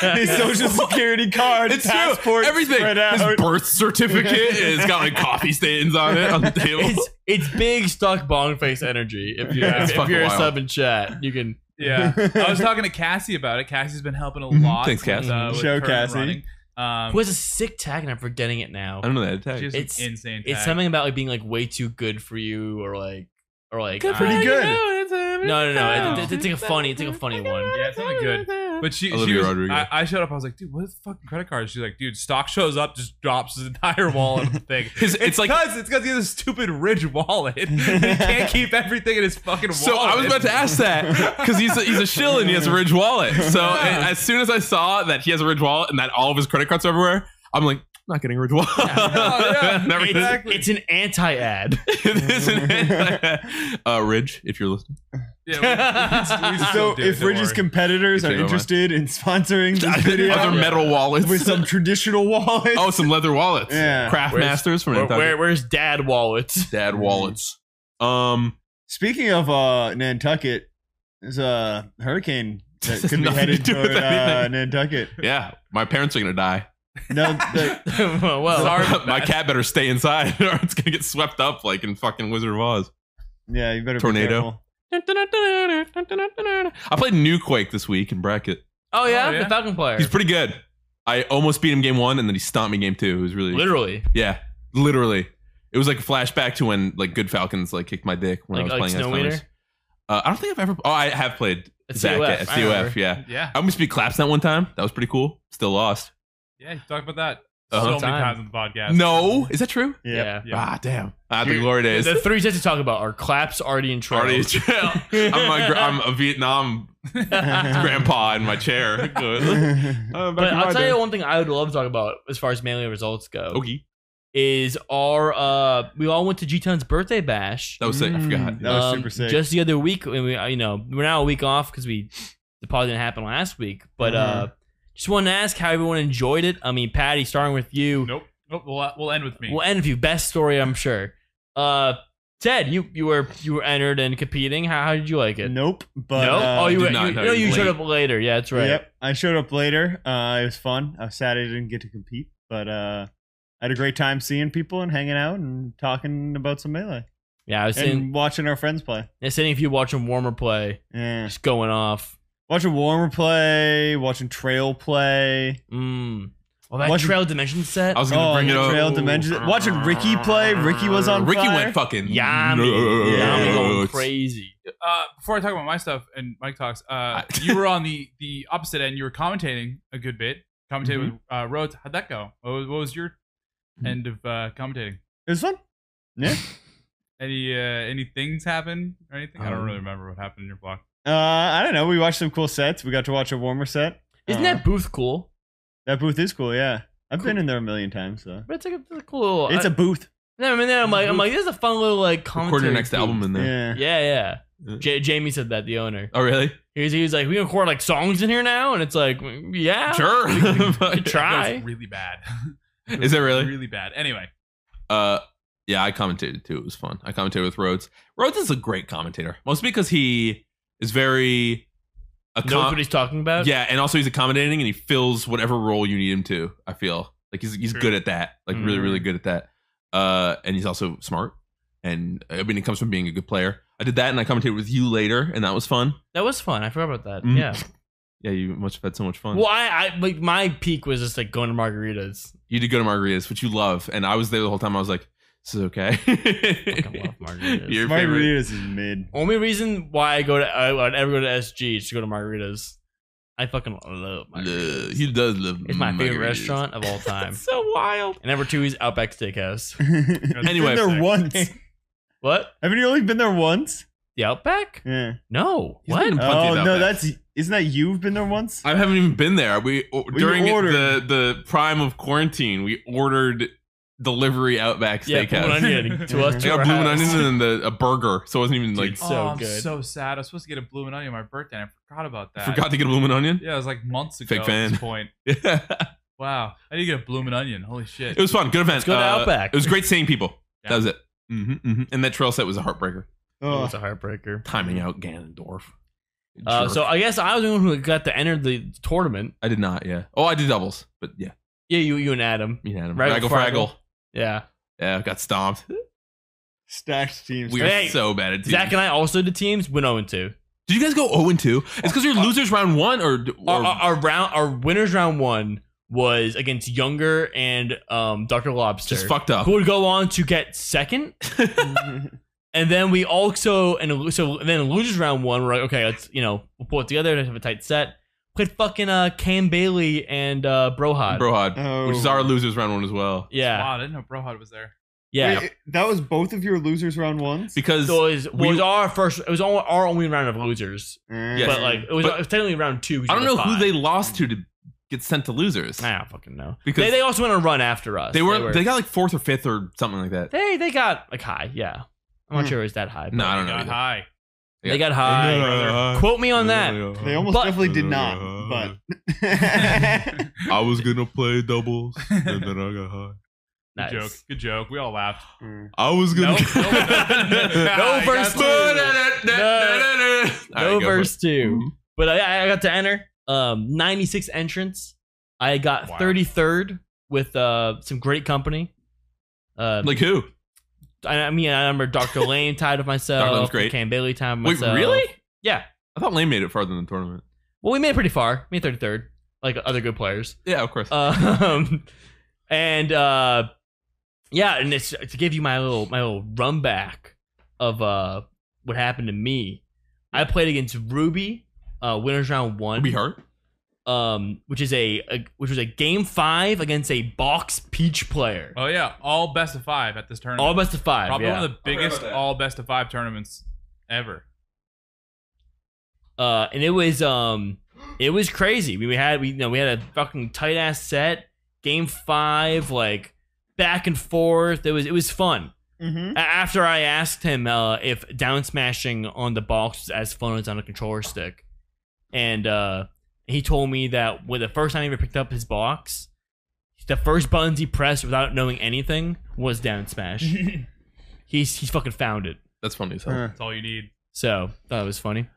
Speaker 3: His social security card,
Speaker 1: It's true.
Speaker 3: passport,
Speaker 1: Everything.
Speaker 3: spread out.
Speaker 1: His birth certificate. it's got like coffee stains on it on the table.
Speaker 2: it's it's big Stock Bongface energy. If you're,
Speaker 4: Yeah,
Speaker 1: it's
Speaker 2: if,
Speaker 1: fucking
Speaker 2: you're a
Speaker 1: wild.
Speaker 2: sub in chat, you can.
Speaker 4: Yeah, I was talking to Cassie about it. Cassie's been helping a lot.
Speaker 1: Mm-hmm. Thanks, Cass.
Speaker 4: with, uh, with
Speaker 3: Show
Speaker 4: current
Speaker 3: Cassie.
Speaker 4: running. Um,
Speaker 2: Who has a sick tag and I'm forgetting it now?
Speaker 1: I don't know that tag.
Speaker 4: she has
Speaker 2: It's-
Speaker 4: an insane.
Speaker 2: It's
Speaker 4: tag.
Speaker 2: something about like being like way too good for you or like or like
Speaker 1: Good
Speaker 2: I-
Speaker 1: for
Speaker 3: Pretty
Speaker 1: you.
Speaker 3: good.
Speaker 2: No, no, no.
Speaker 4: No.
Speaker 2: It, it, it's like a funny, it's like a funny one.
Speaker 4: Yeah, it's something good. But she, she
Speaker 1: Olivia
Speaker 4: was,
Speaker 1: Rodrigo.
Speaker 4: I, I showed up. I was like, dude, what is the fucking credit card? She's like, dude, stock shows up, just drops his entire wallet of the thing.
Speaker 1: His- it's like-
Speaker 4: cause, it's because he has a stupid ridge wallet. he can't keep everything in his fucking wallet.
Speaker 1: So I was about to ask that because he's a, he's a shill and he has a Ridge wallet. So a- as soon as I saw that he has a Ridge wallet and that all of his credit cards are everywhere, I'm like, not getting rid of one.
Speaker 2: Oh,
Speaker 4: yeah,
Speaker 1: Never
Speaker 2: It's,
Speaker 4: Exactly.
Speaker 2: it's an anti-ad.
Speaker 1: this is- uh, Ridge, if you're listening,
Speaker 4: Yeah, we- we can- we can still
Speaker 3: So
Speaker 4: do it,
Speaker 3: if
Speaker 4: don't
Speaker 3: Ridge's
Speaker 4: worry.
Speaker 3: competitors
Speaker 1: You
Speaker 3: are
Speaker 1: take it away.
Speaker 3: interested in sponsoring this
Speaker 1: other
Speaker 3: video
Speaker 1: metal wallets
Speaker 3: with some traditional wallets,
Speaker 1: oh, some leather wallets.
Speaker 3: Yeah.
Speaker 1: Craft
Speaker 2: Where's-
Speaker 1: Masters from
Speaker 2: Where,
Speaker 1: Nantucket.
Speaker 2: where- where's dad wallets?
Speaker 1: Dad wallets. Um,
Speaker 3: Speaking of uh, Nantucket, there's a hurricane that could be
Speaker 1: Nothing
Speaker 3: headed
Speaker 1: to do with
Speaker 3: toward uh,
Speaker 1: anything.
Speaker 3: Nantucket.
Speaker 1: yeah, my parents are gonna die.
Speaker 3: No, the,
Speaker 2: well, well,
Speaker 1: my cat better stay inside, or it's gonna get swept up like in fucking Wizard of Oz.
Speaker 3: yeah, you better
Speaker 1: Tornado.
Speaker 3: Be careful.
Speaker 1: I played New Quake this week in bracket.
Speaker 2: oh yeah,
Speaker 4: Oh, yeah.
Speaker 2: the Falcon player.
Speaker 1: He's pretty good. I almost beat him game one, and then he stomped me game two. It was really
Speaker 2: Literally,
Speaker 1: yeah, literally. It was like a flashback to when like Good Falcons like kicked my dick when
Speaker 2: like,
Speaker 1: I
Speaker 2: like
Speaker 1: was playing.
Speaker 2: Snow
Speaker 1: as
Speaker 2: Wiener.
Speaker 1: Thomas. Uh, I don't think I've ever. Oh, I have played
Speaker 2: At
Speaker 1: Zach
Speaker 2: COF,
Speaker 1: at
Speaker 2: I
Speaker 1: COF.
Speaker 2: remember.
Speaker 1: Yeah,
Speaker 4: yeah,
Speaker 1: I almost beat Claps that one time. That was pretty cool. Still lost.
Speaker 4: yeah, you talked about that
Speaker 1: Uh-huh.
Speaker 4: so many
Speaker 2: Time.
Speaker 4: times on the podcast.
Speaker 1: No, is that true?
Speaker 3: Yeah.
Speaker 4: Yeah.
Speaker 1: Ah, damn. Ah, the
Speaker 2: Dude,
Speaker 1: glory days.
Speaker 2: The three sets to talk about are claps, Artie, and Troy.
Speaker 1: Already trail. I'm, a, gr- I'm a Vietnam grandpa in my chair. Good. Uh, back
Speaker 2: But
Speaker 1: in my
Speaker 2: I'll tell
Speaker 1: day.
Speaker 2: you one thing I would love to talk about as far as melee results go
Speaker 1: Okay.
Speaker 2: is our uh we all went to G Town's birthday bash.
Speaker 1: That was sick. I forgot.
Speaker 3: Mm, that was
Speaker 2: um,
Speaker 3: super sick.
Speaker 2: Just the other week, and we uh, you know we're now a week off because we the pod didn't happen last week. But
Speaker 3: Mm-hmm.
Speaker 2: uh, just wanted to ask how everyone enjoyed it. I mean, Patty, starting with you,
Speaker 4: Nope. Nope. We'll, we'll end with me.
Speaker 2: we'll end with you. Best story, I'm sure. Uh, Ted, you you were you were entered and competing. How, how did you like it?
Speaker 3: nope. But
Speaker 2: no.
Speaker 3: uh,
Speaker 2: oh, you
Speaker 1: did
Speaker 2: were,
Speaker 1: not
Speaker 2: you,
Speaker 1: know.
Speaker 2: no, you showed
Speaker 1: Late.
Speaker 2: up later. Yeah, that's right.
Speaker 3: Yep. I showed up later. Uh, it was fun. I was sad I didn't get to compete, but uh, I had a great time seeing people and hanging out and talking about some melee
Speaker 2: Yeah, I was sitting,
Speaker 3: and watching our friends play.
Speaker 2: I was sitting if you watching warmer play,
Speaker 3: Yeah.
Speaker 2: just going off.
Speaker 3: Watching Warmer play, watching Trail play.
Speaker 2: Mm. Well, that
Speaker 3: Watch-
Speaker 2: trail dimension set.
Speaker 1: I was gonna
Speaker 3: oh,
Speaker 1: bring it up.
Speaker 3: Trail Dimension. Watching Ricky play. Ricky was on
Speaker 1: Ricky
Speaker 3: fire.
Speaker 1: went fucking
Speaker 2: Yami, Yami going
Speaker 1: nuts.
Speaker 2: crazy.
Speaker 4: uh, before I talk about my stuff and Mike talks, uh,
Speaker 1: I-
Speaker 4: you were on the the opposite end. You were commentating a good bit. Commentating
Speaker 1: Mm-hmm.
Speaker 4: with uh, Rhodes. How'd that go? What was, what was your end of uh, commentating?
Speaker 3: It was fun. Yeah.
Speaker 4: Any uh, any things happen or anything? I don't
Speaker 1: Um,
Speaker 4: really remember what happened in your block.
Speaker 3: Uh, I don't know. We watched some cool sets. We got to watch a warmer set.
Speaker 2: Isn't
Speaker 3: Uh,
Speaker 2: that booth cool?
Speaker 3: that booth is cool? Yeah, I've been
Speaker 2: Cool.
Speaker 3: in there a million times. So
Speaker 2: But it's like a, it's a cool. Little,
Speaker 3: it's a booth.
Speaker 2: I, I mean, then I'm like, I'm
Speaker 4: booth.
Speaker 2: like, this is a fun little like
Speaker 1: Record
Speaker 2: commentary.
Speaker 1: your next
Speaker 2: booth.
Speaker 1: album in there.
Speaker 3: Yeah.
Speaker 2: Yeah, yeah.
Speaker 1: Yeah.
Speaker 2: J- Jamie said that the owner.
Speaker 1: Oh really?
Speaker 2: He was, he was like, we can record like songs in here now, and it's like, yeah,
Speaker 1: Sure.
Speaker 2: we can- we can
Speaker 4: That
Speaker 2: try.
Speaker 4: was really bad.
Speaker 1: Is it really?
Speaker 4: Really bad. Anyway,
Speaker 1: Uh, yeah, I commentated too. It was fun. I commentated with Rhodes. Rhodes is a great commentator, mostly because he is very. A
Speaker 2: Knows
Speaker 1: com-
Speaker 2: what he's talking about.
Speaker 1: yeah, and also he's accommodating and he fills whatever role you need him to. I feel like he's he's
Speaker 4: True.
Speaker 1: good at that. Like really,
Speaker 2: Mhm.
Speaker 1: really good at that. Uh, and he's also smart. And I mean, it comes from being a good player. I did that, and I commentated with you later, and that was fun.
Speaker 2: that was fun. I forgot about that.
Speaker 1: Mm.
Speaker 2: Yeah.
Speaker 1: Yeah, you must have had so much fun.
Speaker 2: Well, I, I like my peak was just like going to margaritas.
Speaker 1: You did go to margaritas, which you love, and I was there the whole time. I was like, "This is okay."
Speaker 2: love margaritas.
Speaker 1: Your favorite?
Speaker 3: Margaritas is mid.
Speaker 2: Only reason why I go to I would ever go to SG is to go to margaritas. I fucking love margaritas.
Speaker 1: Love- he does love.
Speaker 2: It's my favorite
Speaker 1: margaritas.
Speaker 2: restaurant of all time.
Speaker 1: so wild.
Speaker 2: and number two is Outback Steakhouse.
Speaker 1: Anyway.
Speaker 3: been there once.
Speaker 2: What?
Speaker 3: Haven't you only been there once?
Speaker 2: The Outback?
Speaker 3: Yeah.
Speaker 2: No.
Speaker 1: He's
Speaker 2: what?
Speaker 1: been- Plenty
Speaker 3: Oh
Speaker 1: about
Speaker 3: no,
Speaker 1: that.
Speaker 3: that's isn't that you've been there once?
Speaker 1: I haven't even been there. We during
Speaker 3: ordered.
Speaker 1: the the prime of quarantine, we ordered delivery Outback
Speaker 2: Yeah,
Speaker 1: Steakhouse.
Speaker 2: blue onion to us.
Speaker 1: I
Speaker 2: to
Speaker 1: got
Speaker 2: our
Speaker 1: blue and
Speaker 2: house.
Speaker 1: onion and the, a burger, so it wasn't even like
Speaker 2: Dude, So
Speaker 4: oh, I'm
Speaker 2: good.
Speaker 4: so sad. I was supposed to get a blue and onion on my birthday, and I forgot about that.
Speaker 1: I forgot to get a blue and onion.
Speaker 4: Yeah, it was like months ago.
Speaker 1: Fake
Speaker 4: at
Speaker 1: fan.
Speaker 4: this point.
Speaker 1: Yeah.
Speaker 4: Wow, I did get a bloomin' onion. Holy shit!
Speaker 1: it was fun. Good event.
Speaker 2: Let's go to Outback.
Speaker 1: uh, It was great seeing people.
Speaker 4: Yeah.
Speaker 1: That was it. hmm hmm And that trail set was a heartbreaker.
Speaker 2: It
Speaker 3: oh,
Speaker 2: was a heartbreaker.
Speaker 1: Timing out Ganondorf.
Speaker 2: Uh,
Speaker 1: Jerk.
Speaker 2: so I guess I was the one who got to enter the tournament.
Speaker 1: I did not. Yeah. Oh, I did doubles, but yeah,
Speaker 2: Yeah, you, you and Adam.
Speaker 1: you had him.
Speaker 2: Raggle
Speaker 1: Raggle
Speaker 2: Fraggle.
Speaker 1: Fraggle.
Speaker 2: Yeah.
Speaker 1: Yeah, got stomped.
Speaker 3: stacked teams.
Speaker 1: We were
Speaker 2: Hey,
Speaker 1: so bad at teams.
Speaker 2: Zach and I also did teams. Went 0 2.
Speaker 1: Did you guys go 0 and 2? It's
Speaker 2: uh,
Speaker 1: because you're losers round one or.
Speaker 2: Our,
Speaker 1: or
Speaker 2: our, our round, our winners round one was against Younger and um, Dr. Lobster,
Speaker 1: just fucked up.
Speaker 2: who would go on to get second. And then we also and so then in losers round one, we're like, okay, let's you know we'll pull it together, let's have a tight set. Played fucking uh Cam Bailey and uh Brohod.
Speaker 1: Brohad,
Speaker 3: Oh.
Speaker 1: which is our losers round one as well.
Speaker 2: yeah,
Speaker 4: Wow, I didn't know Brohod was there.
Speaker 2: yeah.
Speaker 3: Wait, that was both of your losers round ones.
Speaker 1: Because
Speaker 2: so it was, well,
Speaker 1: we-
Speaker 2: it was our first. It was all, our only round of losers,
Speaker 1: Yes.
Speaker 3: Eh.
Speaker 2: but like it was,
Speaker 1: But-
Speaker 2: it was technically round two. 'cause
Speaker 1: I don't
Speaker 2: we were
Speaker 1: know who
Speaker 2: five.
Speaker 1: they lost to to gets sent to losers.
Speaker 2: I don't fucking know.
Speaker 1: Because-
Speaker 2: they, they also went on a run after us.
Speaker 1: They were, they got like fourth or fifth or something like that.
Speaker 2: they they got like high. Yeah, I'm not
Speaker 3: Hmm.
Speaker 2: sure it was that high. but
Speaker 1: No, I don't know.
Speaker 4: got
Speaker 1: either.
Speaker 4: high.
Speaker 1: Yeah.
Speaker 2: They got high. Quote me on that.
Speaker 3: They almost
Speaker 2: But-
Speaker 3: definitely did not, but
Speaker 1: I was gonna play doubles, and then I got high.
Speaker 4: Good
Speaker 2: Nice.
Speaker 4: joke. Good joke. We all laughed.
Speaker 3: Mm.
Speaker 1: I was gonna.
Speaker 4: Nope, nope,
Speaker 2: No
Speaker 4: I got
Speaker 2: verse
Speaker 4: two.
Speaker 2: two.
Speaker 1: All right, go
Speaker 2: No
Speaker 1: for
Speaker 2: verse two.
Speaker 1: Mhm.
Speaker 2: But I, I got to enter. Um, 96 entrants. I got
Speaker 4: Wow.
Speaker 2: 33rd with uh some great company. Uh,
Speaker 1: it. Like who?
Speaker 2: I, I mean, I remember Dr. Lane tied with myself.
Speaker 1: Dr. Lane's great.
Speaker 2: Cam Bailey tied with
Speaker 1: Wait,
Speaker 2: myself.
Speaker 1: really?
Speaker 2: Yeah.
Speaker 1: I thought Lane made it farther than the tournament.
Speaker 2: Well, we made it pretty far. We made 33rd, like other good players.
Speaker 1: Yeah, of course.
Speaker 2: Um, and uh, yeah, and it's to give you my little my little run back of uh what happened to me. I played against Ruby, uh, winners round one.
Speaker 1: we hurt.
Speaker 2: um, which is a, a which was a game five against a box peach player.
Speaker 4: Oh yeah, all best of five at this tournament.
Speaker 2: All best of five.
Speaker 4: Probably
Speaker 2: yeah.
Speaker 4: one of the
Speaker 1: forgot
Speaker 4: biggest
Speaker 1: about that.
Speaker 4: all best of five tournaments ever.
Speaker 2: uh, and it was um, it was crazy. We, we had we you know we had a fucking tight ass set. Game five, like back and forth. It was it was fun.
Speaker 3: Mhm.
Speaker 2: A- After I asked him uh, if down smashing on the box was as fun as on a controller stick, and uh, he told me that when the first time he ever picked up his box, the first buttons he pressed without knowing anything was down smash. he's he's fucking found it.
Speaker 1: That's funny as hell.
Speaker 3: Uh,
Speaker 4: That's all you need.
Speaker 2: So thought it was funny.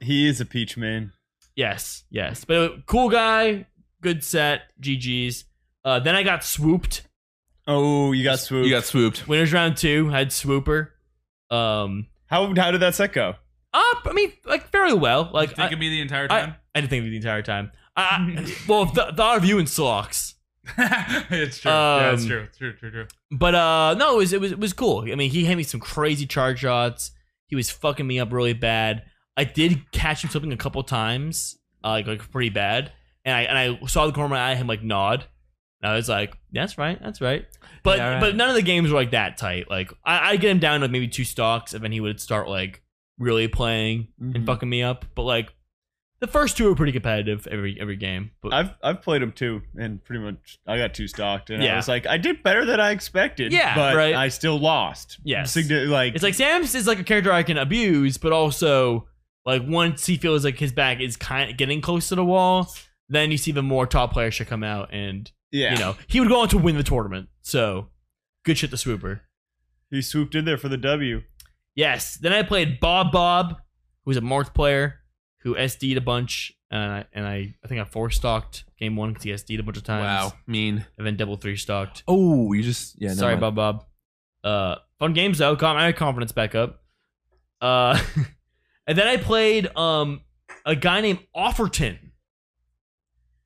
Speaker 3: he is a peach man.
Speaker 2: Yes, yes. But uh, cool guy, good set, GG's. Uh, then I got swooped.
Speaker 3: Oh, you got swooped.
Speaker 1: You got swooped.
Speaker 2: Winners round two, I had swooper. Um,
Speaker 3: how how did that set go?
Speaker 2: up. I mean, like fairly well.
Speaker 4: Like,
Speaker 2: Like
Speaker 4: think
Speaker 2: I,
Speaker 4: of me the entire
Speaker 2: I-
Speaker 4: time.
Speaker 2: I didn't think of it the entire time. I, I- well, the, the of you and Slox.
Speaker 4: it's true. yeah, it's
Speaker 2: Um,
Speaker 4: true. True. True. True.
Speaker 2: But uh, no, it was it was it was cool. I mean, he hit me some crazy charge shots. He was fucking me up really bad. I did catch him slipping a couple times, uh, like like pretty bad. And I and I saw the corner of my eye him like nod. And I was like, that's right, that's right. But
Speaker 1: Yeah, right.
Speaker 2: but none of the games were like that tight. Like I I'd get him down to maybe two stocks, and then he would start like really playing
Speaker 3: Mhm.
Speaker 1: Mm-hmm.
Speaker 2: and fucking me up. But like the first two were pretty competitive every every game. But
Speaker 3: I've I've played him too, and pretty much I got two stocked, and I
Speaker 2: Yeah.
Speaker 3: was like, I did better than I expected.
Speaker 2: Yeah,
Speaker 3: but
Speaker 2: right.
Speaker 3: I still lost.
Speaker 2: Yes.
Speaker 3: Signi- like
Speaker 2: It's like Sam's is like a character I can abuse, but also like once he feels like his back is kind of getting close to the wall, then you see the more top players should come out, and
Speaker 3: yeah,
Speaker 2: you know he would go on to win the tournament. So good shit, the swooper.
Speaker 3: he swooped in there for the W.
Speaker 2: Yes. Then I played Bob Bob, who was a marked player who SD'd a bunch, and I and I, I think I four stocked game one because he SD'd a bunch of times.
Speaker 1: Wow, mean.
Speaker 2: And then double three stocked.
Speaker 1: Oh, you just yeah. never
Speaker 2: Sorry,
Speaker 1: mind.
Speaker 2: Bob Bob. Uh, fun games though. Got my confidence back up. Uh, and then I played um a guy named Offerton,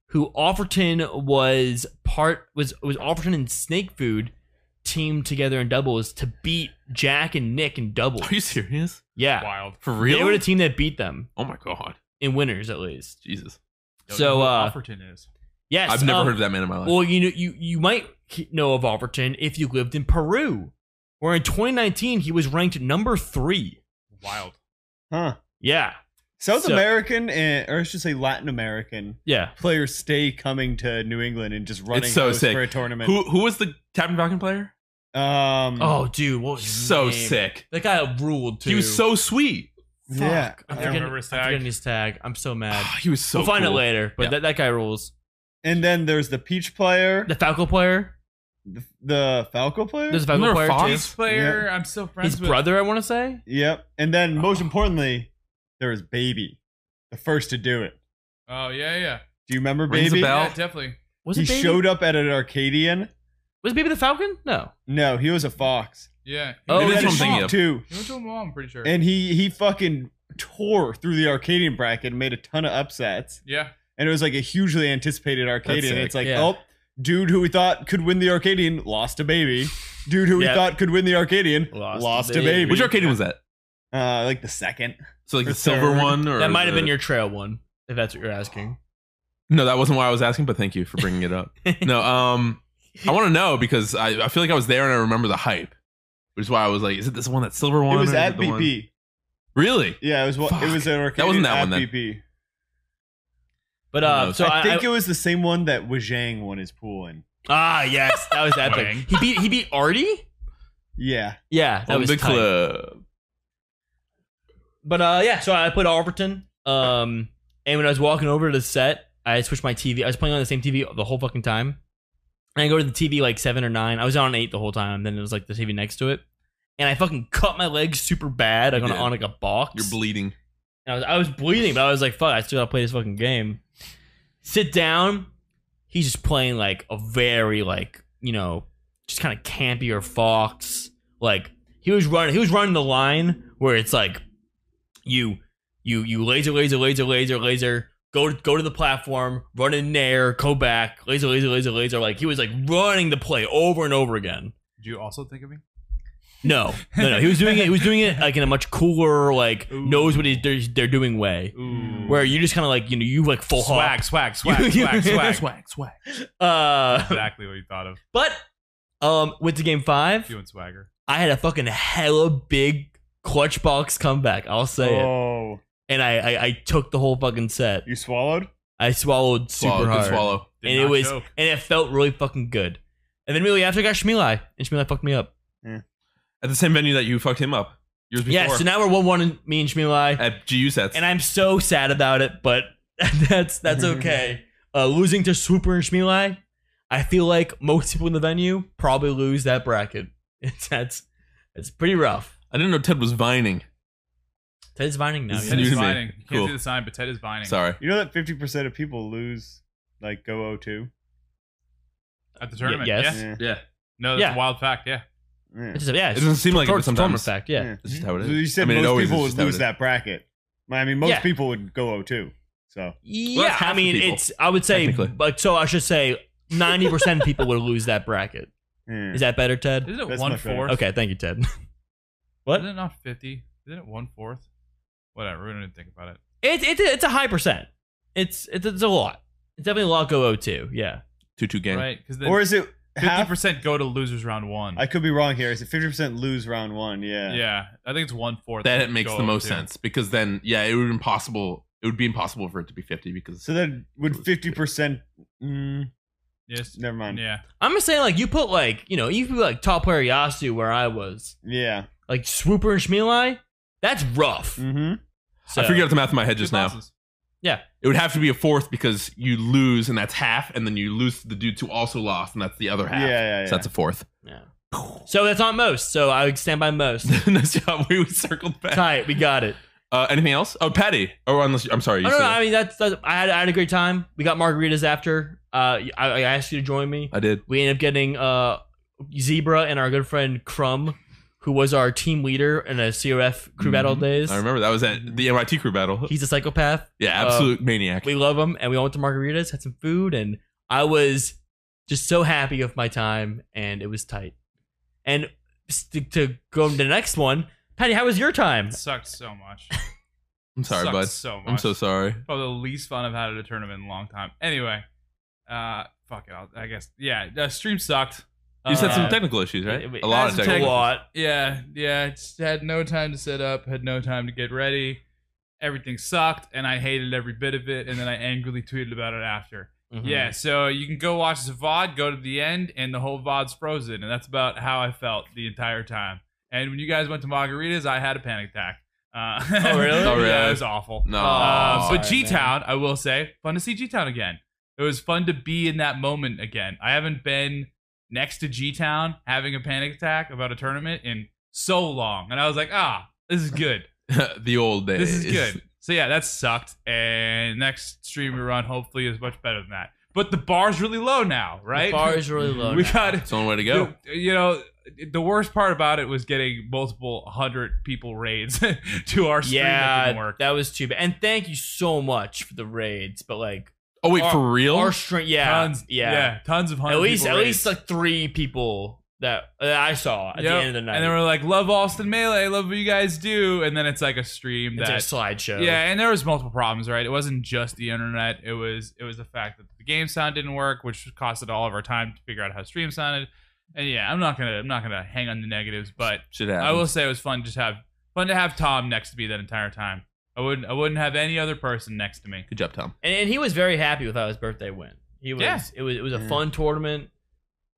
Speaker 2: who Offerton was part was was Offerton and Snake Food teamed together in doubles to beat Jack and Nick in doubles.
Speaker 1: Are you serious?
Speaker 2: Yeah,
Speaker 4: Wild.
Speaker 1: For
Speaker 2: they
Speaker 1: real?
Speaker 2: were the team that beat them
Speaker 1: oh my god,
Speaker 2: in winners at least.
Speaker 1: Jesus!
Speaker 4: Don't
Speaker 2: So,
Speaker 4: know who
Speaker 2: uh,
Speaker 4: Offerton is.
Speaker 2: Yes,
Speaker 1: I've never
Speaker 2: um,
Speaker 1: heard of that man in my life.
Speaker 2: Well, you know, you you might he- know of Alberton if you lived in Peru, where in 2019 he was ranked number three.
Speaker 4: Wild.
Speaker 3: Huh.
Speaker 2: Yeah,
Speaker 3: South
Speaker 2: So-
Speaker 3: American, and, or I should say Latin American
Speaker 2: yeah.
Speaker 3: players stay coming to New England and just running
Speaker 1: so
Speaker 3: host
Speaker 1: sick.
Speaker 3: for a tournament.
Speaker 1: who who was the Captain Falcon player?
Speaker 3: um,
Speaker 2: Oh, dude, what was his
Speaker 1: So
Speaker 2: name?
Speaker 1: sick.
Speaker 2: That guy ruled too.
Speaker 1: He was so sweet.
Speaker 2: Fuck.
Speaker 3: Yeah.
Speaker 2: I'm
Speaker 3: I
Speaker 2: forgetting,
Speaker 4: remember his
Speaker 2: I'm
Speaker 4: tag.
Speaker 2: forgetting his tag. I'm so mad.
Speaker 1: Ah, he was so.
Speaker 2: we'll find
Speaker 1: cool.
Speaker 2: it later, but
Speaker 1: Yeah.
Speaker 2: that, that guy rules.
Speaker 3: and then there's the Peach player,
Speaker 2: The Falco player.
Speaker 3: the, the Falco player.
Speaker 2: There's a Falco
Speaker 1: Remember
Speaker 2: player
Speaker 1: Fox?
Speaker 4: This player, I'm so
Speaker 2: too.
Speaker 4: friends
Speaker 2: His
Speaker 4: with.
Speaker 2: brother, I want to say.
Speaker 3: yep. And then most
Speaker 2: Oh.
Speaker 3: importantly, there was Baby, the first to do it.
Speaker 4: Oh yeah, yeah.
Speaker 3: Do you remember
Speaker 1: Rings a
Speaker 3: Baby?
Speaker 1: bell.
Speaker 4: Yeah, definitely.
Speaker 2: Was
Speaker 3: he
Speaker 2: it baby?
Speaker 3: showed up at an Arcadian.
Speaker 2: Was baby the Falcon? No.
Speaker 3: No, he was a fox.
Speaker 4: Yeah. He
Speaker 2: Oh,
Speaker 4: went
Speaker 2: Maybe
Speaker 4: to
Speaker 2: that's what
Speaker 4: his
Speaker 2: I'm
Speaker 1: thinking
Speaker 4: mom.
Speaker 1: of.
Speaker 3: Too.
Speaker 4: He went to a mom, I'm pretty sure.
Speaker 3: And he he fucking tore through the Arcadian bracket and made a ton of upsets.
Speaker 4: yeah.
Speaker 3: And it was like a hugely anticipated Arcadian.
Speaker 1: sick.
Speaker 3: It's like,
Speaker 2: Yeah.
Speaker 3: oh, dude who we thought could win the Arcadian lost a baby. Dude who
Speaker 2: Yeah.
Speaker 3: we thought could win the Arcadian
Speaker 2: Lost
Speaker 3: lost,
Speaker 2: a
Speaker 3: a
Speaker 2: baby.
Speaker 3: baby.
Speaker 1: Which Arcadian was that?
Speaker 3: uh, like the second.
Speaker 1: So like
Speaker 3: Or
Speaker 1: the silver
Speaker 3: third.
Speaker 1: one, or
Speaker 2: That might have
Speaker 1: the-
Speaker 2: been your trail one, if that's what you're asking.
Speaker 1: No, that wasn't why I was asking, but thank you for bringing it up. no, um, I want to know because I, I feel like I was there and I remember the hype, which is why I was like, is it this one that silver one?
Speaker 3: it
Speaker 1: or
Speaker 3: was
Speaker 1: is
Speaker 3: at
Speaker 1: the one-
Speaker 3: BP.
Speaker 1: Really?
Speaker 3: Yeah, it was. what It
Speaker 1: Fuck.
Speaker 3: was at Arcadian.
Speaker 1: wasn't that
Speaker 3: at
Speaker 1: one then.
Speaker 3: BP.
Speaker 2: But
Speaker 1: Who
Speaker 2: uh,
Speaker 1: knows?
Speaker 2: so I,
Speaker 3: I think
Speaker 2: I-
Speaker 3: it was the same one that Wajang won his pool in.
Speaker 2: ah yes, that was epic.
Speaker 4: Wang.
Speaker 2: he beat he beat Artie.
Speaker 3: Yeah.
Speaker 2: Yeah, that
Speaker 1: on
Speaker 2: was
Speaker 1: the
Speaker 2: tight.
Speaker 1: club.
Speaker 2: But uh, yeah, so I played Overton. Um, and when I was walking over to the set, I switched my TV. I was playing on the same TV the whole fucking time. And I go to the TV like seven or nine. I was on eight the whole time. Then it was like the TV next to it, and I fucking cut my leg super bad. Like
Speaker 1: You
Speaker 2: on,
Speaker 1: did.
Speaker 2: on like a box.
Speaker 1: You're bleeding.
Speaker 2: And I was, I was bleeding, but I was like, fuck, I still gotta play this fucking game. Sit down. He's just playing like a very like, you know, just kind of campier Fox. Like he was running he was running the line where it's like you you you laser, laser, laser, laser, laser, go to go to the platform, run in there, go back, laser, laser, laser, laser. Like he was like running the play over and over again.
Speaker 4: Did you also think of me?
Speaker 2: No, no, no. He was doing it. He was doing it like in a much cooler, like
Speaker 4: Ooh.
Speaker 2: knows what he's they're, they're doing way
Speaker 4: Ooh.
Speaker 2: where you just kind of like you know you like full
Speaker 4: swag,
Speaker 2: hawk.
Speaker 4: swag, swag,
Speaker 2: You-
Speaker 4: swag,
Speaker 2: you-
Speaker 4: swag, swag, swag.
Speaker 2: Uh,
Speaker 4: Exactly what you thought of.
Speaker 2: but um, went to game five.
Speaker 4: Doing swagger.
Speaker 2: I had a fucking hella big clutch box comeback. I'll say it,
Speaker 3: oh,
Speaker 2: and I, I I took the whole fucking set.
Speaker 3: you swallowed?
Speaker 2: I swallowed super
Speaker 1: Swallow, good
Speaker 2: hard,
Speaker 1: swallow.
Speaker 4: Did
Speaker 2: and it
Speaker 4: not
Speaker 2: was
Speaker 4: choke.
Speaker 2: and it felt really fucking good. And then really after I got Shmeli, and Shmeli fucked me up.
Speaker 1: At the same venue that you fucked him up years before.
Speaker 2: Yeah, so now we're one one me and Shmeli.
Speaker 1: at GU sets.
Speaker 2: and I'm so sad about it, but that's that's okay. Uh, losing to Swooper and Shmeli, I feel like most people in the venue probably lose that bracket. It's that's it's pretty rough.
Speaker 1: I didn't know Ted was vining.
Speaker 2: Ted's vining now.
Speaker 1: This
Speaker 4: Ted
Speaker 2: Yeah.
Speaker 1: new
Speaker 4: is
Speaker 1: to me.
Speaker 4: vining. You
Speaker 1: Cool.
Speaker 4: Can't see the sign, but Ted is vining.
Speaker 1: Sorry.
Speaker 3: You know that 50% of people lose, like, go 02?
Speaker 4: At the tournament.
Speaker 2: Y- yes.
Speaker 4: Yeah.
Speaker 3: Yeah.
Speaker 1: Yeah.
Speaker 4: No, that's
Speaker 2: Yeah.
Speaker 4: a wild fact. Yeah.
Speaker 3: yeah.
Speaker 2: It's just, yeah,
Speaker 1: It
Speaker 2: it's
Speaker 1: doesn't seem like it,
Speaker 2: tor-
Speaker 1: but sometimes.
Speaker 2: fact. Yeah.
Speaker 1: It's just how it is.
Speaker 3: So you said
Speaker 1: I mean, it
Speaker 3: most
Speaker 1: always
Speaker 3: people
Speaker 1: is
Speaker 3: would
Speaker 1: just how it
Speaker 3: lose
Speaker 1: is.
Speaker 3: that bracket. I mean, most
Speaker 2: Yeah.
Speaker 3: people would go 02. So,
Speaker 2: Yeah,
Speaker 1: Well, that's half
Speaker 2: I
Speaker 1: the
Speaker 2: mean,
Speaker 1: people,
Speaker 2: it's I would say,
Speaker 1: technically.
Speaker 2: but so I should say, ninety percent of people would lose that bracket.
Speaker 3: yeah.
Speaker 2: Is that better, Ted?
Speaker 4: Isn't it
Speaker 3: That's
Speaker 4: one
Speaker 3: my favorite.
Speaker 4: fourth?
Speaker 2: Okay, thank you, Ted.
Speaker 4: Isn't
Speaker 2: what?
Speaker 4: it not fifty? Isn't it one fourth? Whatever. We don't even think about it.
Speaker 2: It's it's a- it's a high percent. It's it's, it's a lot. It's definitely a lot. Go 02. Yeah.
Speaker 1: Two two gang.
Speaker 4: Right? Because
Speaker 3: or
Speaker 4: then
Speaker 3: is it
Speaker 4: fifty
Speaker 3: half?
Speaker 4: percent go to losers round one.
Speaker 3: I could be wrong here. Is it 50% lose round one? Yeah.
Speaker 4: yeah. I think it's one fourth.
Speaker 1: That it makes
Speaker 4: go
Speaker 1: the most
Speaker 4: to.
Speaker 1: sense because then yeah, it would be impossible. It would be impossible for it to be fifty because
Speaker 3: So then would 50%. Mm,
Speaker 4: Yes.
Speaker 3: never mind. Yeah.
Speaker 4: Yeah.
Speaker 2: I'm just saying, like, you put, like, you know, you put, like, top player Yasu where I was, like, Swooper and Shmeli, that's rough.
Speaker 3: Mm-hmm.
Speaker 2: So,
Speaker 1: Mm. I figured out the math in my head
Speaker 4: Two
Speaker 1: just now.
Speaker 4: losses.
Speaker 1: It would have to be a fourth because you lose and that's half, and then you lose to the dudes who also lost and that's the other
Speaker 3: Yeah,
Speaker 1: half.
Speaker 3: yeah, yeah.
Speaker 1: So that's a fourth.
Speaker 2: Yeah. So that's on most. So I would stand by most.
Speaker 1: nice job. We, we circled back.
Speaker 2: Tight. We got it.
Speaker 1: Uh, anything else? Oh, Patty. Oh, unless I'm sorry.
Speaker 2: I
Speaker 1: You
Speaker 2: don't
Speaker 1: said-
Speaker 2: know. I mean, that's, that's I, had, I had a great time. We got margaritas after. Uh, I, I asked you to join me.
Speaker 1: I did.
Speaker 2: We ended up getting uh, Zebra and our good friend Crumb, who was our team leader in a COF crew battle
Speaker 1: Mhm.
Speaker 2: days.
Speaker 1: I remember that was at the MIT crew battle.
Speaker 2: He's a psychopath.
Speaker 1: Yeah, absolute maniac.
Speaker 2: we love them and we all went to margaritas had some food and i was just so happy of my time and it was tight and s- to, to go to the next one patty how was your time
Speaker 4: It sucked so much.
Speaker 1: I'm sorry,
Speaker 4: Sucked
Speaker 1: bud.
Speaker 4: So much.
Speaker 1: I'm so sorry.
Speaker 4: Probably the least fun I've had at a tournament in a long time. Anyway, uh, fuck it. I'll, I guess yeah. The stream sucked.
Speaker 1: You said
Speaker 4: Uh,
Speaker 1: some technical issues, right?
Speaker 2: it- it-
Speaker 1: a lot of
Speaker 4: that's
Speaker 1: technical.
Speaker 4: technical.
Speaker 2: lot
Speaker 4: Yeah, yeah. Just had no time to set up. Had no time to get ready. Everything sucked, and I hated every bit of it. And then I angrily tweeted about it after.
Speaker 2: Mhm.
Speaker 4: Yeah, so you can go watch this VOD, go to the end, and the whole VOD's frozen. And that's about how I felt the entire time. And when you guys went to margaritas, I had a panic attack. Uh,
Speaker 2: Oh, really?
Speaker 1: Oh, really?
Speaker 4: yeah, it was awful.
Speaker 1: No.
Speaker 4: Uh,
Speaker 2: Sorry,
Speaker 4: but G Town, I will say, fun to see G Town again. It was fun to be in that moment again. I haven't been next to G Town having a panic attack about a tournament in so long. And I was like, ah, this is good.
Speaker 1: the old days.
Speaker 4: This is good. So yeah, that sucked. And next stream we run hopefully is much better than that. But the bar's really low now, right?
Speaker 2: the bar is really low
Speaker 4: we
Speaker 2: now.
Speaker 4: got
Speaker 1: It's the only way to go.
Speaker 4: You know, the worst part about it was getting multiple hundred people raids to our stream that
Speaker 2: yeah
Speaker 4: didn't work.
Speaker 2: that was too bad and thank you so much for the raids but like
Speaker 1: Oh wait, for real?
Speaker 2: our strength yeah
Speaker 4: tons,
Speaker 2: yeah,
Speaker 4: tons of hundred.
Speaker 2: at least
Speaker 4: people
Speaker 2: at
Speaker 4: raids.
Speaker 2: least like three people that, that i saw at the
Speaker 4: Yep.
Speaker 2: end of the night
Speaker 4: And then we're like, "Love Austin Melee, love what you guys do," and then it's like a stream
Speaker 2: it's
Speaker 4: that
Speaker 2: a slideshow
Speaker 4: Yeah, and there was multiple problems, right? It wasn't just the internet. It was it was the fact that the game sound didn't work, which costed all of our time to figure out how stream sounded. And yeah, I'm not gonna I'm not gonna hang on the negatives, but
Speaker 1: Shit happens.
Speaker 4: I will say it was fun just have fun to have Tom next to me that entire time. I wouldn't. I wouldn't have any other person next to me.
Speaker 1: Good job, Tom.
Speaker 2: And, and he was very happy with how his birthday went. He was
Speaker 4: Yeah.
Speaker 2: it was it was a
Speaker 3: Yeah.
Speaker 2: fun tournament,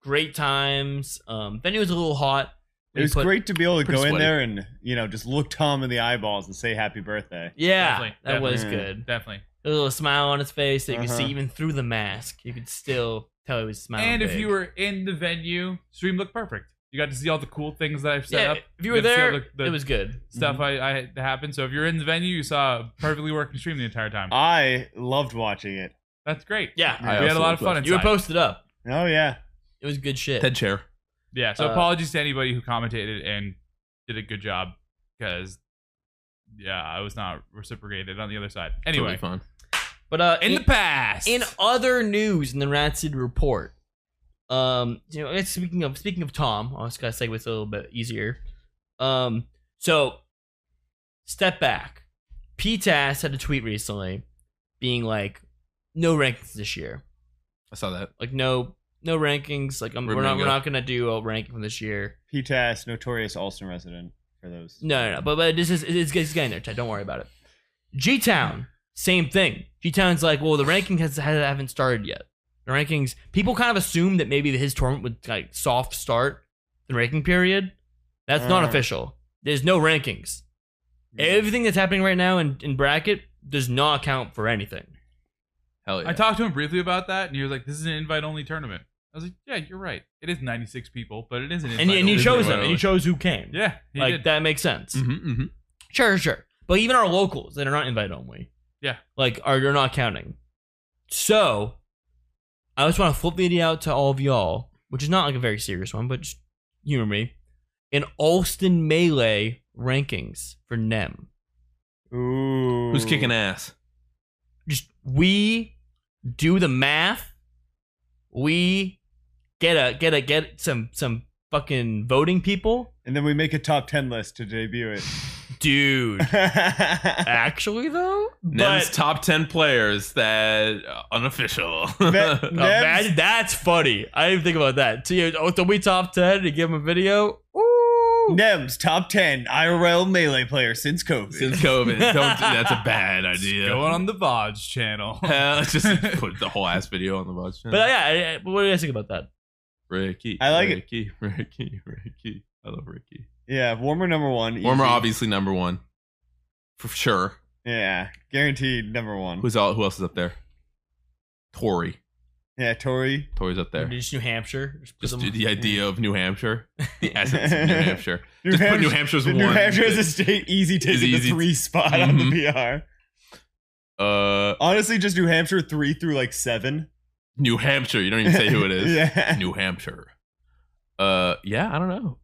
Speaker 2: great times. Um, venue was a little hot.
Speaker 3: It was
Speaker 2: put-
Speaker 3: great to be able to
Speaker 1: pretty
Speaker 3: go in
Speaker 1: sweaty.
Speaker 3: there and you know just look Tom in the eyeballs and say happy birthday.
Speaker 2: Yeah,
Speaker 4: Definitely,
Speaker 2: that was
Speaker 3: definitely.
Speaker 2: good.
Speaker 4: Definitely.
Speaker 2: A little smile on his face that you could see
Speaker 3: Uh-huh.
Speaker 2: even through the mask. You could still tell he was smiling.
Speaker 4: and if
Speaker 2: big.
Speaker 4: you were in the venue, stream looked perfect. You got to see all the cool things that I've set
Speaker 2: yeah,
Speaker 4: up.
Speaker 2: if you were
Speaker 4: got to see all
Speaker 2: there,
Speaker 4: the- the
Speaker 2: it was good.
Speaker 4: stuff I, I that happened. So if you're in the venue, you saw a perfectly working stream the entire time.
Speaker 3: I loved watching it.
Speaker 4: That's great.
Speaker 2: Uh, Yeah,
Speaker 3: I
Speaker 4: we had a
Speaker 1: also
Speaker 4: lot of fun.
Speaker 1: loved
Speaker 2: you were
Speaker 4: inside.
Speaker 2: posted up.
Speaker 3: Oh yeah,
Speaker 2: It was good shit.
Speaker 1: Ted chair.
Speaker 4: Yeah. So
Speaker 2: Uh,
Speaker 4: apologies to anybody who commentated and did a good job because yeah, I was not reciprocated on the other side. Anyway,
Speaker 1: Totally fine.
Speaker 2: But uh,
Speaker 4: in the past,
Speaker 2: In other news, in the Rancid report, um, you know, I guess speaking of speaking of Tom, I was gonna say this a little bit easier. Um, so step back. P-Tass had a tweet recently, being like, "No rankings this year.
Speaker 1: I saw that.
Speaker 2: Like no no rankings. Like I'm, we're not we're not gonna do a ranking for this year.
Speaker 3: P-Tass, notorious Alston resident for those.
Speaker 2: No, no, no. But but this is it's, it's getting there. Ted. Don't worry about it. G Town, same thing. G Town's like, well, the ranking has, has haven't started yet. The rankings, people kind of assume that maybe his tournament would like soft start the ranking period. That's not
Speaker 3: Uh.
Speaker 2: official. There's no rankings.
Speaker 3: Mm.
Speaker 2: Everything that's happening right now in, in bracket does not count for anything.
Speaker 1: Hell yeah.
Speaker 4: I talked to him briefly about that, and he was like, "This is an invite-only tournament." I was like, "Yeah, you're right. It is 96 people, but it is an invite."
Speaker 2: And, and he
Speaker 1: only-
Speaker 2: chose
Speaker 1: my
Speaker 2: them, and he
Speaker 1: only.
Speaker 2: chose who came.
Speaker 4: yeah, he
Speaker 2: like
Speaker 4: did.
Speaker 2: that makes sense.
Speaker 1: Mhm, mhm.
Speaker 2: Sure, sure. But even our locals that are not invite only.
Speaker 4: Yeah.
Speaker 2: Like are you're not counting. So I just want to flip the idea out to all of y'all, which is not like a very serious one, but just humor me. An Alston Melee rankings for NEM.
Speaker 3: Ooh,
Speaker 1: Who's kicking ass?
Speaker 2: Just we do the math. We get a get a get some some fucking voting people.
Speaker 3: And then we make a top ten list to debut it.
Speaker 2: Dude. Actually though?
Speaker 1: Nem's
Speaker 2: but-
Speaker 1: top ten players that uh, unofficial.
Speaker 3: That-
Speaker 2: Oh,
Speaker 3: Nebs-
Speaker 2: man, that's funny. I didn't think about that. So, you know, do we top 10 to give him a video? Ooh.
Speaker 3: Nems top ten IRL melee player since COVID.
Speaker 1: Since COVID, don't. do- That's a bad
Speaker 4: It's
Speaker 1: idea.
Speaker 4: going on the VODs channel.
Speaker 1: Uh, just put the whole ass video on the watch.
Speaker 2: But uh, yeah, I- I- what do you guys think about that?
Speaker 1: Ricky,
Speaker 3: I like it.
Speaker 1: Ricky, it. Ricky, Ricky. I love Ricky.
Speaker 3: yeah, warmer number one.
Speaker 1: Warmer,
Speaker 3: easy.
Speaker 1: obviously number one, for sure.
Speaker 3: Yeah, guaranteed number one.
Speaker 1: Who's all? Who else is up there? Tory.
Speaker 3: yeah, Tori.
Speaker 1: Tory's up there.
Speaker 2: Just New Hampshire? put
Speaker 1: Just
Speaker 2: them-
Speaker 1: the idea of New Hampshire, the essence of New Hampshire.
Speaker 3: New
Speaker 1: Just put New
Speaker 3: Hampshire-
Speaker 1: Hampshire's
Speaker 3: the
Speaker 1: one.
Speaker 3: New Hampshire is a state easy takes
Speaker 1: Easy,
Speaker 3: the
Speaker 1: easy. Mm-hmm.
Speaker 3: three spot on the PR.
Speaker 1: uh,
Speaker 3: Honestly, just New Hampshire three through like seven.
Speaker 1: New Hampshire. You don't even say who it is.
Speaker 3: yeah.
Speaker 1: New Hampshire. Uh, yeah, I don't know.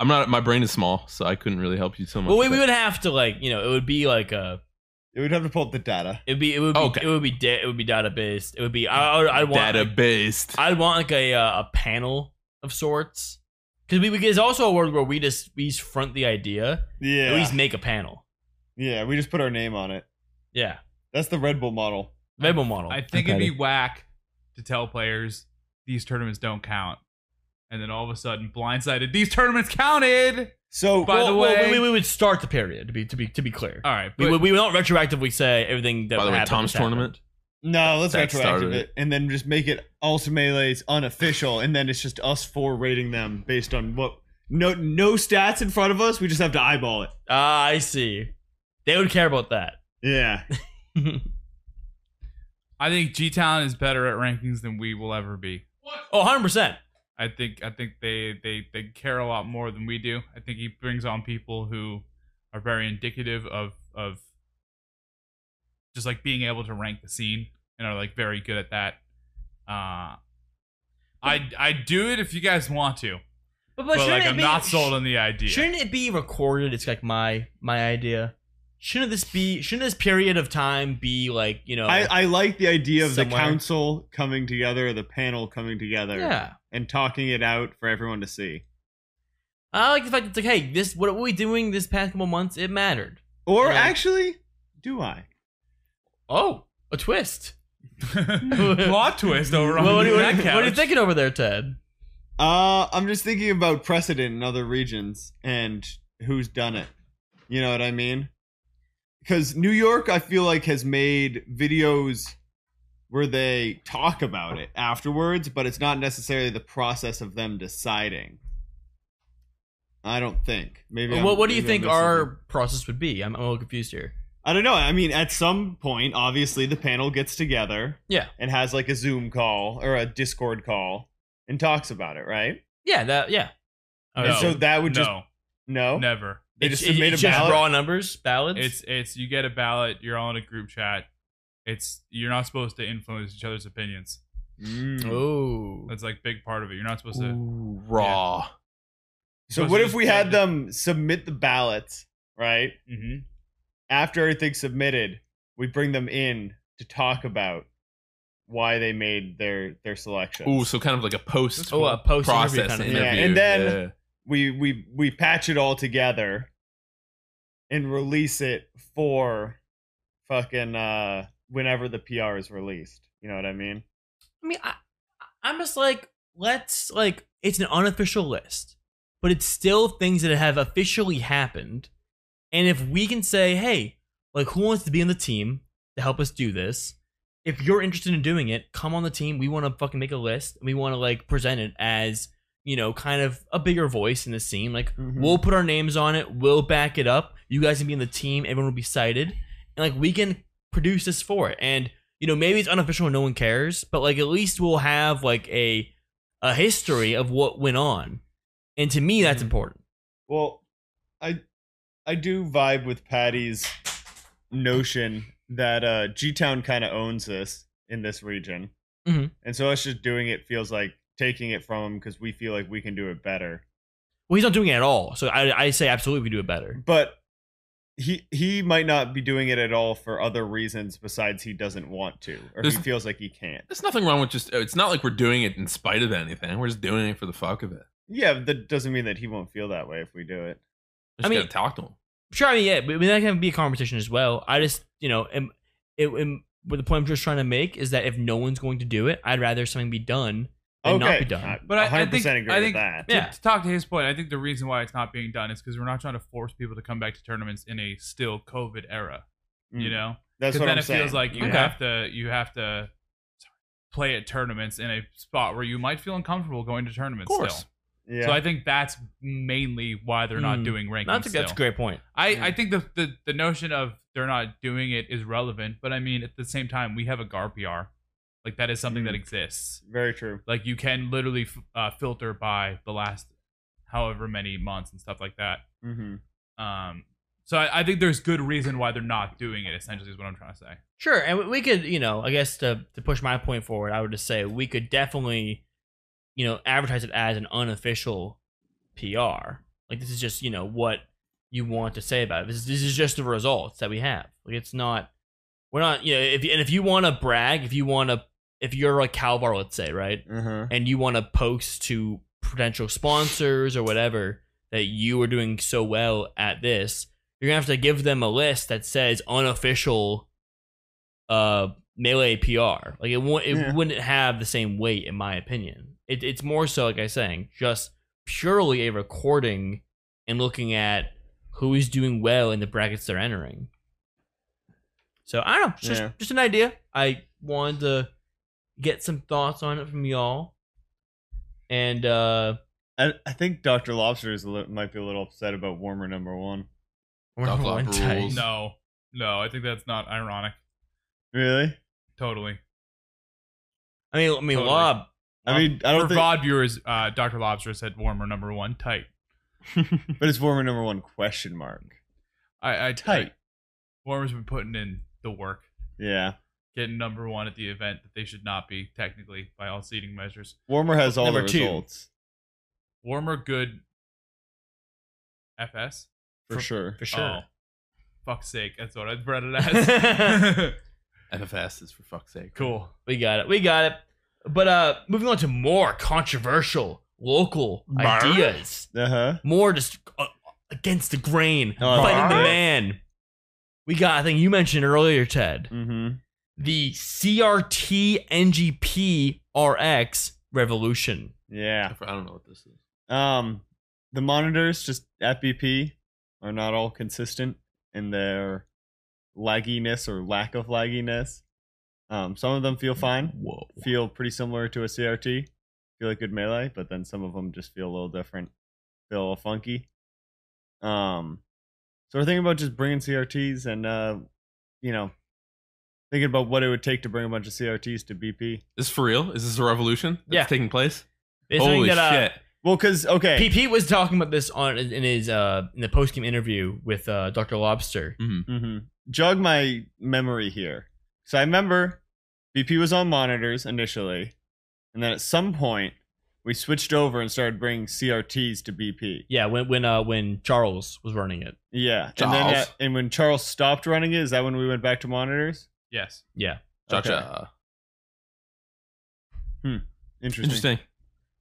Speaker 1: I'm not. My brain is small, so I couldn't really help you so much.
Speaker 2: Well, we,
Speaker 1: with
Speaker 2: we
Speaker 1: that.
Speaker 2: would have to like, you know, it would be like a,
Speaker 3: It would have to pull up the data.
Speaker 2: it would be, it would be,
Speaker 1: Okay.
Speaker 2: it would be, da- it would be data based. It would be, I, I, I'd want,
Speaker 1: data based.
Speaker 2: I'd want like a, uh, a panel of sorts. Because we, we, there's also a world where we just, we just front the idea.
Speaker 3: Yeah.
Speaker 2: At least make a panel.
Speaker 3: yeah, we just put our name on it.
Speaker 2: Yeah.
Speaker 3: That's the Red Bull model.
Speaker 2: Red Bull model.
Speaker 4: I think it'd be whack to tell players these tournaments don't count, and then all of a sudden, blindsided, these tournaments counted.
Speaker 3: So
Speaker 4: By the
Speaker 2: well,
Speaker 4: way-
Speaker 2: we, we would start the period to be to be to be clear.
Speaker 4: All right,
Speaker 2: We,
Speaker 4: but-
Speaker 2: would we don't retroactively say everything that
Speaker 1: By the way,
Speaker 2: happened
Speaker 1: Tom's
Speaker 2: has happened.
Speaker 1: tournament.
Speaker 3: no, let's
Speaker 1: That
Speaker 3: retroactive
Speaker 1: started
Speaker 3: it and then just make it also melee's unofficial, and then it's just us four rating them based on what no no stats in front of us. We just have to eyeball it.
Speaker 2: Ah, I see. They would care about that.
Speaker 3: Yeah,
Speaker 4: I think G Town is better at rankings than we will ever be.
Speaker 2: Oh, 100%.
Speaker 4: I think I think they they they care a lot more than we do. I think he brings on people who are very indicative of of just like being able to rank the scene and are like very good at that. Uh I I do it if you guys want to,
Speaker 2: But,
Speaker 4: but, like I'm not sold on the idea.
Speaker 2: Shouldn't it be recorded? It's like my my idea. Shouldn't this be shouldn't this period of time be like, you know,
Speaker 3: I, I like the idea of the
Speaker 2: Somewhere.
Speaker 3: council coming together, the panel coming together,
Speaker 2: yeah.
Speaker 3: and talking it out for everyone to see.
Speaker 2: I like the fact that it's like, hey, this what were we doing this past couple months? It mattered.
Speaker 3: Or
Speaker 2: Yeah.
Speaker 3: actually, do I?
Speaker 2: Oh, a twist.
Speaker 4: Plot twist over on
Speaker 2: Well, what, are you,
Speaker 4: that
Speaker 2: what are you
Speaker 4: couch.
Speaker 2: thinking over there, Ted?
Speaker 3: Uh, I'm just thinking about precedent in other regions and who's done it. You know what I mean? because New York, I feel like, has made videos where they talk about it afterwards, but it's not necessarily the process of them deciding. I don't think. Maybe. I'm-
Speaker 2: what what do you
Speaker 3: maybe I'm
Speaker 2: think
Speaker 3: missing
Speaker 2: our
Speaker 3: something.
Speaker 2: process would be? I'm, I'm a little confused here.
Speaker 3: I don't know. I mean, at some point, obviously, the panel gets together.
Speaker 2: Yeah.
Speaker 3: And has like a Zoom call or a Discord call and talks about it, right?
Speaker 2: Yeah, that yeah. I would
Speaker 4: No.
Speaker 3: And so that would just
Speaker 4: no,
Speaker 3: no.
Speaker 4: never.
Speaker 3: They
Speaker 2: It's-
Speaker 3: just submit
Speaker 2: it's
Speaker 3: a
Speaker 2: just
Speaker 3: ballot.
Speaker 2: raw numbers, ballots.
Speaker 4: It's it's you get a ballot. You're all in a group chat. It's you're not supposed to influence each other's opinions.
Speaker 3: Mm.
Speaker 2: oh,
Speaker 4: That's like big part of it. You're not supposed to.
Speaker 1: Ooh, raw.
Speaker 3: So
Speaker 4: Supposed
Speaker 3: what
Speaker 4: to
Speaker 3: if
Speaker 4: just
Speaker 3: we had
Speaker 4: get-
Speaker 3: them submit the ballots, right?
Speaker 4: Mhm.
Speaker 3: After everything's submitted, we bring them in to talk about why they made their their selection.
Speaker 1: Ooh, so kind of like a post
Speaker 2: oh, a post
Speaker 1: process
Speaker 2: kind of
Speaker 1: interview.
Speaker 2: thing.
Speaker 3: Yeah, and then- we we we patch it all together and release it for fucking uh whenever the PR is released. You know what I mean?
Speaker 2: I mean, I, I'm just like, let's like, it's an unofficial list, but it's still things that have officially happened. And if we can say, hey, like, who wants to be on the team to help us do this? If you're interested in doing it, come on the team. We want to fucking make a list. and We want to like present it as, you know, kind of a bigger voice in the scene. Like,
Speaker 1: Mm-hmm.
Speaker 3: Mhm.
Speaker 2: we'll put our names on it. We'll back it up. You guys can be on the team. Everyone will be cited. And like, we can produce this for it. And you know, maybe it's unofficial and no one cares, but like at least we'll have like a a history of what went on. And to me that's
Speaker 3: Mhm.
Speaker 2: important.
Speaker 3: Well, I I do vibe with Patty's notion that uh G Town kind of owns this in this region,
Speaker 2: Mhm.
Speaker 3: and so us just doing it feels like taking it from him because we feel like we can do it better.
Speaker 2: Well, he's not doing it at all. So I I say absolutely we do it better.
Speaker 3: But he he might not be doing it at all for other reasons besides he doesn't want to or he
Speaker 1: There's-
Speaker 3: feels like he can't.
Speaker 1: There's nothing wrong with just. It's not like we're doing it in spite of anything. We're just doing it for the fuck of it.
Speaker 3: Yeah, but that doesn't mean that he won't feel that way if we do it.
Speaker 1: Just
Speaker 2: I mean-
Speaker 1: gotta talk to him.
Speaker 2: Sure, I mean, yeah, but I mean, that can be a conversation as well. I just, you know, am, it, am, but the point I'm just trying to make is that if no one's going to do it, I'd rather something be done than not be done.
Speaker 4: But I- I think-
Speaker 3: agree
Speaker 4: I
Speaker 3: with
Speaker 4: think-
Speaker 3: that.
Speaker 4: To-
Speaker 2: Yeah.
Speaker 4: To, talk to his point, I think the reason why it's not being done is because we're not trying to force people to come back to tournaments in a still COVID era. You
Speaker 3: Mm.
Speaker 4: know,
Speaker 3: that's
Speaker 4: because
Speaker 3: what
Speaker 4: then
Speaker 3: I'm
Speaker 4: it
Speaker 3: saying.
Speaker 4: feels like you
Speaker 2: Okay.
Speaker 4: have to you have to play at tournaments in a spot where you might feel uncomfortable going to tournaments.
Speaker 1: Of course.
Speaker 4: Still.
Speaker 3: yeah.
Speaker 4: So I think that's mainly why they're not
Speaker 2: Hmm.
Speaker 4: doing rankings.
Speaker 2: I think that's a
Speaker 4: still.
Speaker 2: great point.
Speaker 4: I,
Speaker 3: Yeah.
Speaker 4: I think the, the the notion of they're not doing it is relevant, but I mean at the same time we have a GAR PR, like that is something that
Speaker 3: Mm.
Speaker 4: exists.
Speaker 3: very true.
Speaker 4: Like you can literally f- uh, filter by the last however many months and stuff like that.
Speaker 3: Mm-hmm.
Speaker 4: Um, so I, I think there's good reason why they're not doing it. Essentially, is what I'm trying to say.
Speaker 2: Sure, and we- we could, you know, I guess to to push my point forward, I would just say we could definitely, you know, advertise it as an unofficial PR. Like this is just, you know, what you want to say about it. This is, this is just the results that we have. Like it's not, we're not, you know, if and if you want to brag, if you want to, if you're a Calvar, let's say, right,
Speaker 3: Uh-huh.
Speaker 2: and you want to post to potential sponsors or whatever that you are doing so well at this, you're gonna have to give them a list that says unofficial uh melee PR. Like it won't it
Speaker 3: Yeah.
Speaker 2: wouldn't have the same weight in my opinion. It, it's more so like I was saying, just purely a recording and looking at who is doing well in the brackets they're entering. So I don't know, it's just
Speaker 3: Yeah.
Speaker 2: just an idea. I wanted to get some thoughts on it from y'all. And uh
Speaker 3: I, I think Dr. Lobster is a li- might be a little upset about warmer number one.
Speaker 2: we're
Speaker 1: Duck
Speaker 2: on
Speaker 1: Lab
Speaker 2: one day.
Speaker 1: rules.
Speaker 4: No, no, I think that's not ironic.
Speaker 3: Really?
Speaker 4: Totally.
Speaker 2: I mean I mean
Speaker 4: Totally.
Speaker 2: Lob
Speaker 3: I mean, I
Speaker 4: For
Speaker 3: don't think,
Speaker 4: VOD viewers, uh, Dr. Lobster said warmer number one tight.
Speaker 3: but it's warmer number one question mark.
Speaker 4: I, I
Speaker 3: Tight.
Speaker 4: tight. Warmer's been putting in the work,
Speaker 3: Yeah,
Speaker 4: getting number one at the event that they should not be technically by all seating measures.
Speaker 3: warmer has all
Speaker 2: Number
Speaker 3: the
Speaker 2: two.
Speaker 3: results
Speaker 4: Warmer good. FS
Speaker 3: for,
Speaker 2: For-
Speaker 3: sure.
Speaker 2: for sure.
Speaker 4: Oh, fuck's sake, that's what I read it as.
Speaker 1: FFS is for fuck's sake.
Speaker 4: cool.
Speaker 2: We got it. We got it. But uh moving on to more controversial local
Speaker 1: Brr.
Speaker 2: ideas.
Speaker 3: Uh huh.
Speaker 2: More just uh, against the grain,
Speaker 3: Oh,
Speaker 2: fighting the
Speaker 1: brr.
Speaker 2: man. We got I think you mentioned earlier, Ted,
Speaker 3: Mm-hmm.
Speaker 2: the CRT NGP RX revolution.
Speaker 3: Yeah.
Speaker 1: I don't know what this is.
Speaker 3: Um, the monitors just FBP are not all consistent in their lagginess or lack of lagginess. Um, some of them feel
Speaker 2: Mm.
Speaker 3: fine,
Speaker 1: Whoa.
Speaker 3: feel pretty similar to a CRT, feel like good melee, but then some of them just feel a little different, feel a little funky. Um, so we're thinking about just bringing CRTs and, uh, you know, thinking about what it would take to bring a bunch of CRTs to BP.
Speaker 1: This for real? Is this a revolution that's
Speaker 2: Yeah.
Speaker 1: taking place?
Speaker 2: It's something
Speaker 1: Holy
Speaker 2: that, uh,
Speaker 1: shit.
Speaker 3: Well, because okay,
Speaker 2: PP was talking about this on in his uh in the post game interview with uh Dr. Lobster.
Speaker 3: Mm-hmm. Jog my memory here. So I remember BP was on monitors initially, and then at some point we switched over and started bringing CRTs to BP.
Speaker 2: Yeah, when when uh when Charles was running it.
Speaker 3: Yeah, and then
Speaker 1: Charles.
Speaker 3: uh, and when Charles stopped running it, is that when we went back to monitors?
Speaker 4: Yes.
Speaker 2: Yeah.
Speaker 1: Cha
Speaker 3: Okay.
Speaker 1: cha.
Speaker 3: Interesting.
Speaker 1: Interesting.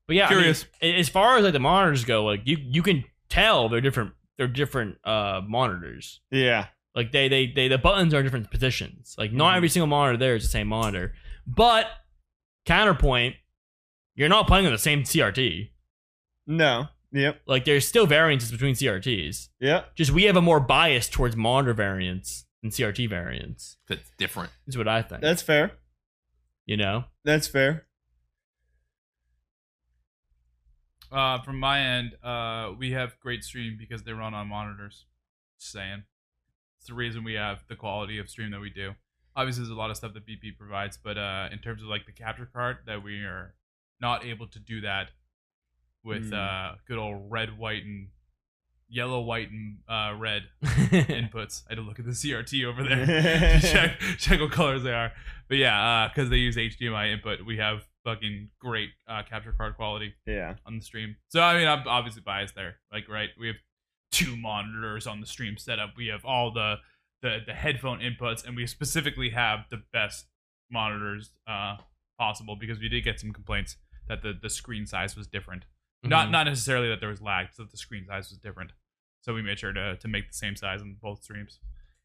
Speaker 2: But yeah, I mean,
Speaker 1: Curious.
Speaker 2: a- as far as like the monitors go, like you you can tell they're different they're different uh monitors.
Speaker 3: Yeah,
Speaker 2: Like they they they the buttons are in different positions. Like
Speaker 1: Mm-hmm.
Speaker 2: not
Speaker 3: Mhm.
Speaker 2: every single monitor there is the same monitor. But counterpoint, you're not playing on the same CRT.
Speaker 3: no, yep,
Speaker 2: Like there's still variances between CRTs.
Speaker 3: yep,
Speaker 2: Just we have a more bias towards monitor variants than CRT variants.
Speaker 1: That's different.
Speaker 2: Is what I think.
Speaker 3: that's fair.
Speaker 2: you know.
Speaker 3: That's fair.
Speaker 4: Uh, from my end, uh, we have great stream because they run on monitors. Just saying, it's the reason we have the quality of stream that we do. Obviously, there's a lot of stuff that BP provides, but uh, in terms of like the capture card, that we are not able to do that with
Speaker 3: Hmm.
Speaker 4: uh, good old red, white, and yellow, white, and uh, red inputs. I had to look at the CRT over there to check check what colors they are. But yeah, because they use HDMI input, we have fucking great uh, capture card quality
Speaker 3: Yeah,
Speaker 4: on the stream. So I mean, I'm obviously biased there. Like, right, we have two monitors on the stream setup. We have all the the, the headphone inputs, and we specifically have the best monitors uh, possible because we did get some complaints that the the screen size was different.
Speaker 2: Mm-hmm.
Speaker 4: Not not necessarily that there was lag, just that the screen size was different. So we made sure to to make the same size on both streams.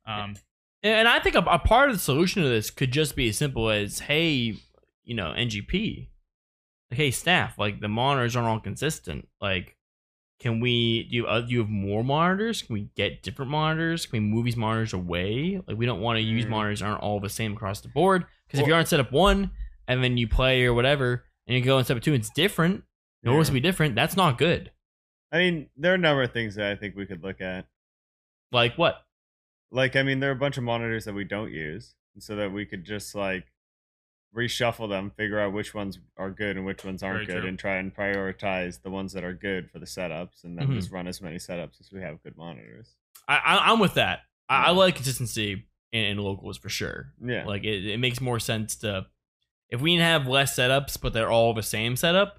Speaker 4: Um,
Speaker 2: And I think a, a part of the solution to this could just be as simple as, hey, you know, NGP, like, hey, staff, like the monitors aren't all consistent. Like, can we do you, uh, do you have more monitors? Can we get different monitors? Can we move these monitors away? Like, we don't want to use
Speaker 3: Mm.
Speaker 2: monitors that aren't all the same across the board. Because if
Speaker 3: Well-
Speaker 2: you're on setup one and then you play or whatever, and you go on setup two, it's different. Noticeably different. That's not good.
Speaker 3: I mean, there are a number of things that I think we could look at.
Speaker 2: Like what?
Speaker 3: Like, I mean, there are a bunch of monitors that we don't use, and so that we could just like reshuffle them, figure out which ones are good and which ones aren't
Speaker 4: Very
Speaker 3: good,
Speaker 4: true.
Speaker 3: and try and prioritize the ones that are good for the setups, and then
Speaker 2: Mhm.
Speaker 3: just run as many setups as we have good monitors.
Speaker 2: I, I I'm with that. I, I
Speaker 3: Yeah.
Speaker 2: like consistency in, in locals for sure.
Speaker 3: Yeah,
Speaker 2: Like it, it makes more sense to if we have less setups but they're all the same setup,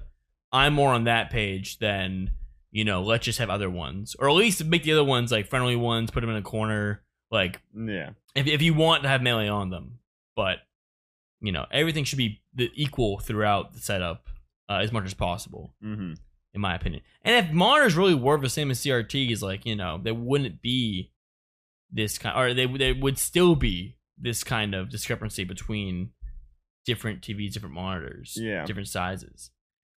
Speaker 2: I'm more on that page than, you know, let's just have other ones. Or at least make the other ones like friendly ones, put them in a corner. Like
Speaker 3: yeah,
Speaker 2: if if you want to have melee on them. But you know, everything should be the equal throughout the setup uh, as much as possible
Speaker 3: mm-hmm.
Speaker 2: in my opinion. And if monitors really were the same as CRTs, like you know, there wouldn't be this kind, or they there would still be this kind of discrepancy between different TVs, different monitors,
Speaker 3: Yeah.
Speaker 2: different sizes.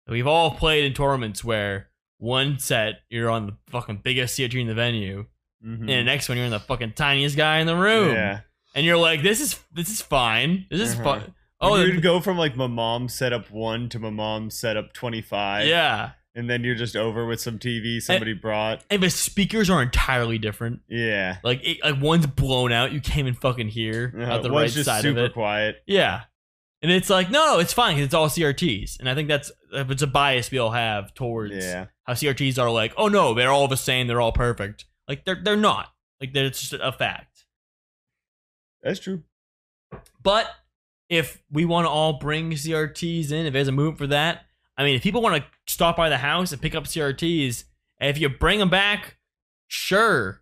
Speaker 2: We've all played in tournaments where one set you're on the fucking biggest CRT in the venue,
Speaker 3: Mm-hmm.
Speaker 2: and the next one you're on the fucking tiniest guy in the room,
Speaker 3: yeah.
Speaker 2: and you're like, this is this is fine, this is
Speaker 3: Uh-huh.
Speaker 2: fine. Oh,
Speaker 3: Oh, you would
Speaker 2: the-
Speaker 3: go from like my mom setup one to my mom setup twenty five,
Speaker 2: yeah, Eh.
Speaker 3: and then you're just over with some TV somebody brought.
Speaker 2: and the speakers are entirely different.
Speaker 3: Yeah,
Speaker 2: Like it, like one's blown out. You came in fucking here
Speaker 3: Uh,
Speaker 2: at the right
Speaker 3: one's just
Speaker 2: side of
Speaker 3: super
Speaker 2: it.
Speaker 3: quiet.
Speaker 2: Yeah, and it's like no, no, it's fine. 'cause It's all CRTs, and I think that's if it's a bias we all have towards
Speaker 3: Yeah,
Speaker 2: how CRTs are like. Oh no, they're all the same. They're all perfect. Like they're they're not. Like that's just a fact.
Speaker 3: that's true.
Speaker 2: But if we want to all bring CRTs in, if there's a movement for that, I mean, if people want to stop by the house and pick up CRTs, and if you bring them back, sure.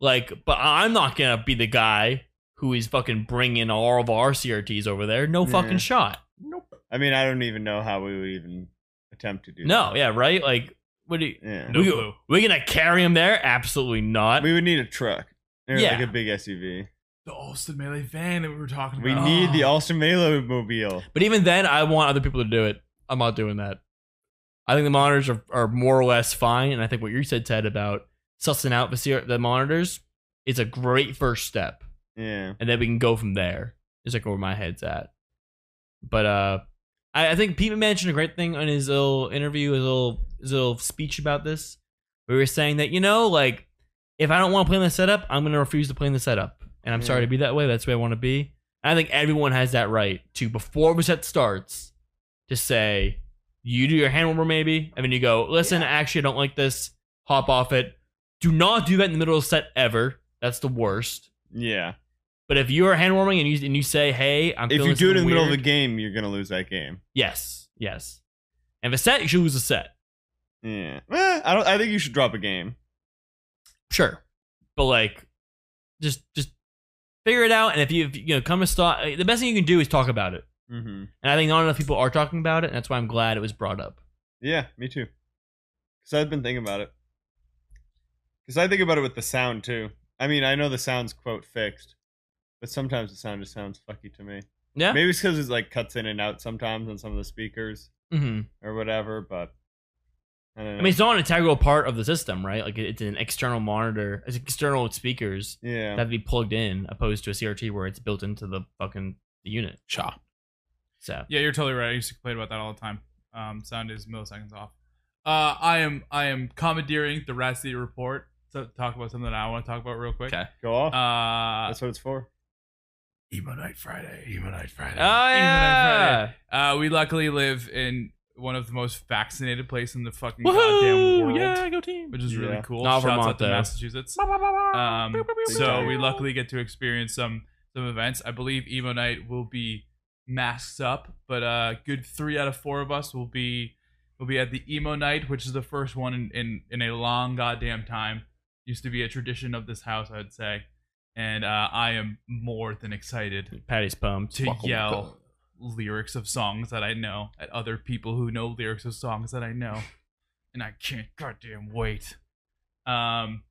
Speaker 2: Like, but I- I'm not gonna be the guy who is fucking bringing all of our CRTs over there. No
Speaker 3: Yeah.
Speaker 2: fucking shot.
Speaker 3: I mean, I don't even know how we would even attempt to do.
Speaker 2: No, yeah, right. Like, what do you?
Speaker 3: that. yeah.
Speaker 4: No
Speaker 2: we,
Speaker 4: clue.
Speaker 2: we gonna carry them there? Absolutely not.
Speaker 3: We would need a truck. Or
Speaker 2: Yeah.
Speaker 3: Like a big SUV.
Speaker 4: the Alston Melee van that we were talking
Speaker 3: We
Speaker 2: Oh.
Speaker 4: about.
Speaker 3: need the Alston Melo mobile.
Speaker 2: But even then, I want other people to do it. I'm not doing that. I think the monitors are, are more or less fine, and I think what you said, Ted, about sussing out the, CR- the monitors is a great first step.
Speaker 3: Yeah.
Speaker 2: and then we can go from there. Is like where my head's at. But uh, I, I think Pete mentioned a great thing on his little interview, his little his little speech about this. We were saying that you know, like, if I don't want to play in the setup, I'm gonna refuse to play in the setup, and I'm sorry
Speaker 3: Yeah.
Speaker 2: to be that way. That's the way I want to be. And I think everyone has that right to before the set starts to say you do your hand warmer maybe, and then you go, listen, actually, I don't like this. Hop off it. Do not do that in the middle of the set ever. That's the worst.
Speaker 3: Yeah.
Speaker 2: But if you are hand warming and you and you say, "Hey, I'm,"
Speaker 3: If
Speaker 2: feeling
Speaker 3: you do it in the
Speaker 2: something
Speaker 3: middle of the
Speaker 2: weird,"
Speaker 3: game, you're gonna lose that game.
Speaker 2: yes, yes. And if it's set, you should lose a set,
Speaker 3: Yeah. Eh, I don't. I think you should drop a game.
Speaker 2: sure. But like, just just figure it out. And if you if, you you know come to stop, the best thing you can do is talk about it.
Speaker 3: Mm-hmm.
Speaker 2: And I think not enough people are talking about it, and that's why I'm glad it was brought up.
Speaker 3: Yeah, me too. Cause I've been thinking about it. Cause I think about it with the sound too. I mean, I know the sound's quote fixed, but sometimes the sound just sounds fucky to me.
Speaker 2: Yeah.
Speaker 3: Maybe it's because it like cuts in and out sometimes on some of the speakers
Speaker 2: hmm
Speaker 3: or whatever. But I don't know.
Speaker 2: I mean, it's not an integral part of the system, right? Like it- it's an external monitor, it's external speakers
Speaker 3: yeah.
Speaker 2: that have to be plugged in, opposed to a CRT where it's built into the fucking the unit.
Speaker 1: Cha.
Speaker 2: So
Speaker 4: Yeah, you're totally right. I used to complain about that all the time. Um, sound is milliseconds off. Uh, I am I am commandeering the Rat City report to talk about something I want to talk about real quick.
Speaker 1: Okay.
Speaker 3: Go off.
Speaker 4: Uh,
Speaker 3: That's what it's for.
Speaker 4: Emo Night Friday. Emo Night Friday.
Speaker 2: oh yeah,
Speaker 4: Uh, we luckily live in one of the most vaccinated place in the fucking goddamn
Speaker 2: woohoo,
Speaker 4: world,
Speaker 2: yeah, go team.
Speaker 4: which is really
Speaker 3: Yeah.
Speaker 4: cool.
Speaker 2: Not
Speaker 4: Shouts
Speaker 2: Vermont,
Speaker 4: out to
Speaker 2: though.
Speaker 4: Massachusetts. Um, so we luckily get to experience some some events. I believe Emo Night will be masked up, but uh, good three out of four of us will be will be at the Emo Night, which is the first one in in, in a long goddamn time. Used to be a tradition of this house, I'd say, and uh, I am more than excited
Speaker 2: Patty's pumped.
Speaker 4: to yell lyrics of songs that I know at other people who know lyrics of songs that I know, and I can't goddamn wait. Um,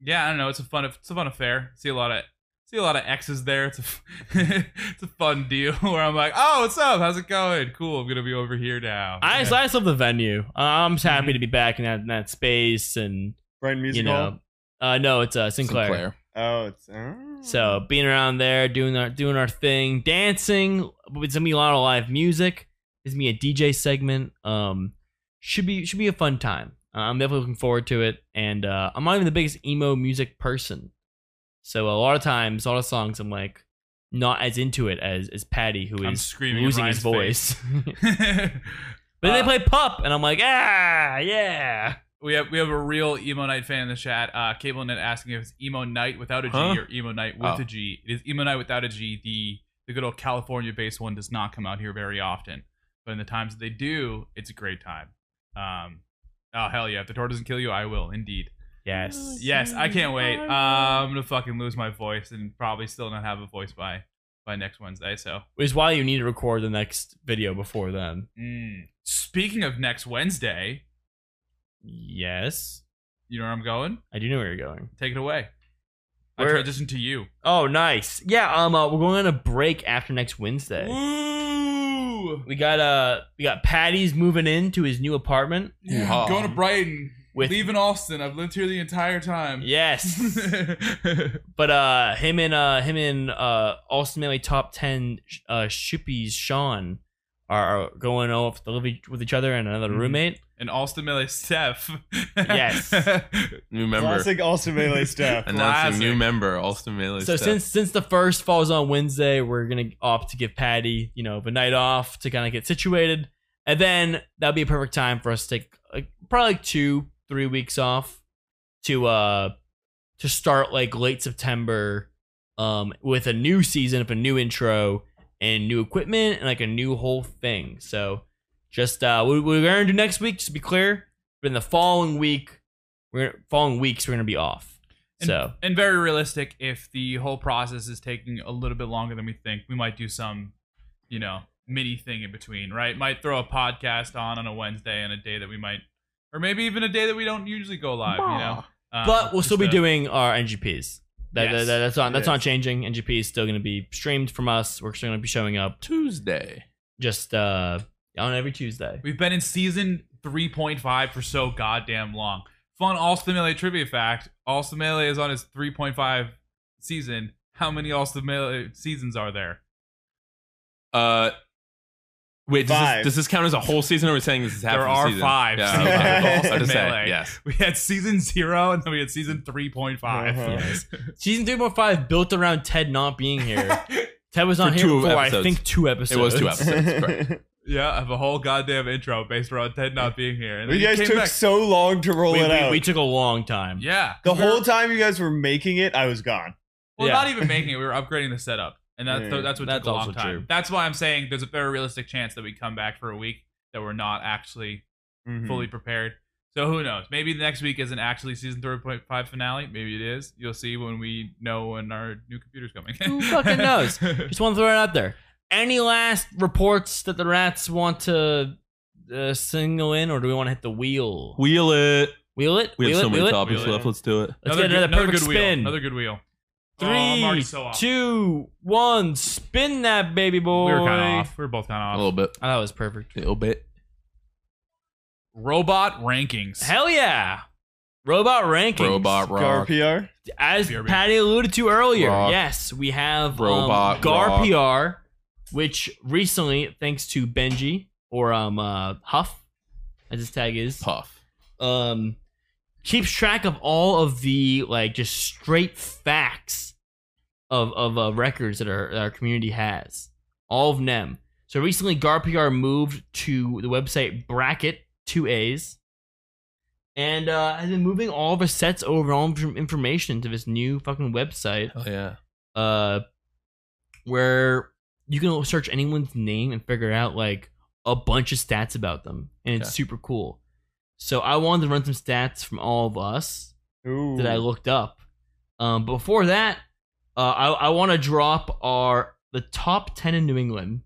Speaker 4: yeah, I don't know. It's a fun, it's a fun affair. See a lot of, see a lot of X's there. It's a, it's a fun deal where I'm like, oh, what's up? How's it going? Cool. I'm gonna be over here now.
Speaker 2: I just,
Speaker 4: Yeah.
Speaker 2: I just love the venue. Uh, I'm just happy to be back in that, in that space, and
Speaker 3: Brian Music
Speaker 2: you know, uh, no, it's uh, Sinclair.
Speaker 1: Sinclair.
Speaker 3: Hall? Oh, it's. oh.
Speaker 2: So being around there, doing our doing our thing, dancing. It's gonna be a lot of live music. It's gonna be a DJ segment. Um, should be should be a fun time. Uh, I'm definitely looking forward to it, and uh, I'm not even the biggest emo music person, so a lot of times, a lot of songs, I'm like not as into it as as Patty, who
Speaker 4: I'm
Speaker 2: is
Speaker 4: screaming in
Speaker 2: losing his
Speaker 4: Ryan's
Speaker 2: voice.
Speaker 4: face.
Speaker 2: But then
Speaker 4: Uh,
Speaker 2: they play Pup, and I'm like, ah, yeah.
Speaker 4: we have we have a real emo night fan in the chat. Uh, Cable Net asking if it's emo night without a G
Speaker 1: Huh?
Speaker 4: or emo night with
Speaker 1: Oh.
Speaker 4: a G. It is emo night without a G. The the good old California based one does not come out here very often, but in the times that they do, it's a great time. Um, oh hell yeah! If the tour doesn't kill you, I will indeed.
Speaker 2: Yes.
Speaker 4: Yes, I can't wait. Uh, I'm gonna fucking lose my voice and probably still not have a voice by by next Wednesday. So,
Speaker 2: Which is why you need to record the next video before then.
Speaker 4: mm. speaking of next Wednesday,
Speaker 2: Yes.
Speaker 4: you know where I'm going.
Speaker 2: I do know where you're going.
Speaker 4: Take it away. I
Speaker 2: Where-
Speaker 4: transition to you.
Speaker 2: Oh, nice. Yeah, um, uh, we're going on a break after next Wednesday.
Speaker 4: Woo!
Speaker 2: We got uh we got Patty's moving into his new apartment
Speaker 4: Yeah,
Speaker 1: Yeehaw.
Speaker 4: going to Brighton.
Speaker 2: Um, with
Speaker 4: leaving Austin. I've lived here the entire time.
Speaker 2: Yes. but uh him and uh him and uh ultimately top 10 sh- uh shippies Sean are are going off to live each- with each other and another
Speaker 4: Mhm.
Speaker 2: roommate.
Speaker 4: and Austin Miller Steph.
Speaker 2: Yes.
Speaker 1: New member.
Speaker 3: Classic Austin Melee stuff.
Speaker 1: Announcing new
Speaker 4: Classic.
Speaker 1: member, Alston Melee.
Speaker 2: so
Speaker 1: Steph.
Speaker 2: since since the first falls on Wednesday, we're gonna opt to give Patty, you know, the night off to kind of get situated, and then that'll be a perfect time for us to take like, probably like two, three weeks off to uh to start like late September, um, with a new season, of a new intro and new equipment and like a new whole thing. So just uh, what we're gonna do next week, just to be clear, but in the following week, we're following weeks we're gonna be off. So
Speaker 4: and very realistic. If the whole process is taking a little bit longer than we think, we might do some, you know, mini thing in between. Right? Might throw a podcast on on a Wednesday and a day that we might, or maybe even a day that we don't usually go live. You
Speaker 1: Uh,
Speaker 4: know. Um,
Speaker 2: but we'll
Speaker 4: just
Speaker 2: still be
Speaker 4: a-
Speaker 2: doing our NGPs. That, that-
Speaker 4: Yes.
Speaker 2: that- that's not that's not
Speaker 3: Yes.
Speaker 2: changing. NGP is still going to be streamed from us. We're still going to be showing up
Speaker 1: Tuesday.
Speaker 2: just uh, on every Tuesday.
Speaker 4: We've been in season 3.5 for so goddamn long. Fun All Stimulate trivia fact All Stimulate is on his 3.5 season. how many all Stamela seasons are there?
Speaker 1: Uh, wait, does
Speaker 3: Five.
Speaker 1: this, does this count as a whole season, or are we saying this is half?
Speaker 4: There
Speaker 1: of the
Speaker 4: are
Speaker 1: season?
Speaker 4: five
Speaker 1: Yeah,
Speaker 4: seasons
Speaker 1: okay.
Speaker 3: of All
Speaker 1: I just said,
Speaker 4: Melee.
Speaker 1: yes.
Speaker 4: We had season zero, and then we had season three point five.
Speaker 3: Uh-huh.
Speaker 2: Yes. Season 3.5 built around Ted not being here. Ted was not
Speaker 1: For
Speaker 2: here
Speaker 1: two
Speaker 2: for, I
Speaker 1: episodes.
Speaker 2: think, two episodes.
Speaker 1: It was two episodes. correct.
Speaker 4: Yeah, I have a whole goddamn intro based around Ted not being here. And
Speaker 3: you
Speaker 4: then
Speaker 3: guys
Speaker 4: he
Speaker 3: took
Speaker 4: came back.
Speaker 3: so long to roll
Speaker 2: We,
Speaker 3: it
Speaker 2: we-
Speaker 3: out.
Speaker 2: we took a long time.
Speaker 4: yeah,
Speaker 3: the whole time you guys were making it, I was gone.
Speaker 4: well,
Speaker 2: Yeah.
Speaker 4: not even making it. We were upgrading the setup, and that's
Speaker 3: Yeah.
Speaker 4: that's what
Speaker 2: That's
Speaker 4: took a long
Speaker 2: also
Speaker 4: time.
Speaker 2: true.
Speaker 4: That's why I'm saying there's a very realistic chance that we come back for a week that we're not actually
Speaker 3: Mm-hmm.
Speaker 4: fully
Speaker 2: Mm-hmm.
Speaker 4: prepared. So who knows? Maybe the next week isn't actually season 3.5 finale. Maybe it is. You'll see when we know when our new computer's coming.
Speaker 2: Who fucking knows? Just want to throw it out there. Any last reports that the rats want to uh, single in, or do we want to hit the wheel?
Speaker 1: Wheel it.
Speaker 2: wheel it?
Speaker 1: We
Speaker 2: wheel
Speaker 1: have so
Speaker 2: it?
Speaker 1: many
Speaker 2: wheel it?
Speaker 1: topics
Speaker 4: Wheel it.
Speaker 1: left. Let's do it.
Speaker 2: Let's
Speaker 4: another
Speaker 2: get another
Speaker 4: good, another
Speaker 2: perfect
Speaker 4: good
Speaker 2: spin.
Speaker 4: wheel. Another good wheel.
Speaker 2: Three,
Speaker 4: Oh, I'm already so off.
Speaker 2: two, one, spin that baby boy.
Speaker 4: We were kind of off. We were both kind
Speaker 1: A
Speaker 4: of off.
Speaker 1: little bit.
Speaker 2: Oh, that was perfect.
Speaker 1: A little bit.
Speaker 4: Robot rankings.
Speaker 2: Hell yeah. Robot rankings.
Speaker 1: Robot
Speaker 3: Gar
Speaker 1: rock.
Speaker 3: PR.
Speaker 2: As
Speaker 4: PRB.
Speaker 2: Patty alluded to earlier,
Speaker 1: Rock.
Speaker 2: yes, we have um,
Speaker 1: Robot
Speaker 2: Gar
Speaker 1: rock.
Speaker 2: PR, which recently, thanks to Benji or um uh, Huff, as his tag is,
Speaker 1: Puff.
Speaker 2: um, keeps track of all of the like just straight facts of of uh, records that our that our community has, all of them. So recently, GarPR moved to the website Bracket Two A's, and uh, has been moving all of his sets over and all of his information to this new fucking website,
Speaker 1: Oh yeah.
Speaker 2: uh, where you can search anyone's name and figure out like a bunch of stats about them, and it's
Speaker 1: Okay.
Speaker 2: super cool. So I wanted to run some stats from all of us
Speaker 3: Ooh.
Speaker 2: that I looked up. Um, before that, uh, I, I want to drop our the top ten in New England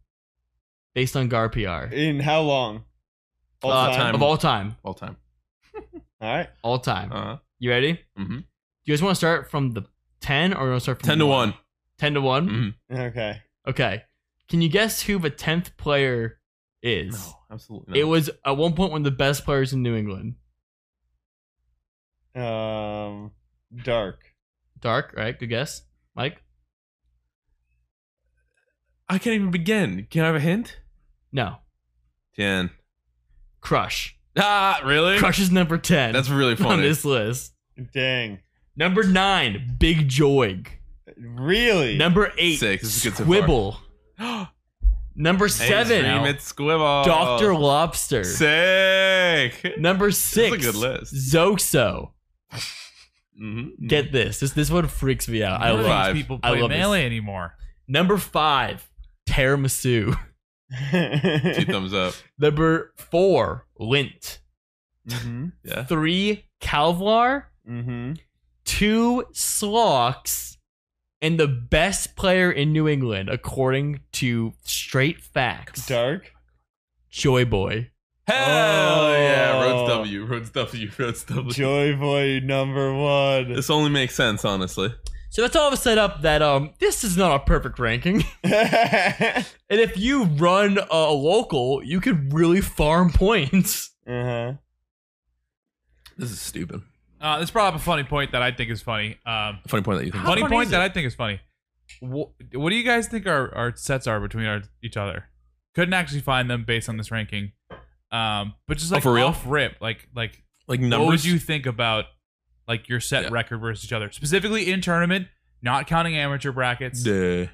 Speaker 2: based on GAR PR
Speaker 3: In how long? All
Speaker 2: Uh,
Speaker 1: time.
Speaker 2: of all time.
Speaker 1: All time.
Speaker 3: All right.
Speaker 2: All time.
Speaker 1: Um, Uh,
Speaker 2: you ready?
Speaker 1: mhm.
Speaker 2: Do you guys want to start from the ten or you want to start from
Speaker 1: Ten to one.
Speaker 2: Ten to one.
Speaker 1: Mhm.
Speaker 3: Okay.
Speaker 2: Okay. Can you guess who the tenth player is?
Speaker 1: No, absolutely.
Speaker 2: It
Speaker 1: Not.
Speaker 2: was at one point one of the best players in New England.
Speaker 3: Um, dark.
Speaker 2: Dark, right? Good guess, Mike.
Speaker 1: I can't even begin. Can I have a hint?
Speaker 2: No,
Speaker 1: Ten.
Speaker 2: Crush.
Speaker 1: Ah, really?
Speaker 2: Crush is number ten.
Speaker 1: That's really
Speaker 2: on
Speaker 1: funny.
Speaker 2: this list.
Speaker 3: Dang.
Speaker 2: Number nine, Big Joig.
Speaker 3: Really?
Speaker 2: Number eight,
Speaker 1: Six. This is good so far.
Speaker 2: Squibble. Number
Speaker 1: Extreme
Speaker 2: seven,
Speaker 1: at Squibble.
Speaker 2: Doctor Lobster.
Speaker 1: Sick.
Speaker 2: Number
Speaker 1: is a
Speaker 2: six,
Speaker 1: good list.
Speaker 2: Zoxo.
Speaker 1: Mhm.
Speaker 2: Get this. This this one freaks me out. I
Speaker 4: None
Speaker 2: love.
Speaker 4: of
Speaker 1: Right.
Speaker 2: it.
Speaker 1: Five.
Speaker 4: these people
Speaker 2: I
Speaker 4: play
Speaker 2: love this.
Speaker 4: melee anymore.
Speaker 2: Number five, Tiramisu.
Speaker 1: Two thumbs up.
Speaker 2: Number four, Lint.
Speaker 3: mm-hmm.
Speaker 1: Yeah.
Speaker 2: Three, Calvar.
Speaker 3: Mm-hmm.
Speaker 2: Two, Slox. And the best player in New England, according to straight facts,
Speaker 3: Dark.
Speaker 2: Joy Boy.
Speaker 1: Hell
Speaker 3: Oh.
Speaker 1: yeah. Rhodes W. Rhodes W. Rhodes W.
Speaker 3: Joy Boy number one.
Speaker 1: This only makes sense, honestly.
Speaker 2: So that's all of a setup that um this is not a perfect ranking.
Speaker 3: uh
Speaker 2: And if you run a local, you could really farm points.
Speaker 3: huh.
Speaker 1: This is stupid.
Speaker 4: Uh, this brought up a funny point that I think is funny. Um,
Speaker 1: Funny point that you think.
Speaker 4: funny,
Speaker 2: funny
Speaker 4: point
Speaker 2: is
Speaker 4: that I think is funny. Wh- what do you guys think our, our sets are between our, each other? Couldn't actually find them based on this ranking. Um, but just
Speaker 1: Oh,
Speaker 4: like
Speaker 1: for real?
Speaker 4: off rip, like like
Speaker 1: Like
Speaker 4: what would
Speaker 1: numbers.
Speaker 4: you think about like your set
Speaker 1: Yeah.
Speaker 4: record versus each other, specifically in tournament, not counting amateur brackets,
Speaker 1: Yeah.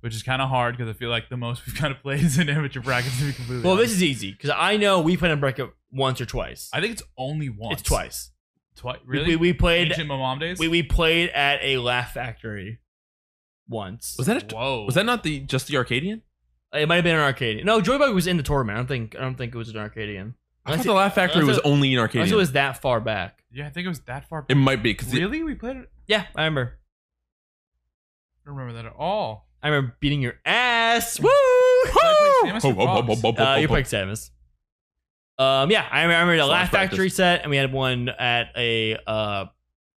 Speaker 4: which is kind of hard because I feel like the most we've kind of played is in amateur brackets. To be completely
Speaker 2: Well, this
Speaker 4: honest.
Speaker 2: is easy because I know we played a bracket once or twice.
Speaker 4: I think it's only once.
Speaker 2: It's twice.
Speaker 4: Twice.
Speaker 2: We-
Speaker 4: Really?
Speaker 2: We, we played
Speaker 4: Ancient Mom days.
Speaker 2: we, we played at a Laugh Factory once.
Speaker 1: Was that a,
Speaker 4: Whoa.
Speaker 1: was that not the just the Arcadian?
Speaker 2: It might have been an Arcadian. No, Joybug was in the tournament. I don't think I don't think it was an Arcadian.
Speaker 1: I
Speaker 2: Unless
Speaker 1: thought
Speaker 2: it-
Speaker 1: the Laugh Factory
Speaker 2: unless
Speaker 1: was
Speaker 2: it-
Speaker 1: only in
Speaker 2: unless
Speaker 1: Arcadian.
Speaker 2: it
Speaker 1: It,
Speaker 2: was that far back.
Speaker 4: Yeah, I think it was that far. back.
Speaker 1: might be because
Speaker 4: really? we played it.
Speaker 2: Yeah, I remember.
Speaker 4: I don't remember that at all.
Speaker 2: I remember beating your ass. Woo!
Speaker 4: I play Samus?
Speaker 2: Uh, you're playing Samus. Um, yeah, I remember the
Speaker 1: Sounds
Speaker 2: Laugh
Speaker 1: practice.
Speaker 2: Factory set, and we had one at a uh,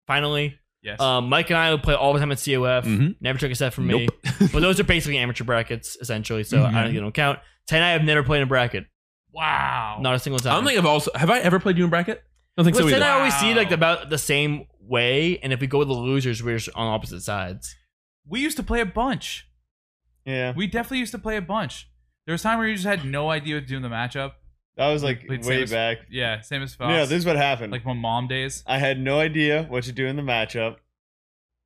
Speaker 2: finally.
Speaker 4: Yes.
Speaker 2: Um, Mike and I would play all the time at COF.
Speaker 1: Mhm.
Speaker 2: Never took a set from
Speaker 1: Nope.
Speaker 2: me. but those are basically amateur brackets, essentially. So I don't,
Speaker 1: Mhm.
Speaker 2: they don't count. Ten, I have never played in a bracket,
Speaker 4: wow.
Speaker 2: not a single
Speaker 1: I
Speaker 2: time.
Speaker 1: don't think I've also have I ever played you in bracket? I don't think
Speaker 2: But
Speaker 1: so
Speaker 2: Ted
Speaker 1: either.
Speaker 2: and I always see
Speaker 4: Wow.
Speaker 2: like about the same way, and if we go with the losers, we're just on opposite sides.
Speaker 4: we used to play a bunch.
Speaker 3: Yeah,
Speaker 4: We definitely used to play a bunch. There was time where you just had no idea what to do in the matchup.
Speaker 3: that was like
Speaker 4: Played
Speaker 3: way
Speaker 4: Samus-
Speaker 3: back.
Speaker 4: Yeah, same as Fox.
Speaker 3: Yeah, this is what happened.
Speaker 4: like my mom days.
Speaker 3: I had no idea what to do in the matchup.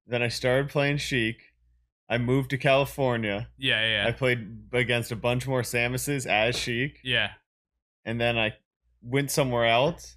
Speaker 3: Then I started playing Sheik. I moved to California.
Speaker 4: Yeah, yeah,
Speaker 3: I
Speaker 4: yeah.
Speaker 3: played against a bunch more Samuses as Sheik,
Speaker 4: yeah.
Speaker 3: and then I went somewhere else.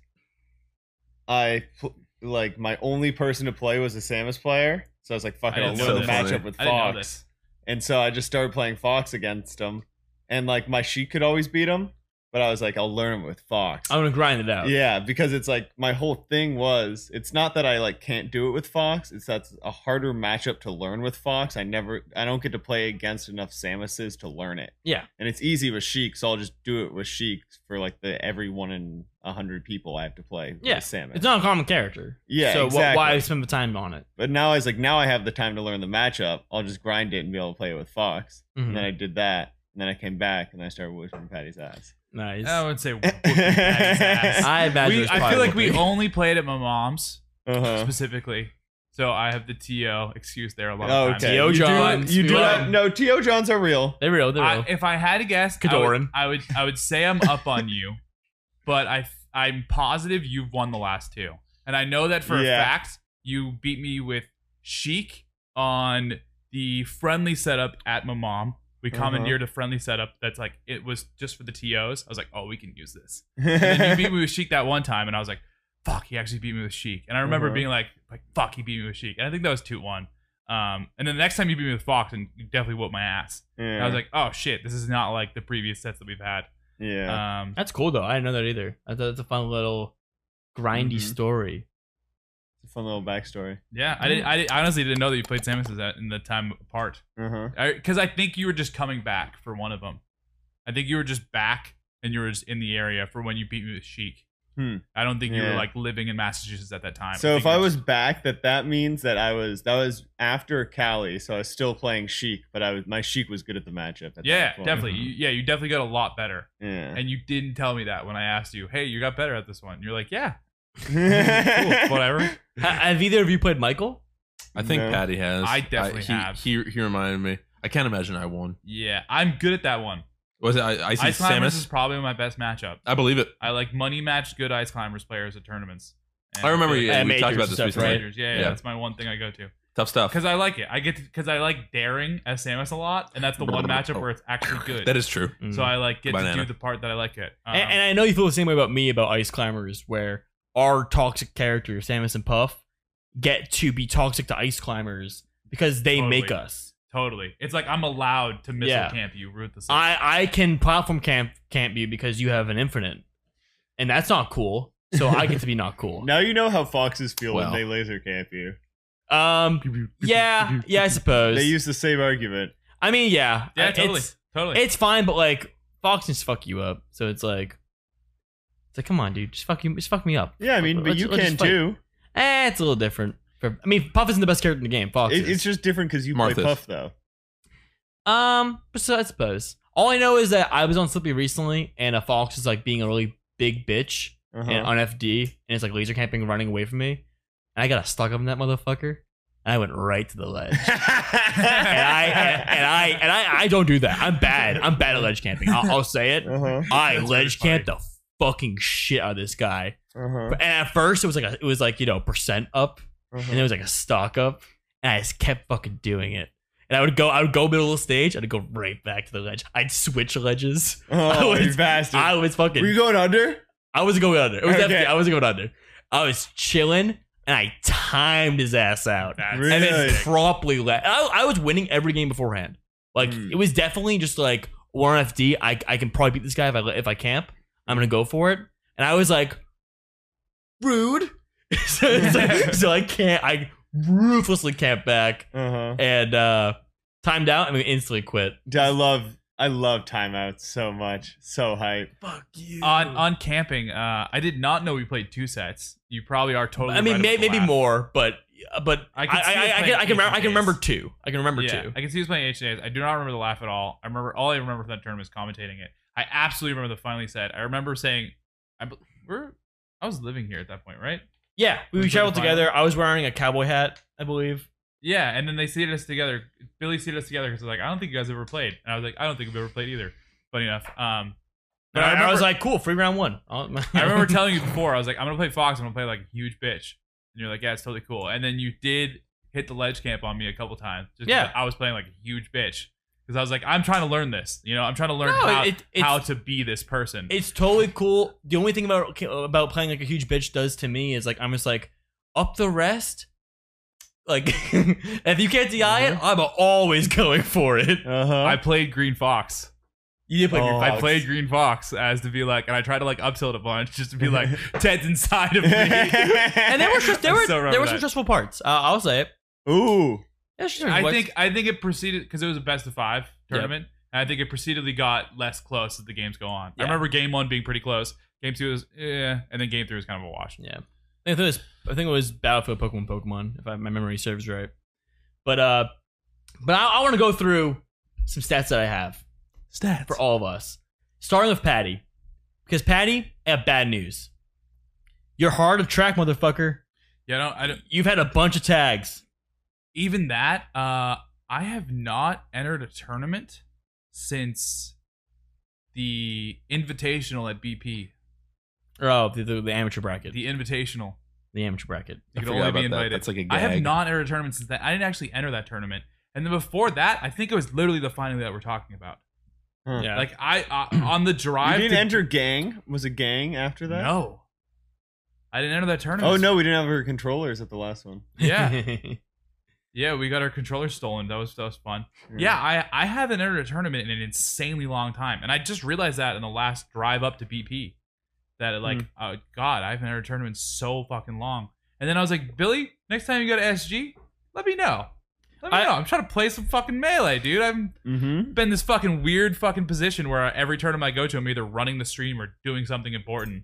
Speaker 3: I pl- like my only person to play was a Samus player, so I was like, "Fuck it,
Speaker 4: I
Speaker 3: I'll
Speaker 4: didn't
Speaker 3: learn
Speaker 1: know
Speaker 3: the
Speaker 1: this.
Speaker 3: matchup with
Speaker 4: I didn't know
Speaker 3: Fox."
Speaker 4: this.
Speaker 3: And so I just started playing Fox against him, and like my Sheik could always beat him, but I was like, "I'll learn him with Fox."
Speaker 2: I'm gonna grind it out.
Speaker 3: Yeah, because it's like my whole thing was it's not that I like can't do it with Fox, it's that's a harder matchup to learn with Fox. I never I don't get to play against enough Samuses to learn it.
Speaker 2: Yeah.
Speaker 3: And it's easy with Sheik, so I'll just do it with Sheik for like the every one in a hundred people I have to play
Speaker 2: Yeah,
Speaker 3: with Samus.
Speaker 2: It's not a common character.
Speaker 3: Yeah,
Speaker 2: So wh-
Speaker 3: exactly.
Speaker 2: why spend the time on it?
Speaker 3: but now I was like, now I have the time to learn the matchup. I'll just grind it and be able to play it with Fox.
Speaker 2: Mhm.
Speaker 3: And
Speaker 4: Mm-hmm.
Speaker 3: then I did that, and then I came back and I started whooping Patty's ass.
Speaker 2: Nice.
Speaker 4: I would say whooping Patty's ass.
Speaker 2: I imagine.
Speaker 4: We-
Speaker 2: it's
Speaker 4: I
Speaker 2: probably
Speaker 4: feel like we
Speaker 2: whooping.
Speaker 4: only played at my mom's
Speaker 3: Uh-huh.
Speaker 4: specifically. So I have the TO excuse there a lot
Speaker 3: Oh,
Speaker 4: of times.
Speaker 3: okay.
Speaker 2: T.O.
Speaker 3: You do-
Speaker 2: Johns,
Speaker 3: You do,
Speaker 2: T.O.
Speaker 4: um,
Speaker 3: not, no, T.O. Johns are real.
Speaker 2: They're real. They're real.
Speaker 4: I, if I had to guess, I would,
Speaker 2: Kadoran.
Speaker 4: I would I would say I'm up on you, but I I'm positive you've won the last two, and I know that for
Speaker 3: Yeah.
Speaker 4: a fact. You beat me with Sheik on the friendly setup at my mom. We
Speaker 3: Uh-huh.
Speaker 4: commandeered a friendly setup that's like it was just for the tos. I was like, oh, we can use this. And then you beat me with Sheik that one time, and I was like, fuck, he actually beat me with Sheik. And I remember
Speaker 3: Uh-huh.
Speaker 4: being like, like fuck, he beat me with Sheik. And I think that was two one. Um, and then the next time you beat me with Fox, and you definitely whooped my ass.
Speaker 3: Yeah.
Speaker 4: I was like, oh shit, this is not like the previous sets that we've had.
Speaker 3: yeah.
Speaker 4: Um,
Speaker 2: That's cool though. I didn't know that either. I thought that's a fun little grindy
Speaker 4: Mm-hmm.
Speaker 3: Mhm.
Speaker 2: story.
Speaker 3: It's a fun little backstory.
Speaker 4: yeah, I, didn't, I, didn't- I honestly didn't know that you played Samus at in the time apart
Speaker 3: Uh huh.
Speaker 4: because I, think you were just coming back for one of them. I think you were just back and you were just in the area for when you beat me with Sheik.
Speaker 3: Hmm.
Speaker 4: I don't think you were
Speaker 3: Yeah.
Speaker 4: like living in Massachusetts at that time.
Speaker 3: So
Speaker 4: think
Speaker 3: if
Speaker 4: you
Speaker 3: I
Speaker 4: were
Speaker 3: was
Speaker 4: just-
Speaker 3: back, that that means that I was that was after Cali, so I was still playing Sheik, but I was my Sheik was good at the matchup. At
Speaker 4: yeah,
Speaker 3: that point. Mm-hmm. Uh-huh.
Speaker 4: definitely, you, yeah, you definitely got a lot better.
Speaker 3: Yeah.
Speaker 4: And you didn't tell me that when I asked you, hey, you got better at this one. You're like, yeah,
Speaker 3: cool,
Speaker 4: cool, whatever.
Speaker 2: Ha- Have either of you played Michael?
Speaker 1: I think
Speaker 3: No.
Speaker 1: Patty has.
Speaker 4: I definitely
Speaker 1: he,
Speaker 4: have.
Speaker 1: He, he reminded me. I can't imagine I won.
Speaker 4: Yeah, I'm good at that one.
Speaker 1: Was it I, I see
Speaker 4: Ice Climbers is
Speaker 1: Samus?
Speaker 4: probably my best matchup.
Speaker 1: I believe it.
Speaker 4: I like money match good ice climbers players at tournaments. And
Speaker 1: I remember
Speaker 4: feel
Speaker 1: you.
Speaker 4: like-
Speaker 2: Yeah,
Speaker 1: we talked
Speaker 2: majors
Speaker 1: about
Speaker 2: and
Speaker 1: this
Speaker 2: stuff,
Speaker 1: recently.
Speaker 2: right?
Speaker 4: Majors, yeah, yeah,
Speaker 1: Yeah.
Speaker 4: that's my one thing I go to
Speaker 1: Tough stuff.
Speaker 4: because I like it. I get because I like daring as Samus a lot, and that's the one matchup where it's actually good.
Speaker 1: That is true.
Speaker 4: so I like get
Speaker 1: Banana.
Speaker 4: to do the part that I like it. Um,
Speaker 2: and, Mm. and I know you feel the same way about me about Ice Climbers, where our toxic characters, Samus and Puff, get to be toxic to Ice Climbers because they
Speaker 4: Totally.
Speaker 2: make us.
Speaker 4: totally, it's like I'm allowed to missile
Speaker 2: Yeah.
Speaker 4: camp you, root the system.
Speaker 2: I I can platform camp camp you because you have an infinite, and that's not cool. So I get to be not cool.
Speaker 3: Now you know how foxes feel
Speaker 1: Well.
Speaker 3: when they laser camp you.
Speaker 2: Um. Yeah. Yeah. I suppose.
Speaker 3: They use the same argument.
Speaker 2: I mean, yeah.
Speaker 4: yeah,
Speaker 2: I-
Speaker 4: totally,
Speaker 2: It's,
Speaker 4: totally.
Speaker 2: it's fine, but like Fox can just fuck you up. So it's like, it's like, come on, dude, just fuck you, just fuck me up.
Speaker 3: Yeah, I mean, but
Speaker 2: Let's-
Speaker 3: you
Speaker 2: let's
Speaker 3: can
Speaker 2: just fight.
Speaker 3: too.
Speaker 2: Eh, it's a little different. For, I mean, Puff isn't the best character in the game. Fox.
Speaker 3: It,
Speaker 2: is.
Speaker 3: it's just different because you
Speaker 1: Marthas.
Speaker 3: play Puff though.
Speaker 2: Um, but so I suppose all I know is that I was on Slippy recently, and a fox is like being a really big bitch
Speaker 3: Uh-huh.
Speaker 2: and on FD, and it's like laser camping, running away from me, and I got stuck on that motherfucker, and I went right to the ledge. and I and I and I, I don't do that. I'm bad. I'm bad at ledge camping. I'll, I'll say it.
Speaker 3: uh-huh.
Speaker 2: I
Speaker 4: That's
Speaker 2: ledge
Speaker 4: pretty
Speaker 2: camped the fucking shit out of this guy.
Speaker 3: Uh-huh.
Speaker 2: And at first, it was like a, it was like you know percent up, and it
Speaker 3: Uh-huh.
Speaker 2: was like a stock up, and I just kept fucking doing it. And I would go, I would go middle of the stage, I'd go right back to the ledge. I'd switch ledges.
Speaker 3: Oh,
Speaker 2: I
Speaker 3: you
Speaker 2: was-
Speaker 3: bastard.
Speaker 2: I was fucking,
Speaker 3: Were you going under?
Speaker 2: I wasn't going under. It was
Speaker 3: Okay.
Speaker 2: empty. I wasn't going under. I was chilling, and I timed his ass out,
Speaker 4: That's
Speaker 3: Really?
Speaker 2: and then promptly left. I, I was winning every game beforehand. Like
Speaker 3: Hmm.
Speaker 2: it was definitely just like one FD. I I can probably beat this guy if I let- if I camp. I'm gonna go for it. And I was like, rude. so, it's like- so I can't. I ruthlessly camped back
Speaker 3: Uh-huh.
Speaker 2: and uh timed out and we instantly quit.
Speaker 3: Dude, I love I love timeouts so much. So hype.
Speaker 2: Fuck you.
Speaker 4: on on camping, uh, I did not know we played two sets. You probably are totally.
Speaker 2: I mean,
Speaker 4: right
Speaker 2: may,
Speaker 4: about the
Speaker 2: maybe
Speaker 4: last.
Speaker 2: more, but uh, but I
Speaker 4: I
Speaker 2: can
Speaker 4: can
Speaker 2: I,
Speaker 4: see
Speaker 2: I,
Speaker 4: us
Speaker 2: I, can
Speaker 4: playing
Speaker 2: I can, remember, I can
Speaker 4: Asian
Speaker 2: remember
Speaker 4: days.
Speaker 2: two. I can remember
Speaker 4: yeah,
Speaker 2: two.
Speaker 4: I can see he was playing H days. I do not remember the laugh at all. I remember all I remember from that tournament is commentating it. I absolutely remember the finally said. I remember saying, "I bel- we're." I was living here at that point, right?
Speaker 2: Yeah, we,
Speaker 4: Was it the
Speaker 2: traveled
Speaker 4: final?
Speaker 2: together. I was wearing a cowboy hat, I believe.
Speaker 4: Yeah, and then they seated us together. Billy seated us together because like, I don't think you guys ever played, and I was like, I don't think we've ever played either. Funny enough, um,
Speaker 2: But
Speaker 4: and
Speaker 2: I,
Speaker 4: remember-
Speaker 2: was like, cool, free round one. I'll-
Speaker 4: I remember telling you before, I was like, I'm gonna play Fox, I'm gonna play like a huge bitch. And you're like, Yeah, it's totally cool. And then you did hit the ledge camp on me a couple times. Just 'cause
Speaker 2: Yeah.
Speaker 4: I was playing like a huge bitch. Because I was like, I'm trying to learn this. You know, I'm trying to learn
Speaker 2: No,
Speaker 4: how,
Speaker 2: it- it's-
Speaker 4: how to be this person.
Speaker 2: It's totally cool. The only thing about about playing like a huge bitch does to me is like I'm just like up the rest. Like if you can't DI
Speaker 4: Mm-hmm.
Speaker 2: it, I'm always going for it.
Speaker 3: Uh huh.
Speaker 4: I played Green Fox.
Speaker 2: You did play
Speaker 3: Oh.
Speaker 2: Green
Speaker 4: I
Speaker 2: Fox.
Speaker 4: played Green Fox as to be like, and I tried to like up tilt a bunch just to be like, Ted's inside of me.
Speaker 2: and there were just there
Speaker 4: I
Speaker 2: were
Speaker 4: still remember
Speaker 2: there were
Speaker 4: that.
Speaker 2: some stressful parts. Uh, I'll say it.
Speaker 3: Ooh.
Speaker 2: There was some
Speaker 4: I
Speaker 2: stressful
Speaker 4: think
Speaker 2: parts.
Speaker 4: I think it proceeded because it was a best of five tournament, and I think it proceededly got less close as the games go on.
Speaker 2: Yeah.
Speaker 4: I remember game one being pretty close, game two was yeah, and then game three was kind of a wash.
Speaker 2: Yeah, I think it was I think it was Battlefield Pokemon Pokemon if I, my memory serves right. But uh, but I, I want to go through some stats that I have
Speaker 1: Stats.
Speaker 2: for all of us, starting with Patty, because Patty, I have bad news. You're hard of track, motherfucker.
Speaker 4: Yeah, I don't, I don't
Speaker 2: You've had a bunch of tags.
Speaker 4: even that. Uh, I have not entered a tournament since the invitational at BP,
Speaker 2: Oh, the, the, the amateur bracket, the,
Speaker 4: the invitational.
Speaker 2: amateur bracket.
Speaker 1: I
Speaker 4: You could
Speaker 1: forgot
Speaker 4: only
Speaker 1: about
Speaker 4: be
Speaker 1: that.
Speaker 4: invited.
Speaker 1: That's like a
Speaker 4: I have
Speaker 1: gag.
Speaker 4: not entered a tournament since that. I didn't actually enter that tournament. And then before that, I think it was literally the final that we're talking about.
Speaker 3: Huh.
Speaker 2: Yeah,
Speaker 4: Like I uh, on the
Speaker 3: You
Speaker 4: drive
Speaker 3: didn't
Speaker 4: to-
Speaker 3: enter gang. Was it gang after that?
Speaker 4: No. I didn't enter that tournament.
Speaker 3: Oh no, we didn't have our controllers at the last one.
Speaker 4: Yeah. Yeah, we got our controller stolen. That was that was fun. Yeah,
Speaker 2: Hmm.
Speaker 4: I I haven't entered a tournament in an insanely long time. And I just realized that in the last drive up to BP. That it,
Speaker 2: Hmm.
Speaker 4: like, oh God, I haven't entered a tournament in so fucking long. And then I was like, Billy, next time you go to SG, let me know. Let me
Speaker 2: I-
Speaker 4: know. I'm trying to play some fucking melee, dude. I'm
Speaker 3: Mm-hmm.
Speaker 4: been this fucking weird fucking position where every tournament I go to, I'm either running the stream or doing something important.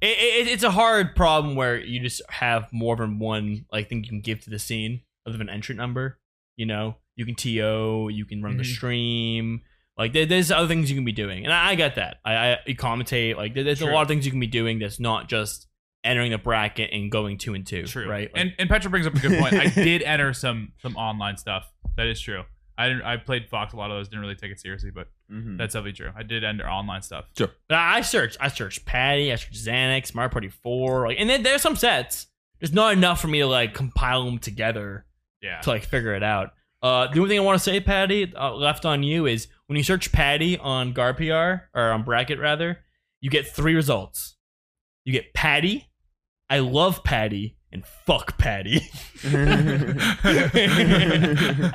Speaker 2: it, it, it's a hard problem where you just have more than one like thing you can give to the scene other than entrant number. You know, you can TO, you can run the
Speaker 4: Mhm.
Speaker 2: stream. Like there, there's other things you can be doing, and I, I get that. I, I you commentate. Like there, there's
Speaker 4: True.
Speaker 2: a lot of things you can be doing that's not just entering the bracket and going two and two.
Speaker 4: True.
Speaker 2: Right. Like,
Speaker 4: and and Petra brings up a good point. I did enter some some online stuff. That is true. I didn't, I played Fox a lot of those. Didn't really take it seriously, but
Speaker 3: Mm-hmm.
Speaker 4: that's definitely true. I did enter online stuff.
Speaker 2: but I I searched. I searched Patty. I searched Xanax. Mario Party Four. Like, and then there's some sets. There's not enough for me to like compile them together.
Speaker 4: Yeah.
Speaker 2: to like figure it out. Uh, the only thing I want to say, Patty, uh, left on you is when you search Patty on GarPR or on Bracket rather, you get three results. You get Patty, I love Patty, and fuck Patty.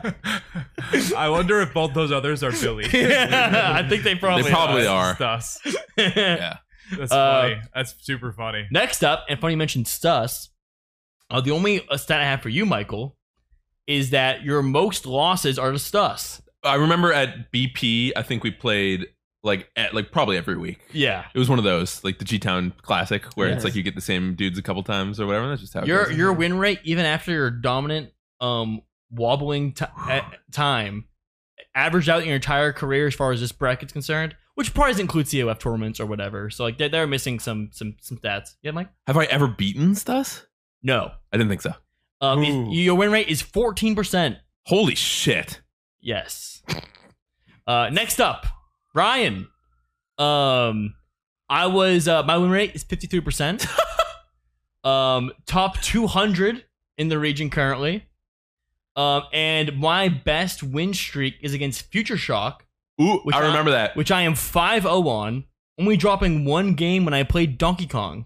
Speaker 4: I wonder if both those others are Billy.
Speaker 2: I think they probably.
Speaker 1: They probably
Speaker 4: are.
Speaker 1: are.
Speaker 4: Stus.
Speaker 1: Yeah.
Speaker 4: That's
Speaker 2: Uh,
Speaker 4: funny. That's super funny.
Speaker 2: Next up, and funny you mentioned Stus. Uh, the only uh, stat I have for you, Michael, is that your most losses are to Stus.
Speaker 1: I remember at BP, I think we played like at, like probably every week.
Speaker 2: Yeah,
Speaker 1: It was one of those, like the G Town classic, where
Speaker 3: Yes.
Speaker 1: it's like you get the same dudes a couple times or whatever. That's just how it
Speaker 2: your
Speaker 1: goes.
Speaker 2: your win rate even after your dominant um wobbling ti eh, time averaged out your entire career as far as this bracket's concerned which probably doesn't include COF tournaments or whatever so like they're, they're missing some some some stats yeah Mike
Speaker 1: Have I ever beaten Stus?
Speaker 2: no
Speaker 1: I didn't think so.
Speaker 2: um is-
Speaker 3: Ooh.
Speaker 2: your win rate is 14%
Speaker 1: Holy shit!
Speaker 2: yes uh next up Ryan um I was uh my win rate is 53% um, top 200 in the region currently. Um, and my best win streak is against Future Shock,
Speaker 1: Ooh,
Speaker 2: Which
Speaker 1: I
Speaker 2: I-
Speaker 1: remember that.
Speaker 2: which I am 5 0 on, only dropping one game when I played Donkey Kong.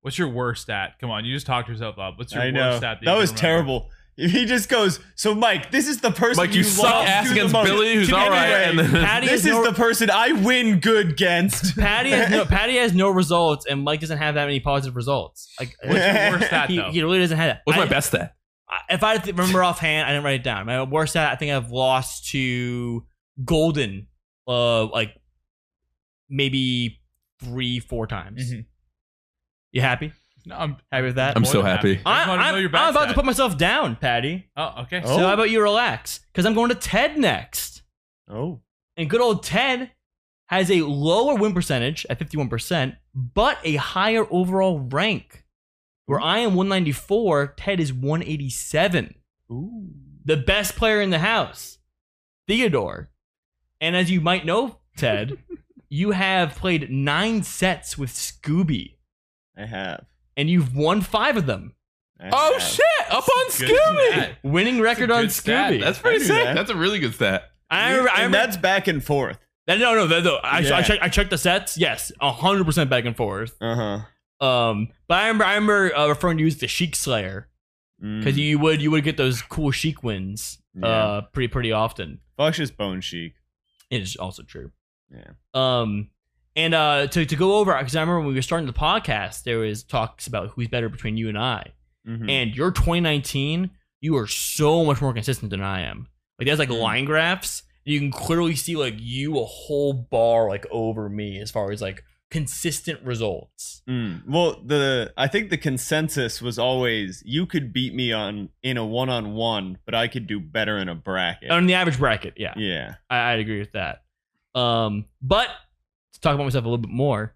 Speaker 4: What's your worst stat? Come on, you just talked yourself up. What's your
Speaker 3: I
Speaker 4: worst
Speaker 3: know.
Speaker 4: stat?
Speaker 3: That,
Speaker 4: you can
Speaker 3: was
Speaker 4: remember?
Speaker 3: terrible. He just goes, so Mike, this is the person
Speaker 1: Like you
Speaker 3: love
Speaker 1: suck ass
Speaker 3: to the
Speaker 1: against
Speaker 3: most."
Speaker 1: Billy, who's
Speaker 3: To
Speaker 1: all right,
Speaker 3: anyway,
Speaker 1: and then
Speaker 2: Patty
Speaker 3: this
Speaker 2: has
Speaker 3: is
Speaker 2: no-
Speaker 3: the person I win good against.
Speaker 2: Patty has no Patty has no results, and Mike doesn't have that many positive results. Like
Speaker 4: What's your worst stat
Speaker 2: he,
Speaker 4: though?
Speaker 2: he really doesn't have that.
Speaker 1: what's
Speaker 2: I-
Speaker 1: my best stat?
Speaker 2: I- If I th- remember offhand, I didn't write it down. My worst stat, I think I've lost to Golden, uh, like maybe three, four times.
Speaker 4: Mhm.
Speaker 2: You happy?
Speaker 4: No, I'm,
Speaker 2: Happy with that?
Speaker 1: I'm
Speaker 4: more
Speaker 1: so
Speaker 4: than
Speaker 1: happy.
Speaker 4: I
Speaker 2: I'm,
Speaker 4: just wanna know
Speaker 2: I'm-
Speaker 4: your
Speaker 2: I'm
Speaker 4: bad
Speaker 2: about to
Speaker 4: stat.
Speaker 2: put myself down, Patty.
Speaker 4: Oh, okay.
Speaker 3: Oh.
Speaker 2: So how about you relax? Because I'm going to Ted next.
Speaker 3: oh.
Speaker 2: And good old Ted has a lower win percentage at 51%, but a higher overall rank. Where I am 194, Ted is 187.
Speaker 3: Ooh.
Speaker 2: the best player in the house, Theodore. And as you might know, Ted, you have played nine sets with Scooby,
Speaker 3: I have.
Speaker 2: and you've won five of them.
Speaker 3: I
Speaker 1: Oh
Speaker 3: have.
Speaker 1: shit! Up on
Speaker 4: Good
Speaker 1: Scooby.
Speaker 4: stat.
Speaker 2: Winning record on
Speaker 1: Good stat.
Speaker 2: Scooby.
Speaker 1: That's pretty
Speaker 3: I knew
Speaker 1: sick.
Speaker 3: that.
Speaker 1: That's a really good stat.
Speaker 2: I,
Speaker 3: And
Speaker 2: remember- I remember-
Speaker 3: that's back and forth.
Speaker 2: that, no, no, that, no. I, I
Speaker 3: Yeah.
Speaker 2: checked. I checked the sets. Yes, hundred percent back and forth.
Speaker 3: Uh huh.
Speaker 2: Um, but I remember, I remember uh, referring to you as the Sheik Slayer
Speaker 3: Mm.
Speaker 2: because you would you would get those cool Sheik wins uh
Speaker 3: Yeah.
Speaker 2: pretty pretty often.
Speaker 3: Fush is bone chic.
Speaker 2: It is also true.
Speaker 3: Yeah.
Speaker 2: Um, and uh, to to go over because I remember when we were starting the podcast, there was talks about who's better between you and I.
Speaker 3: Mhm.
Speaker 2: And your 2019, you are so much more consistent than I am. Like there's like
Speaker 3: Mhm.
Speaker 2: line graphs. You can clearly see like you a whole bar like over me as far as like consistent results.
Speaker 3: Mm. Well, the I think the consensus was always you could beat me on in a one on one, but I could do better in a bracket.
Speaker 2: On the average bracket, yeah.
Speaker 3: yeah.
Speaker 2: I, I'd agree with that. Um, but to talk about myself a little bit more,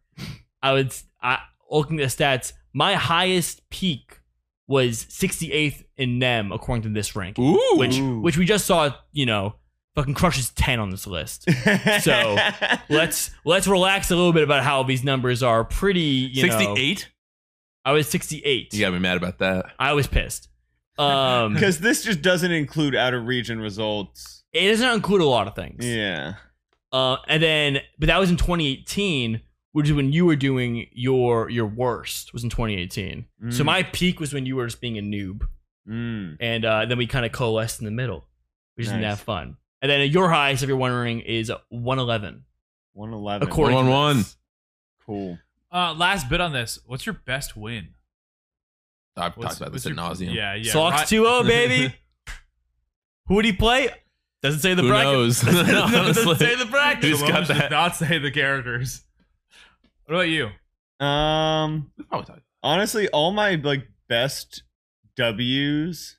Speaker 2: I would I, looking at the stats. My highest peak was 68th in NEM according to this rank,
Speaker 1: Ooh.
Speaker 2: which
Speaker 3: Ooh.
Speaker 2: which we just saw. You know, fucking crushes 10 on this list. So, let's let's relax a little bit about how these numbers are pretty. You know,
Speaker 1: 68?
Speaker 2: I was 68.
Speaker 1: You gotta be mad about that.
Speaker 2: I was pissed. Um, it
Speaker 3: because this just doesn't include out of region results.
Speaker 2: doesn't include a lot of things.
Speaker 3: Yeah.
Speaker 2: Uh, and then, but that was in 2018, which is when you were doing your your worst. Was in 2018. So
Speaker 3: Mm.
Speaker 2: my peak was when you were just being a noob,
Speaker 3: Mm.
Speaker 2: and uh, then we kind of coalesced in the middle, which isn't
Speaker 3: Nice.
Speaker 2: that fun. And then your highest, if you're wondering, is 111.
Speaker 3: One eleven.
Speaker 2: According to
Speaker 1: 111.
Speaker 2: this.
Speaker 3: Cool.
Speaker 4: Uh, last bit on this. What's your best win?
Speaker 1: I've
Speaker 4: What's,
Speaker 1: talked about
Speaker 4: what's
Speaker 1: this at
Speaker 4: your,
Speaker 1: nauseum.
Speaker 4: Yeah, yeah.
Speaker 2: Sox 2 0, baby. Who would he play? Doesn't say the
Speaker 1: Who
Speaker 2: bracket.
Speaker 1: knows?
Speaker 2: Doesn't
Speaker 1: Honestly.
Speaker 2: say the bracket.
Speaker 1: Who's
Speaker 4: Who's
Speaker 1: got that?
Speaker 4: Does not say the characters. What about you?
Speaker 3: Um.
Speaker 1: Probably talked-
Speaker 3: honestly all my like best w's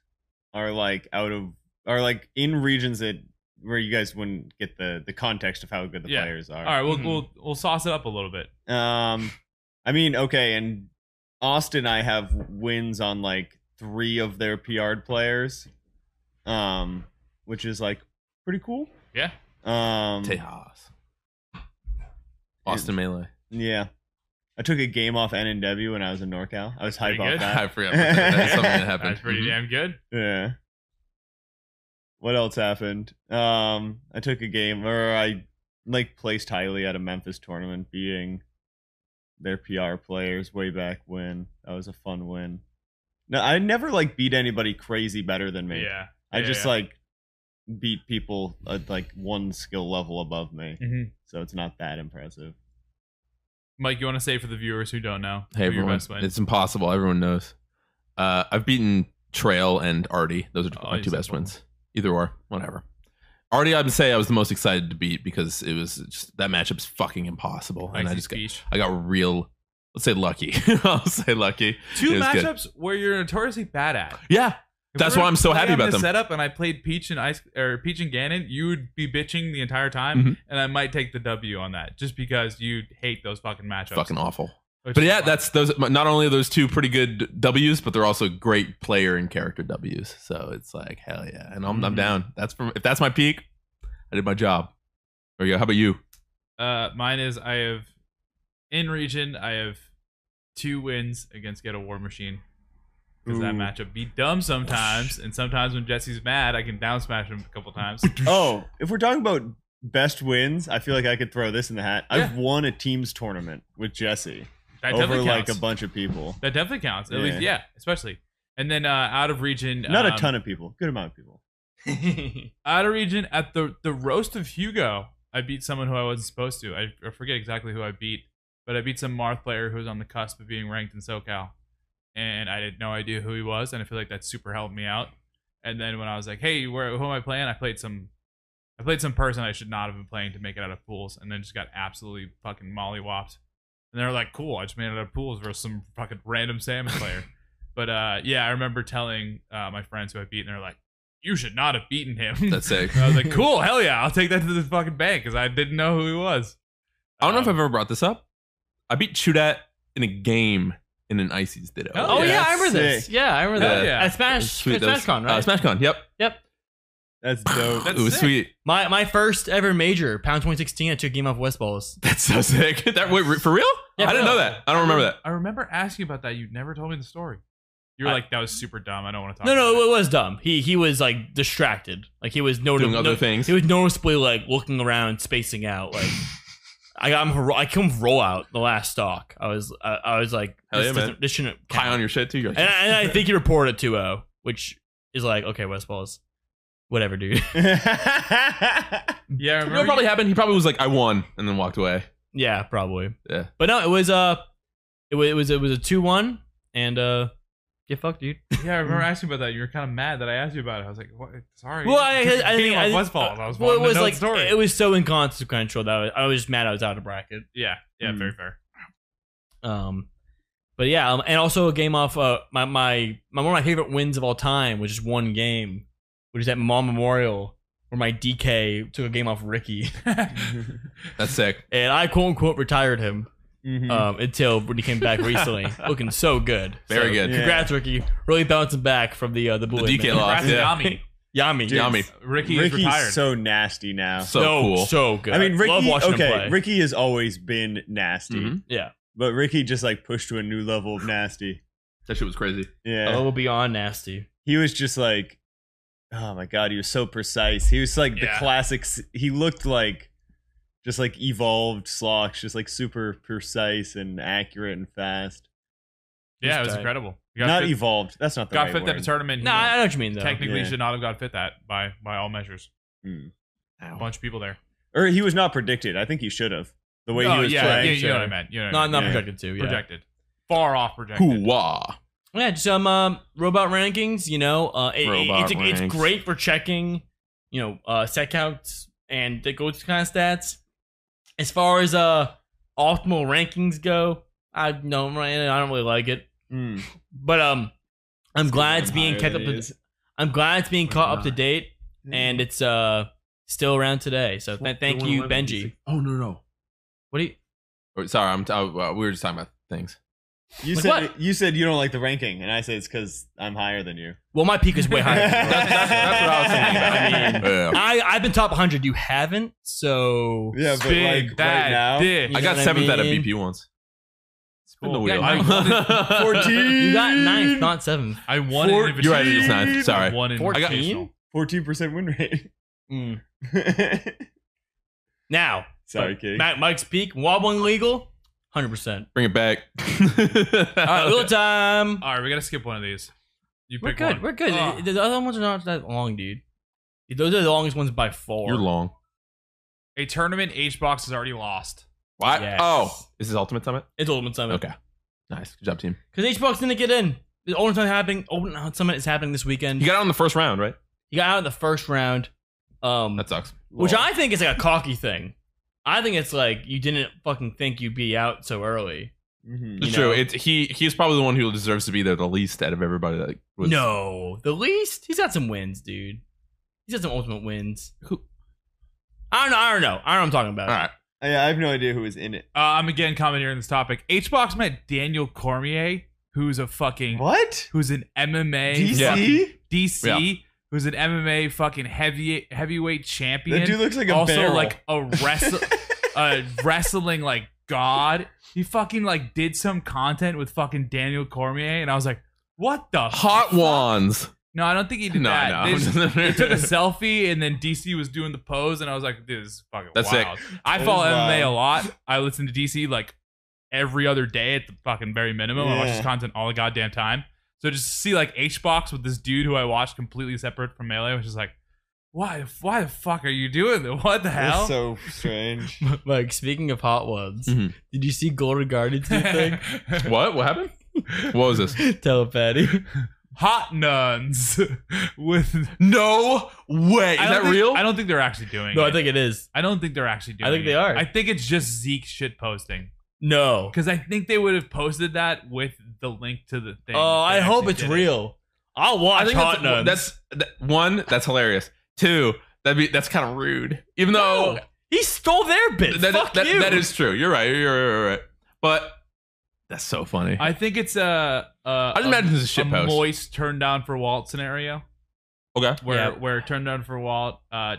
Speaker 3: are like out of are like in regions that where you guys wouldn't get the the context of how good the
Speaker 4: Yeah.
Speaker 3: players are
Speaker 4: All right, we'll
Speaker 2: Mhm.
Speaker 4: we'll we'll sauce it up a little bit.
Speaker 3: um i mean okay and austin i have wins on like three of their pr players um which is like pretty cool
Speaker 4: Yeah.
Speaker 3: um
Speaker 1: Tejas. Austin Melee.
Speaker 3: yeah i took a game off nw when i was in norcal i was hype
Speaker 4: Pretty
Speaker 3: off
Speaker 4: good.
Speaker 3: that
Speaker 1: I forgot about that. That's something that happened.
Speaker 4: That's pretty
Speaker 1: Mhm.
Speaker 4: damn good.
Speaker 3: Yeah. What else happened? Um, I took a game, or I like placed highly at a Memphis tournament, beating their PR players way back when. That was a fun win. No, I never like beat anybody crazy better than me.
Speaker 4: Yeah.
Speaker 3: I
Speaker 4: yeah,
Speaker 3: just
Speaker 4: yeah.
Speaker 3: like beat people at like one skill level above me,
Speaker 4: Mhm.
Speaker 3: so it's not that impressive.
Speaker 4: Mike, you want to say for the viewers who don't know
Speaker 1: Hey
Speaker 4: who your
Speaker 1: everyone,
Speaker 4: best win?
Speaker 1: it's impossible. Everyone knows. Uh, I've beaten Trail and Artie. Those are
Speaker 4: Oh,
Speaker 1: my
Speaker 4: you
Speaker 1: two
Speaker 4: said
Speaker 1: best
Speaker 4: both.
Speaker 1: wins. Either or, whatever. Artie, I'd say I was the most excited to beat because it was just that matchup's fucking impossible, and I
Speaker 4: Icy
Speaker 1: just got,
Speaker 4: speech.
Speaker 1: I got real. Let's say lucky. I'll say lucky.
Speaker 4: two
Speaker 1: It was good.
Speaker 4: matchups where you're notoriously bad at.
Speaker 1: Yeah,
Speaker 4: If
Speaker 1: That's
Speaker 4: we were
Speaker 1: why I'm so
Speaker 4: to play
Speaker 1: happy
Speaker 4: on
Speaker 1: about
Speaker 4: this
Speaker 1: them.
Speaker 4: Setup, and I played Peach and Ice or Peach and Ganon. You would be bitching the entire time,
Speaker 1: Mhm.
Speaker 4: and I might take the W on that just because you hate those fucking matchups.
Speaker 1: fucking awful.
Speaker 4: Which
Speaker 1: But
Speaker 4: is
Speaker 1: yeah,
Speaker 4: fine.
Speaker 1: that's those. Not only are those two pretty good W's, but they're also great player and character W's. So it's like hell yeah, and I'm,
Speaker 4: Mm-hmm.
Speaker 1: I'm
Speaker 3: Mhm.
Speaker 1: down. That's from if that's my peak, I did my job. There you go. How about you?
Speaker 4: Uh, mine is I have in region. I have two wins against Ghetto War Machine because that
Speaker 3: Ooh.
Speaker 4: matchup be dumb sometimes, and sometimes when Jesse's mad, I can down smash him a couple times.
Speaker 3: Oh, if we're talking about best wins, I feel like I could throw this in the hat.
Speaker 4: Yeah.
Speaker 3: I've won a teams tournament with Jesse
Speaker 4: That
Speaker 3: over
Speaker 4: definitely
Speaker 3: like
Speaker 4: counts.
Speaker 3: a bunch of people.
Speaker 4: that definitely counts. At
Speaker 3: Yeah.
Speaker 4: least yeah, especially. And then uh, out of region,
Speaker 3: Not a
Speaker 4: um,
Speaker 3: ton of people, good amount of people.
Speaker 4: out of region at the the roast of Hugo. I beat someone who I wasn't supposed to. I, I forget exactly who I beat, but I beat some Marth player who was on the cusp of being ranked in SoCal, and I had no idea who he was, and I feel like that super helped me out. And then when I was like, "Hey, where who am I playing?" I played some, I played some person I should not have been playing to make it out of pools, and then just got absolutely fucking mollywopped. And they're like, "Cool, I just made it out of pools versus some fucking random salmon player." but uh, yeah, I remember telling uh, my friends who I beat, and they're like, "You should not have beaten him."
Speaker 1: That's sick.
Speaker 2: Oh,
Speaker 4: I was like, cool, hell yeah, I'll take that to the fucking bank because I didn't know who he was.
Speaker 1: I don't know if
Speaker 4: Um,
Speaker 1: I've ever brought this up. I beat Chudat in a game and an Ices Ditto.
Speaker 2: Oh, yeah, I remember this.
Speaker 3: Sick.
Speaker 2: Yeah, I remember that.
Speaker 4: Yeah.
Speaker 2: At Smash,
Speaker 1: Sweet,
Speaker 2: at
Speaker 1: that was-
Speaker 2: SmashCon, right?
Speaker 1: Uh, SmashCon, yep.
Speaker 2: yep.
Speaker 3: That's dope.
Speaker 4: That's
Speaker 1: it was
Speaker 4: sick.
Speaker 1: sweet.
Speaker 2: My my first ever major, Pound 2016, I took game off West Balls.
Speaker 1: That's so sick. that wait, re- for real?
Speaker 2: Yeah,
Speaker 1: I didn't
Speaker 2: for
Speaker 1: know
Speaker 2: real.
Speaker 1: that. I don't remember that.
Speaker 4: I remember asking about that. You never told me the story. You were
Speaker 1: I-
Speaker 4: like, that was super dumb. I don't want to talk.
Speaker 2: No, no,
Speaker 4: about
Speaker 2: it was dumb. He he was like distracted. Like he was noti-
Speaker 1: Doing other
Speaker 2: no-
Speaker 1: things.
Speaker 2: He was noticeably like looking around, spacing out. Like I got him. hor- I come roll out the last stock. I was I, I was like,
Speaker 1: Hell
Speaker 2: this,
Speaker 1: yeah, man.
Speaker 2: doesn't- this shouldn't
Speaker 1: High
Speaker 2: count.
Speaker 1: on your shit too. You're like,
Speaker 2: And, I- and I think he reported 2-0, which is like okay, West Balls, whatever, dude.
Speaker 4: it. Yeah, I
Speaker 1: you
Speaker 4: remember.
Speaker 1: know what probably happened? He probably was like, I won, and then walked away.
Speaker 2: yeah, probably.
Speaker 1: Yeah.
Speaker 2: But no, it was uh, it was it was, it was a two one and uh, get fucked, dude.
Speaker 4: you- yeah, I remember asking about that. You were kind of mad that I asked you about it. I was like, what? sorry.
Speaker 2: Well, I, I, I
Speaker 4: Game
Speaker 2: think
Speaker 4: of
Speaker 2: I,
Speaker 4: West Balls. I was
Speaker 2: well, it
Speaker 4: wanting to
Speaker 2: was
Speaker 4: know the
Speaker 2: like
Speaker 4: story.
Speaker 2: it was so inconsequential that I was, I was just mad I was out of bracket.
Speaker 4: yeah, yeah,
Speaker 3: Mm.
Speaker 4: very fair.
Speaker 2: Um, but yeah, um, and also a game off uh, my, my my one of my favorite wins of all time was just one game, which is at Mom Memorial where my DK took a game off Ricky,
Speaker 1: That's sick.
Speaker 2: and I quote unquote retired him
Speaker 4: Hmm.
Speaker 3: Mhm.
Speaker 2: um, until when he came back recently, looking so good.
Speaker 1: Very
Speaker 2: So,
Speaker 1: good.
Speaker 3: Yeah.
Speaker 2: Congrats, Ricky! Really bouncing back from the uh, the
Speaker 1: The
Speaker 2: bullet.
Speaker 1: DK
Speaker 2: man.
Speaker 1: loss.
Speaker 4: Congrats,
Speaker 1: Yeah.
Speaker 4: Yami.
Speaker 2: Yami,
Speaker 1: Dude, Yami.
Speaker 4: Ricky is
Speaker 3: Ricky's
Speaker 4: retired.
Speaker 3: so nasty now.
Speaker 1: So
Speaker 2: so
Speaker 1: cool.
Speaker 2: so good.
Speaker 3: I mean, Ricky.
Speaker 2: Love watching him
Speaker 3: okay,
Speaker 2: play. Mm-hmm.
Speaker 3: Ricky has always been nasty,
Speaker 1: Mhm.
Speaker 2: Yeah.
Speaker 3: but Ricky just like pushed to a new level of nasty.
Speaker 1: That shit was crazy.
Speaker 3: Yeah,
Speaker 2: Oh, beyond nasty.
Speaker 3: he was just like, oh my god, he was so precise. He was like the
Speaker 4: Yeah.
Speaker 3: classics. He looked like just like evolved Slox, just like super precise and accurate and fast.
Speaker 4: yeah, it
Speaker 2: He's
Speaker 4: was
Speaker 2: tight.
Speaker 4: incredible. He
Speaker 3: Not
Speaker 4: fit,
Speaker 3: evolved. That's not the
Speaker 4: Got
Speaker 3: right
Speaker 4: fifth
Speaker 3: word.
Speaker 4: at the tournament.
Speaker 2: No, I
Speaker 4: he
Speaker 2: know what you mean though.
Speaker 4: technically
Speaker 3: Yeah.
Speaker 4: should not have got fifth at by by all measures.
Speaker 3: Mm.
Speaker 4: A bunch of people there.
Speaker 3: or he was not predicted. I think he should have. The way
Speaker 4: oh,
Speaker 3: he was
Speaker 4: yeah,
Speaker 3: playing.
Speaker 4: yeah, you know what I
Speaker 2: sure.
Speaker 4: meant. You know what I
Speaker 2: Not not
Speaker 3: Yeah.
Speaker 2: projected to.
Speaker 4: meant.
Speaker 2: Yeah.
Speaker 4: projected, far off projected.
Speaker 1: Hoo-wah.
Speaker 2: Yeah, just um, um robot rankings. You know, uh, it- it-
Speaker 1: Robot
Speaker 2: it's,
Speaker 1: ranks.
Speaker 2: it's great for checking. You know, uh, set counts and the goats kind of stats. As far as uh optimal rankings go, I don't I don't really like it,
Speaker 3: Mm.
Speaker 2: but um, I'm glad it's
Speaker 3: damn
Speaker 2: being
Speaker 3: higher
Speaker 2: kept up.
Speaker 3: than it
Speaker 2: To,
Speaker 3: is.
Speaker 2: I'm glad it's being
Speaker 4: We're
Speaker 2: caught up
Speaker 4: not.
Speaker 2: to date, and it's uh still around today. So th- thank you, Benji.
Speaker 1: Oh no no.
Speaker 2: What do you?
Speaker 1: Oh, Sorry, I'm. T- uh, we were just talking about things.
Speaker 3: You
Speaker 2: Like
Speaker 3: said
Speaker 2: what?
Speaker 3: you said you don't like the ranking, and I said it's because I'm higher than you.
Speaker 2: Well, my peak is way higher. than yours.
Speaker 1: That's, that's- that's what I was thinking. About.
Speaker 2: I mean,
Speaker 1: Yeah.
Speaker 2: I I've been top 100. You haven't, so
Speaker 3: Yeah, but
Speaker 4: Big
Speaker 3: like
Speaker 4: bad
Speaker 3: right now,
Speaker 4: dick.
Speaker 2: You
Speaker 1: I
Speaker 2: know
Speaker 1: got
Speaker 2: what I
Speaker 1: seventh out of
Speaker 2: mean?
Speaker 1: BP once. Spin the
Speaker 4: Cool.
Speaker 1: wheel.
Speaker 4: Yeah, I
Speaker 2: You got
Speaker 3: 14,
Speaker 2: ninth, not seventh.
Speaker 4: I won.
Speaker 1: Four-
Speaker 4: an invitational.
Speaker 1: You're right, it is ninth. Sorry.
Speaker 4: I won an
Speaker 2: Fourteen?
Speaker 4: invitational.
Speaker 3: 14 percent win rate.
Speaker 2: Mm. Now,
Speaker 3: Sorry, Kate.
Speaker 2: Matt, Mike's peak, wobbling legal, hundred percent.
Speaker 1: Bring it back.
Speaker 2: All right, real time.
Speaker 4: All right, we gotta skip one of these. You
Speaker 2: We're
Speaker 4: pick
Speaker 2: good.
Speaker 4: one. Ah.
Speaker 2: We're good.
Speaker 4: Ugh.
Speaker 2: The other ones are not that long, dude. Those are the longest ones by far.
Speaker 1: You're long.
Speaker 4: A tournament H box is already lost.
Speaker 1: What?
Speaker 2: Yes.
Speaker 1: Oh, is this Ultimate Summit?
Speaker 2: It's Ultimate Summit.
Speaker 1: Okay. Nice. Good job, team.
Speaker 2: Because Xbox didn't get in. The Ultimate Summit happening. Ultimate Summit is happening this weekend.
Speaker 1: You
Speaker 2: He got,
Speaker 1: got out in the first round, right?
Speaker 2: out in the first round. Um,
Speaker 1: That sucks.
Speaker 2: which I think is like a cocky thing. I think it's like you didn't fucking think you'd be out so early.
Speaker 3: Mhm.
Speaker 1: It's
Speaker 2: You
Speaker 1: true.
Speaker 2: know.
Speaker 1: It's he. He's probably the one who deserves to be there the least out of everybody. That was,
Speaker 2: no, the least he's got some wins, dude. He's got some ultimate wins.
Speaker 1: Who-
Speaker 2: I don't know. I don't know. I don't know. What I'm talking about.
Speaker 1: All right.
Speaker 3: Yeah, I have no idea who was in it.
Speaker 4: Uh, I'm again commenting on this topic. H box met Daniel Cormier, who's a fucking
Speaker 3: What?
Speaker 4: who's an MMA
Speaker 3: DC?
Speaker 4: fucking- DC,
Speaker 1: Yeah.
Speaker 4: who's an MMA fucking heavy heavyweight champion.
Speaker 3: That dude looks like a
Speaker 4: also
Speaker 3: barrel.
Speaker 4: like a wrestle a wrestling like god. He fucking like did some content with fucking Daniel Cormier, and I was like, what the? F-?
Speaker 1: Hot wands.
Speaker 4: No, I don't think he
Speaker 1: No,
Speaker 4: did that.
Speaker 1: no.
Speaker 4: They just- they took a selfie and then DC was doing the pose and I was like, dude, this is fucking
Speaker 1: That's
Speaker 4: wild. I
Speaker 3: That
Speaker 4: follow
Speaker 3: is
Speaker 4: MMA a
Speaker 3: wild.
Speaker 4: lot. I listen to DC like every other day at the fucking very minimum. I watch
Speaker 3: Yeah.
Speaker 4: his content all the goddamn time. So just to see like H box with this dude who I watched completely separate from Melee, which is like, why the- why the fuck are you doing this? What the hell?
Speaker 3: That's so strange.
Speaker 2: Like speaking of hot ones,
Speaker 1: Mhm.
Speaker 2: did you see Golden Guardians do thing?
Speaker 1: what? What happened? What was this?
Speaker 2: Telepathy.
Speaker 4: Hot nuns with Is
Speaker 1: No way. Is that real?
Speaker 4: I don't think they're actually doing
Speaker 2: No, I
Speaker 4: it.
Speaker 2: think it is.
Speaker 4: I don't think they're actually doing
Speaker 2: I
Speaker 4: it.
Speaker 2: think they are.
Speaker 4: I think it's just Zeke shit posting.
Speaker 2: No.
Speaker 4: Because I think they would have posted that with the link to the thing.
Speaker 2: Oh,
Speaker 4: if they
Speaker 2: I hope
Speaker 4: actually
Speaker 2: it's
Speaker 4: did it.
Speaker 2: real. I'll watch
Speaker 1: I think
Speaker 2: Hot Nuns.
Speaker 1: that's, that's that, one. That's hilarious. Two. That'd be that's kind of rude. Even though
Speaker 2: he stole their bit.
Speaker 1: that,
Speaker 2: Fuck
Speaker 1: that-
Speaker 2: you.
Speaker 1: that is true. You're right. You're right. You're right. But That's so funny. I,
Speaker 4: I think it's a. a I
Speaker 1: just imagine this is a shit post.
Speaker 4: moist turned down for Walt scenario
Speaker 1: okay.
Speaker 4: where
Speaker 2: Yeah.
Speaker 4: where turned down for Walt uh,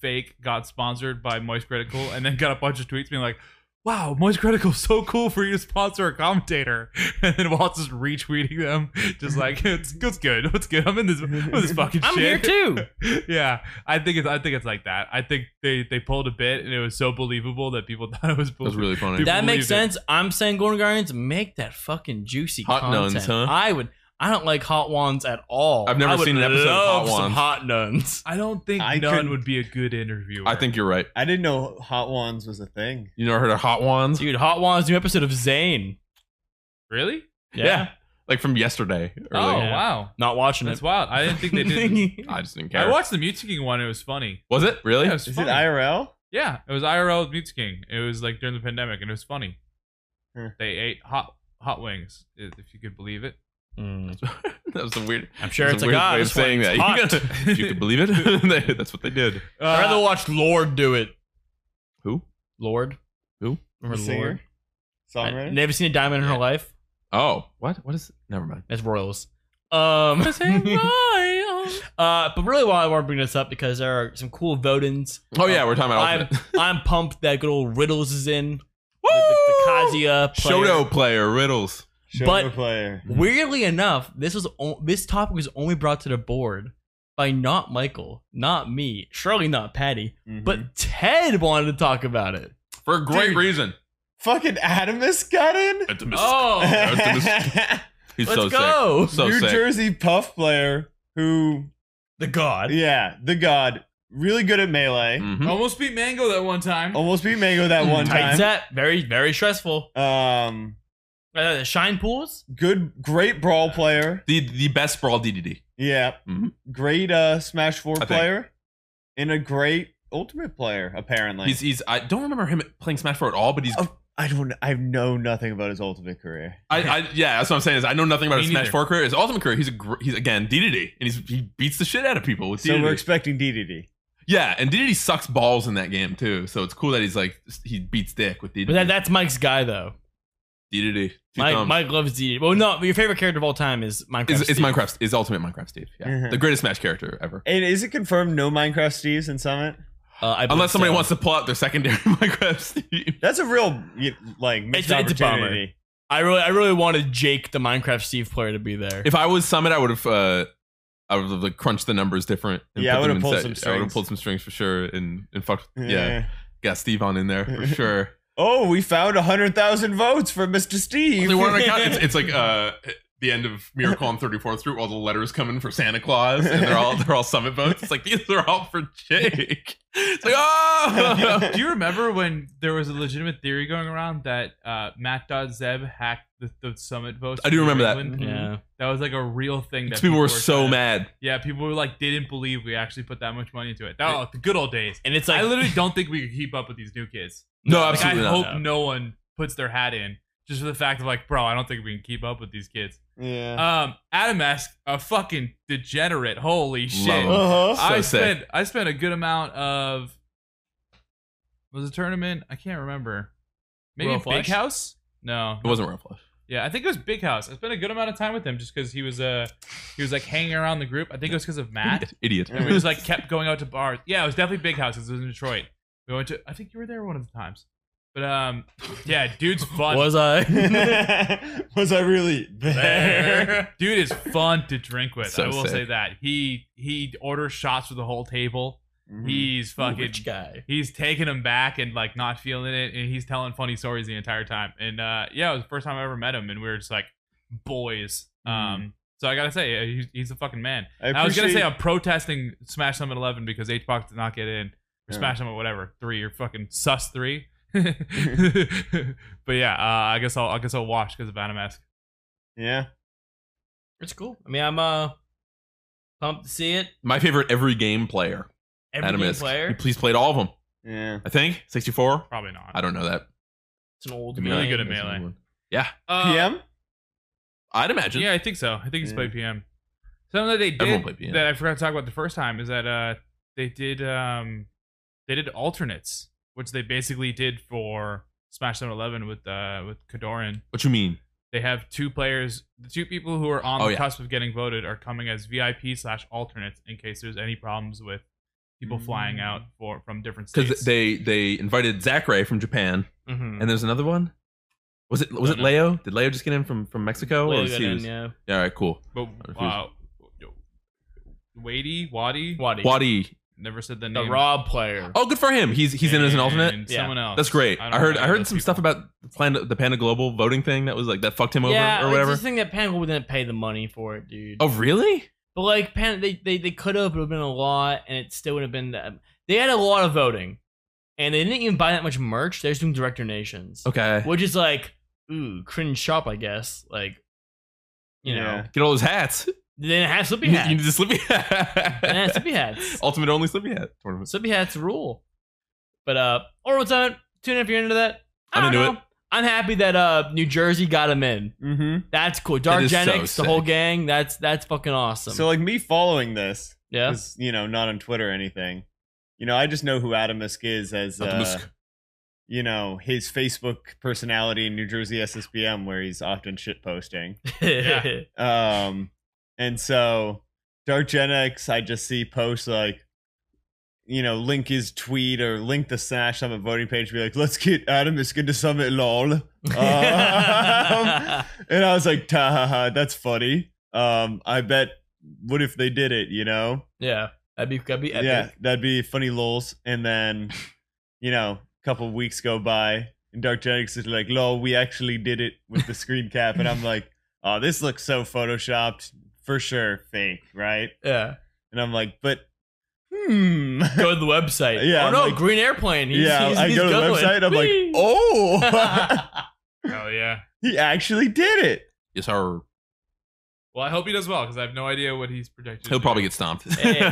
Speaker 4: fake got sponsored by Moist Critical and then got a bunch of tweets being like. Wow, Moist Critical's so cool for you to sponsor a commentator, and then Walt's just retweeting them, just like it's, it's good, it's good. I'm in this, I'm in this fucking
Speaker 2: I'm
Speaker 4: shit.
Speaker 2: here too.
Speaker 4: yeah, I think it's I think it's like that. I think they they pulled a bit and it was so believable that people thought it was
Speaker 1: That's
Speaker 4: believable.
Speaker 1: really funny.
Speaker 4: Dude,
Speaker 2: that
Speaker 4: believed
Speaker 2: makes
Speaker 4: it.
Speaker 2: sense. I'm saying Golden Guardians make that fucking juicy
Speaker 1: Hot
Speaker 2: content.
Speaker 1: nuns, huh?
Speaker 2: I would. I don't like hot ones at all.
Speaker 1: I've never
Speaker 2: I would
Speaker 1: seen an episode of Hot
Speaker 2: love some
Speaker 1: Ones.
Speaker 2: Hot nuns.
Speaker 4: I don't think
Speaker 3: I
Speaker 4: none
Speaker 3: couldn't-
Speaker 4: would be a good interviewer.
Speaker 1: I think you're right.
Speaker 3: I didn't know hot wands was a thing.
Speaker 1: You never heard of Hot Wands?
Speaker 2: Dude, Hot Ones new episode of Zayn.
Speaker 4: really.
Speaker 2: Yeah,
Speaker 1: Like from yesterday. Or
Speaker 4: Oh
Speaker 1: like,
Speaker 4: wow,
Speaker 2: not watching
Speaker 4: that's
Speaker 2: it.
Speaker 4: wild. I didn't think they did.
Speaker 2: Oh.
Speaker 1: I just didn't care.
Speaker 4: I watched the Mute King one. It was funny.
Speaker 1: was it really?
Speaker 4: Yeah, it was
Speaker 3: Is
Speaker 4: funny.
Speaker 3: it IRL?
Speaker 4: yeah, it was IRL with Mute King. It was like during the pandemic, and it was funny.
Speaker 3: Hmm.
Speaker 4: They ate hot hot wings, if if you could believe it.
Speaker 2: Mm.
Speaker 1: that was a weird.
Speaker 2: I'm sure
Speaker 1: that's
Speaker 2: it's
Speaker 1: a
Speaker 2: a
Speaker 1: weird
Speaker 2: guy
Speaker 1: way of saying that. You
Speaker 2: Hot.
Speaker 1: gotta- if you could believe it, that's what they did.
Speaker 2: I'd rather
Speaker 4: Uh,
Speaker 2: watch Lord do it.
Speaker 1: Who?
Speaker 2: Lord.
Speaker 1: Who?
Speaker 3: The
Speaker 2: Remember Lord?
Speaker 3: singer?
Speaker 2: I,
Speaker 3: Songwriter?
Speaker 2: never seen a diamond in her life.
Speaker 1: Oh, what? What is? Never mind.
Speaker 2: That's Royals. Um, uh, but really, why I want to bring this up because there are some cool votins.
Speaker 1: Oh yeah, we're talking about
Speaker 2: I'm
Speaker 1: alternate.
Speaker 2: I'm pumped that good old Riddles is in. The, the, the Kazuya player.
Speaker 1: Shoto player riddles.
Speaker 3: Show
Speaker 2: but-
Speaker 3: the player.
Speaker 2: Weirdly enough, this was o- this topic was only brought to the board by not Michael, not me, surely not Patty,
Speaker 3: Mhm.
Speaker 1: Mm-hmm.
Speaker 2: but Ted wanted to talk about it.
Speaker 1: For a great
Speaker 4: Dude.
Speaker 1: reason.
Speaker 3: fucking Adamus got in.
Speaker 4: oh,
Speaker 1: He's
Speaker 2: Let's
Speaker 1: so
Speaker 2: go.
Speaker 1: sick. So
Speaker 3: New
Speaker 1: sick.
Speaker 3: Jersey puff player who,
Speaker 2: The God.
Speaker 3: yeah, the god, really good at melee.
Speaker 2: Mm-hmm.
Speaker 1: Mhm.
Speaker 4: almost beat Mango that one time.
Speaker 1: Oh,
Speaker 3: Almost beat Mango that one
Speaker 2: Tight
Speaker 3: time.
Speaker 2: set. Very very stressful.
Speaker 3: Um,
Speaker 2: Uh, the shine pools.
Speaker 3: good, great brawl player.
Speaker 1: The the best brawl DDD.
Speaker 3: Yeah,
Speaker 1: Mhm.
Speaker 3: great uh Smash Four
Speaker 1: think.
Speaker 3: player, and a great Ultimate player. Apparently,
Speaker 1: He's he's. I don't remember him playing Smash Four at all, but he's.
Speaker 3: Oh. I don't. I know nothing about his Ultimate career.
Speaker 1: I, I yeah, that's what I'm saying. Is I know nothing about
Speaker 4: Me
Speaker 1: his Smash
Speaker 4: neither.
Speaker 1: Four career. His Ultimate career. He's a gr- he's again DDD, and he's he beats the shit out of people with
Speaker 3: So
Speaker 1: DDD.
Speaker 3: we're expecting DDD.
Speaker 1: yeah, and DDD sucks balls in that game too. So it's cool that he's like he beats dick with DDD.
Speaker 2: But that, that's Mike's guy though.
Speaker 1: DDD. Two
Speaker 2: Mike,
Speaker 1: thumbs.
Speaker 2: Mike loves DD. Well, no, your favorite character of all time is Minecraft.
Speaker 1: is, is
Speaker 2: Steve.
Speaker 1: Minecraft is Ultimate Minecraft Steve. Yeah,
Speaker 3: Mhm.
Speaker 1: the greatest Smash character ever.
Speaker 3: And is it confirmed no Minecraft Steves in Summit?
Speaker 2: Uh, I believe
Speaker 1: Unless somebody
Speaker 2: so.
Speaker 1: wants to pull out their secondary Minecraft Steve.
Speaker 3: That's a real y- like missed
Speaker 2: It's a- it's a bummer.
Speaker 3: opportunity.
Speaker 2: I really, I really wanted Jake, the Minecraft Steve player, to be there.
Speaker 1: If I was Summit, I would have uh, I would have like crunched the numbers different.
Speaker 3: Yeah, I
Speaker 1: put
Speaker 3: would
Speaker 1: them
Speaker 3: have
Speaker 1: in
Speaker 3: pulled
Speaker 1: set-
Speaker 3: some
Speaker 1: I would have
Speaker 3: strings.
Speaker 1: pulled some strings for sure, and and fucked. Yeah, got Steve on in there for sure.
Speaker 3: Oh, we found hundred thousand votes for Mr. Steve.
Speaker 1: Only one on account. It's, it's like uh, the end of Miracle on Thirty Fourth Street. All the letters come in for Santa Claus, and they're all they're all Summit votes. It's like these are all for Jake. It's like oh,
Speaker 4: Uh, Do you remember when there was a legitimate theory going around that uh, Matt Zeb hacked the, the summit votes?
Speaker 1: I do
Speaker 4: in
Speaker 1: remember that.
Speaker 4: England?
Speaker 2: yeah,
Speaker 4: That was like a real thing. That
Speaker 1: These people were
Speaker 4: excited
Speaker 1: so
Speaker 4: about.
Speaker 1: mad.
Speaker 4: Yeah, people were like didn't believe we actually put that much money into it. That was the good old days.
Speaker 2: and it's like
Speaker 4: I literally don't think we could keep up with these new kids.
Speaker 1: No,
Speaker 4: Like,
Speaker 1: absolutely
Speaker 4: I
Speaker 1: not.
Speaker 4: hope
Speaker 2: No.
Speaker 4: no one puts their hat in just for the fact of like, bro, I don't think we can keep up with these kids.
Speaker 3: yeah.
Speaker 4: Um, Adam Ask, a fucking degenerate. Holy shit.
Speaker 1: Love him.
Speaker 2: Uh-huh.
Speaker 3: Uh huh.
Speaker 1: So
Speaker 4: I
Speaker 1: sick.
Speaker 4: spent I spent a good amount of was it a tournament? I can't remember. Maybe
Speaker 2: Royal
Speaker 4: Big
Speaker 2: Flush?
Speaker 4: House? No.
Speaker 1: It wasn't real flush.
Speaker 4: Yeah, I think it was Big House. I spent a good amount of time with him just because he was uh he was like hanging around the group. I think it was because of Matt.
Speaker 1: Idiot.
Speaker 4: And we just like kept going out to bars. Yeah, it was definitely Big House 'cause it was in Detroit. We went to I think you were there one of the times. But um yeah, dude's fun.
Speaker 2: was I?
Speaker 3: Was I really there?
Speaker 4: Dude is fun to drink with.
Speaker 1: So
Speaker 4: I will
Speaker 1: sick.
Speaker 4: say that. He he orders shots for the whole table.
Speaker 3: Mm-hmm. Mm.
Speaker 4: He's fucking
Speaker 2: Rich guy.
Speaker 4: he's taking him back and like not feeling it and he's telling funny stories the entire time and uh yeah it was the first time i ever met him and we were just like boys um so i gotta say uh, he's, he's a fucking man
Speaker 3: Mm. I,
Speaker 4: i, was gonna say
Speaker 3: appreciate-
Speaker 4: i'm protesting smash summit 11 because hbox did not get in or
Speaker 3: Yeah.
Speaker 4: smash summit whatever three or fucking sus three but yeah uh, i guess i'll i guess i'll watch because of animask
Speaker 3: yeah.
Speaker 2: It's cool. I mean, I'm uh pumped to see it.
Speaker 1: My favorite every game player.
Speaker 2: Every
Speaker 1: Adam
Speaker 2: game
Speaker 1: Isk. He
Speaker 2: player.
Speaker 1: please played all of them.
Speaker 3: Yeah.
Speaker 1: I think 64.
Speaker 4: probably not
Speaker 1: I don't know that.
Speaker 2: It's an old
Speaker 1: Give me
Speaker 2: game.
Speaker 4: Really
Speaker 1: that.
Speaker 4: good at melee.
Speaker 1: Yeah,
Speaker 4: Uh,
Speaker 3: PM.
Speaker 1: I'd imagine.
Speaker 4: Yeah, I think so. I think it's
Speaker 3: Yeah.
Speaker 4: by PM. Something that they
Speaker 1: Everyone
Speaker 4: did
Speaker 1: played PM.
Speaker 4: that I forgot to talk about the first time is that uh they did um they did alternates, which they basically did for Smash 7-Eleven with uh with Kadoran.
Speaker 1: What you mean?
Speaker 4: They have two players, the two people who are on
Speaker 1: Oh,
Speaker 4: the
Speaker 1: yeah.
Speaker 4: cusp of getting voted are coming as VIP slash alternates in case there's any problems with people flying
Speaker 3: Mm.
Speaker 4: out for from different
Speaker 1: Because
Speaker 4: states.
Speaker 1: they they invited Zach Ray from Japan,
Speaker 2: Mm-hmm.
Speaker 1: and there's another one. Was it was it
Speaker 4: Don't know.
Speaker 1: Leo? Did Leo just get in from from Mexico? or was he was-
Speaker 2: yeah.
Speaker 1: yeah, all right, cool.
Speaker 4: but uh, Wadey, Waddy,
Speaker 2: Waddy.
Speaker 1: Wadi.
Speaker 4: never said the
Speaker 2: The
Speaker 4: name.
Speaker 2: Rob player.
Speaker 1: Oh, good for him. He's he's in as an alternate.
Speaker 4: And
Speaker 2: Yeah.
Speaker 4: Someone else.
Speaker 1: That's great.
Speaker 4: don't
Speaker 1: I, heard
Speaker 4: know
Speaker 1: I heard
Speaker 4: those
Speaker 1: some
Speaker 4: people.
Speaker 1: stuff about the Panda, the Panda Global voting thing that was like that fucked him over
Speaker 2: yeah,
Speaker 1: or whatever.
Speaker 2: I just think that Pangolin didn't pay the money for it, dude.
Speaker 1: oh, really?
Speaker 2: But like Pan, they they, they could have. It would have been a lot, and it still would have been. That, they had a lot of voting, and they didn't even buy that much merch. They're just doing direct donations,
Speaker 1: Okay.
Speaker 2: which is like, ooh, cringe shop, I guess. Like, you know,
Speaker 3: Yeah.
Speaker 1: Get all those hats.
Speaker 2: they didn't have slippy
Speaker 1: You need, you
Speaker 2: hats.
Speaker 1: need the slippy hat.
Speaker 2: They didn't have slippy hats.
Speaker 1: Ultimate only slippy hat tournament.
Speaker 2: Slippy hats rule. But uh, or what's on it? Tune in if you're into that. I
Speaker 1: I'm
Speaker 2: don't
Speaker 1: into
Speaker 2: know. I'm happy that uh New Jersey got him in.
Speaker 3: Mm-hmm.
Speaker 2: That's cool.
Speaker 1: That
Speaker 2: Dark
Speaker 1: is so
Speaker 2: Genix, the whole
Speaker 1: sick.
Speaker 2: gang. That's that's fucking awesome.
Speaker 3: So like me following this,
Speaker 2: yeah.
Speaker 3: 'cause, you know, not on Twitter or anything. You know, I just know who Atomisk is as
Speaker 1: Not the
Speaker 3: uh,
Speaker 1: Musk.
Speaker 3: you know his Facebook personality in New Jersey SSBM, where he's often shit posting.
Speaker 2: yeah.
Speaker 3: Um, and so Dark Gen X, I just see posts like, you know, link his tweet or link the Smash Summit voting page, be like, let's get Adam Iskin to Summit lol. Um, and I was like, ta ha ha, that's funny. Um, I bet, what if they did it, you know?
Speaker 2: That'd be that'd be epic.
Speaker 3: Yeah, that'd be funny lols. And then, you know, a couple weeks go by and Dark Genetics is like, lol, we actually did it with the screen cap. And I'm like, oh, this looks so photoshopped. For sure, fake, right?
Speaker 2: Yeah.
Speaker 3: And I'm like, but, hmm.
Speaker 2: Go to the website.
Speaker 3: Yeah,
Speaker 2: Oh
Speaker 3: I'm
Speaker 2: no,
Speaker 3: like-
Speaker 2: green airplane. He's,
Speaker 3: yeah,
Speaker 2: he's,
Speaker 3: I
Speaker 2: he's
Speaker 3: go to the
Speaker 2: going.
Speaker 3: website. I'm
Speaker 2: Whee!
Speaker 3: like, oh,
Speaker 4: Hell yeah.
Speaker 3: he actually did it.
Speaker 1: Yes, sir.
Speaker 4: Well, I hope he does well because I have no idea what he's projected.
Speaker 1: He'll
Speaker 4: to
Speaker 1: probably
Speaker 4: do.
Speaker 1: get stomped.
Speaker 2: Hey.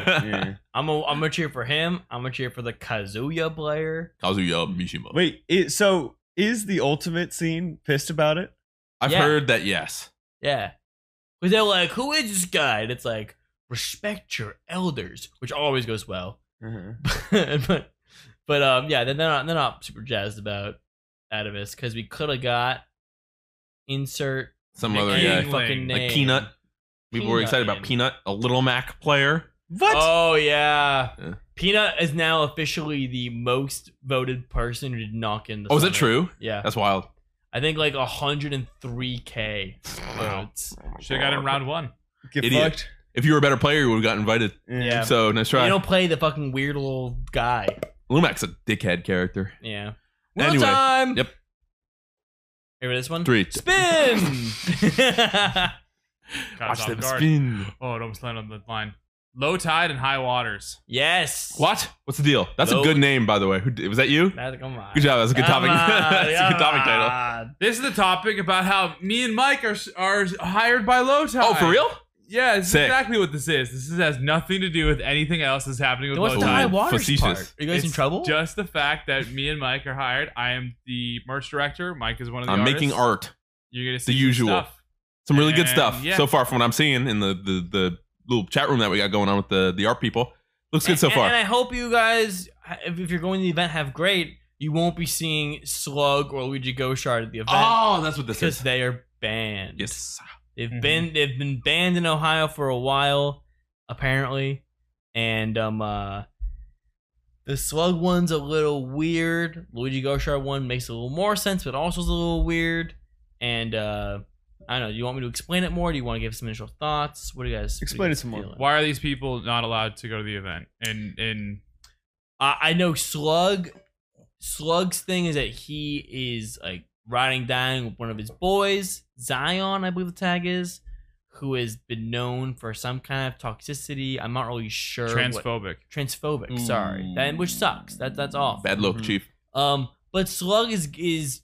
Speaker 2: I'm a, I'm gonna cheer for him. I'm gonna cheer for the Kazuya player.
Speaker 1: Kazuya Mishima.
Speaker 3: Wait, it, so is the ultimate scene pissed about it?
Speaker 1: I've
Speaker 2: yeah.
Speaker 1: heard that. Yes.
Speaker 2: Yeah. Because they're like, who is this guy? And it's like, respect your elders, which always goes well. Uh-huh. but but um yeah, they're not they're not super jazzed about Atavis because we could have got insert
Speaker 1: Some
Speaker 4: Nick
Speaker 1: other
Speaker 4: King,
Speaker 1: guy.
Speaker 2: fucking name.
Speaker 4: Like
Speaker 1: Oh, Like Peanut. We were
Speaker 2: Peanut
Speaker 1: excited about
Speaker 2: Man.
Speaker 1: Peanut, a Little Mac player.
Speaker 3: What?
Speaker 2: Oh yeah.
Speaker 1: Yeah.
Speaker 2: Peanut is now officially the most voted person who did not get in the
Speaker 1: Oh, is that
Speaker 2: Senate.
Speaker 1: true?
Speaker 2: Yeah.
Speaker 1: That's wild.
Speaker 2: I think like 103k
Speaker 4: Wow.
Speaker 2: votes.
Speaker 4: Should have got in round one.
Speaker 3: Get
Speaker 1: Idiot.
Speaker 3: fucked.
Speaker 1: If you were a better player, you would have got invited.
Speaker 2: Yeah.
Speaker 1: So nice try.
Speaker 2: You don't play the fucking weird little guy.
Speaker 1: Lumac's a dickhead character.
Speaker 2: Yeah. Real
Speaker 1: Anyway,
Speaker 2: time.
Speaker 1: yep.
Speaker 2: Ready for this one?
Speaker 1: Three.
Speaker 2: Spin.
Speaker 4: Caught us
Speaker 1: Watch
Speaker 4: off
Speaker 1: them
Speaker 4: guard.
Speaker 1: spin.
Speaker 4: Oh, it almost landed on the line. Low tide and high waters.
Speaker 2: yes.
Speaker 1: What? What's the deal? That's
Speaker 2: Low-
Speaker 1: a good name, by the way. Who, was that you?
Speaker 2: That, come on.
Speaker 1: Good job. That's a good
Speaker 2: Come
Speaker 1: topic.
Speaker 2: on,
Speaker 1: That's a
Speaker 2: come
Speaker 1: good topic title.
Speaker 2: on.
Speaker 4: This is the topic about how me and Mike are are hired by Low Tide.
Speaker 1: Oh, for real?
Speaker 4: Yeah, this is
Speaker 1: Sick.
Speaker 4: exactly what this is. This is, has nothing to do with anything else that's happening with
Speaker 2: What's
Speaker 4: Low
Speaker 2: the high
Speaker 4: Tide.
Speaker 2: water
Speaker 1: Facetious.
Speaker 2: part? Are you guys in
Speaker 4: It's
Speaker 2: trouble?
Speaker 4: Just the fact that me and Mike are hired. I am the merch director. Mike is one of the
Speaker 1: I'm
Speaker 4: artists.
Speaker 1: making art.
Speaker 4: You're gonna see
Speaker 1: The
Speaker 4: some
Speaker 1: usual.
Speaker 4: stuff.
Speaker 1: Some really good
Speaker 4: And,
Speaker 1: stuff
Speaker 4: yeah.
Speaker 1: so far from what I'm seeing in the, the, the little chat room that we got going on with the, the art people. Looks good so
Speaker 2: And-
Speaker 1: far.
Speaker 2: And I hope you guys, if if you're going to the event, have great. You won't be seeing Slug or Luigi Goshard at the event
Speaker 1: oh, that's what this
Speaker 2: because
Speaker 1: is.
Speaker 2: they are banned.
Speaker 1: Yes.
Speaker 2: they've
Speaker 3: Mhm.
Speaker 2: been they've been banned in Ohio for a while, apparently, and um uh, the Slug one's a little weird. Luigi Goshard one makes a little more sense, but also is a little weird. And uh, I don't know. Do you want me to explain it more? Do you want to give some initial thoughts? What do you guys what do you
Speaker 3: Explain it
Speaker 2: guys
Speaker 3: some more.
Speaker 2: feeling?
Speaker 4: Why are these people not allowed to go to the event? And and
Speaker 2: I, I know Slug. Slug's thing is that he is like riding down with one of his boys, Zion, I believe the tag is, who has been known for some kind of toxicity. I'm not really sure. what-
Speaker 4: transphobic.
Speaker 2: transphobic. Sorry,
Speaker 1: Ooh.
Speaker 2: that, which sucks. That that's off.
Speaker 1: Bad look,
Speaker 3: Mhm.
Speaker 1: Chief.
Speaker 2: Um, but Slug is is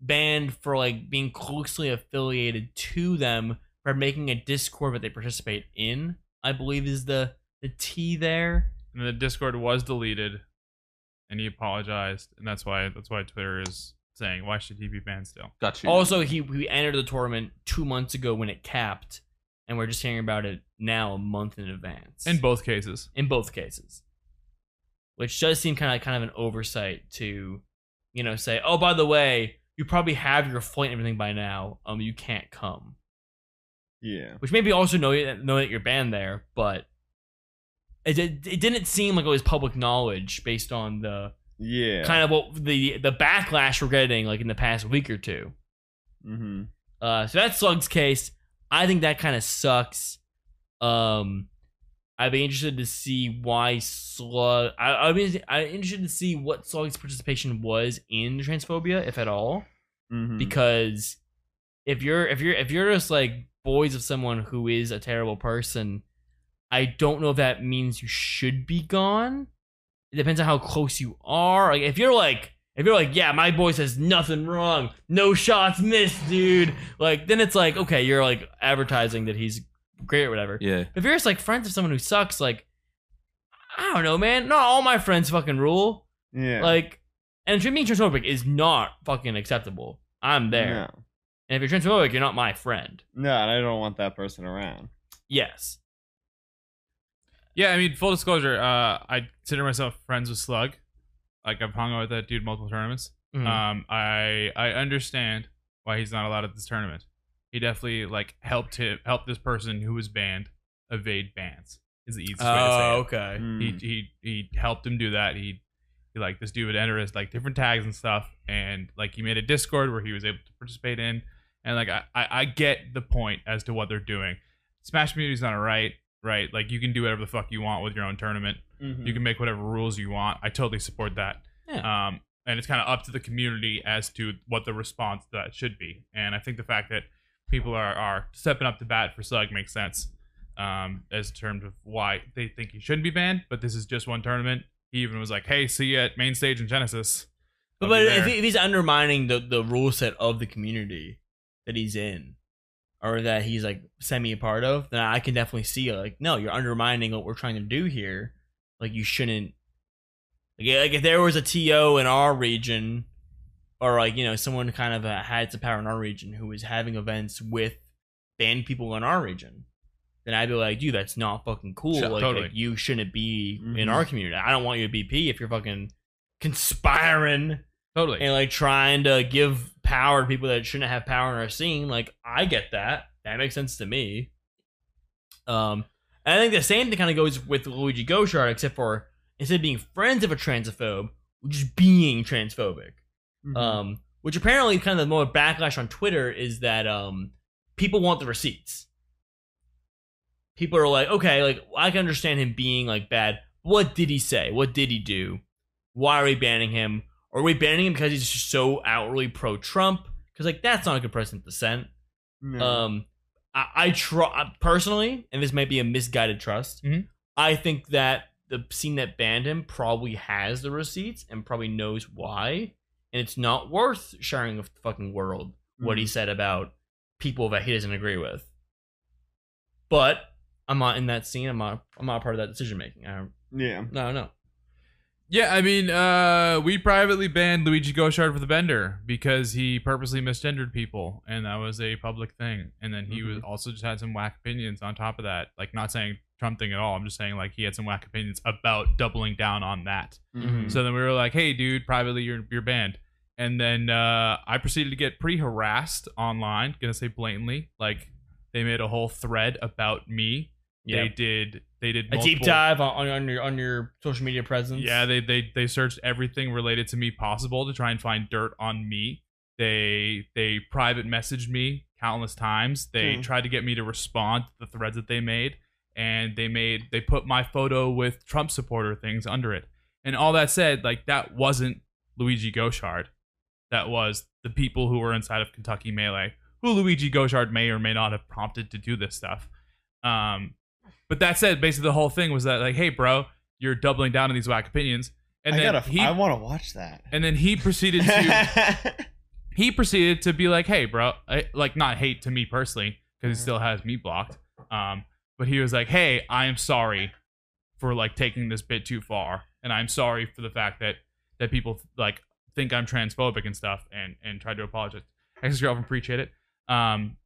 Speaker 2: banned for like being closely affiliated to them for making a Discord that they participate in. I believe is the the T there.
Speaker 4: And the Discord was deleted, and he apologized, and that's why that's why Twitter is saying why should he be banned still?
Speaker 1: Got you.
Speaker 2: Also, he we entered the tournament two months ago when it capped, and we're just hearing about it now a month in advance.
Speaker 4: In both cases,
Speaker 2: in both cases, which does seem kind of kind of an oversight to you know, say, oh, by the way, you probably have your flight and everything by now. Um, you can't come,
Speaker 3: Yeah.
Speaker 2: which maybe also know know that you're banned there, but it did- it didn't seem like it was public knowledge based on the
Speaker 3: Yeah.
Speaker 2: kind of what the the backlash we're getting like in the past week or two.
Speaker 3: mm-hmm.
Speaker 2: Uh, so that's Slug's case. I think that kind of sucks. Um, I'd be interested to see why Slug. I, I'd be I'm interested to see what Slug's participation was in transphobia, if at all,
Speaker 3: Mm-hmm.
Speaker 2: because if you're if you're if you're just like boys of someone who is a terrible person, I don't know if that means you should be gone. It depends on how close you are. Like if you're like if you're like, yeah, my boy says nothing wrong, no shots missed, dude. Like then it's like, okay, you're like advertising that he's great or whatever.
Speaker 1: Yeah.
Speaker 2: If you're just like friends of someone who sucks, like I don't know, man. Not all my friends fucking rule.
Speaker 3: yeah.
Speaker 2: Like, and being transphobic is not fucking acceptable. I'm there.
Speaker 3: No.
Speaker 2: And if you're transphobic, you're not my friend.
Speaker 3: no, and I don't want that person around.
Speaker 2: Yes.
Speaker 4: Yeah, I mean, full disclosure, uh, I consider myself friends with Slug. Like I've hung out with that dude multiple tournaments.
Speaker 2: Mhm.
Speaker 4: Um, I I understand why he's not allowed at this tournament. He definitely like helped him help this person who was banned evade bans. Is the easiest way to say it.
Speaker 2: Oh, okay.
Speaker 3: Mm.
Speaker 4: He he he helped him do that. He, he like this dude would enter his like different tags and stuff, and like he made a Discord where he was able to participate in, and like I I, I get the point as to what they're doing. Smash Community's not a right, right? Like you can do whatever the fuck you want with your own tournament.
Speaker 3: Mm-hmm.
Speaker 4: You can make whatever rules you want. I totally support that.
Speaker 2: Hmm. Yeah.
Speaker 4: Um, and it's kind of up to the community as to what the response to that should be. And I think the fact that people are, are stepping up to bat for Slug makes sense um, as in terms of why they think he shouldn't be banned. But this is just one tournament. He even was like, "Hey, see you at main stage in Genesis."
Speaker 2: But,
Speaker 4: I'll
Speaker 2: but
Speaker 4: be
Speaker 2: if,
Speaker 4: there."
Speaker 2: he- if he's undermining the, the rule set of the community that he's in, or that he's like semi a part of, then I can definitely see like, no, you're undermining what we're trying to do here. Like you shouldn't. Like, yeah, like if there was a TO in our region, or like you know someone kind of uh, had some power in our region who was having events with banned people in our region, then I'd be like, dude, that's not fucking cool.
Speaker 1: Sure,
Speaker 2: like,
Speaker 4: totally. Mm-hmm.
Speaker 2: like, you shouldn't be in
Speaker 3: Mhm.
Speaker 2: our community. I don't want you to BP if you're fucking conspiring
Speaker 4: Totally.
Speaker 2: and like trying to give power to people that shouldn't have power in our scene. Like I get that. That makes sense to me. Um, and I think the same thing kind of goes with Luigi Gauchard, except for instead of being friends of a transphobe, we're just being transphobic.
Speaker 3: Mm-hmm.
Speaker 2: Um, which apparently kind of the more backlash on Twitter is that um, people want the receipts. People are like, okay, like I can understand him being like bad. What did he say? What did he do? Why are we banning him? Are we banning him because he's just so outwardly pro-Trump? Because like that's not a good precedent to set.
Speaker 4: Hmm.
Speaker 3: No.
Speaker 4: uh,
Speaker 2: Um, I, I try personally, and this might be a misguided trust.
Speaker 4: Mhm.
Speaker 2: I think that the scene that banned him probably has the receipts and probably knows why, and it's not worth sharing with the fucking world what
Speaker 4: Hmm.
Speaker 2: he said about people that he doesn't agree with. But I'm not in that scene. I'm not. I'm not a part of that decision making. I
Speaker 3: yeah.
Speaker 2: no no.
Speaker 4: Yeah, I mean, uh, we privately banned Luigi Gauchard for the Bender because he purposely misgendered people, and that was a public thing. And then he
Speaker 2: Mm-hmm.
Speaker 4: was also just had some whack opinions on top of that. Like, not saying Trump thing at all. I'm just saying like he had some whack opinions about doubling down on that.
Speaker 2: Mm-hmm.
Speaker 3: Mhm.
Speaker 4: So then we were like, "Hey, dude, privately you're you're banned." And then uh, I proceeded to get pretty harassed online. Gonna say blatantly, like they made a whole thread about me.
Speaker 2: Yeah.
Speaker 4: They did. They did
Speaker 2: A deep
Speaker 4: multiple-
Speaker 2: dive on, on your on your social media presence.
Speaker 4: yeah, they, they they searched everything related to me possible to try and find dirt on me. They they private messaged me countless times. They
Speaker 3: Hmm.
Speaker 4: tried to get me to respond to the threads that they made, and they made they put my photo with Trump supporter things under it. And all that said, like that wasn't Luigi Gauchard. That was the people who were inside of Kentucky Melee, who Luigi Gauchard may or may not have prompted to do this stuff. Um, but that said, basically the whole thing was that like, hey, bro, you're doubling down on these whack opinions, and
Speaker 3: I
Speaker 4: then
Speaker 3: gotta.
Speaker 4: he
Speaker 3: I want to watch that.
Speaker 4: and then he proceeded to he proceeded to be like, hey, bro, I, like not hate to me personally because he still has me blocked. Um, but he was like, hey, I am sorry for like taking this bit too far, and I'm sorry for the fact that that people like think I'm transphobic and stuff, and and tried to apologize. Ex girlfriend appreciate it. Um,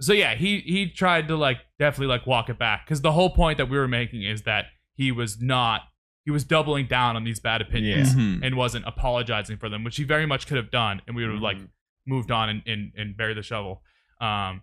Speaker 4: so yeah, he he tried to like definitely like walk it back because the whole point that we were making is that he was not he was doubling down on these bad opinions
Speaker 3: Hmm.
Speaker 1: Mhm.
Speaker 4: and wasn't apologizing for them, which he very much could have done, and we would have like
Speaker 3: Mhm.
Speaker 4: moved on and and, and buried the shovel. Um,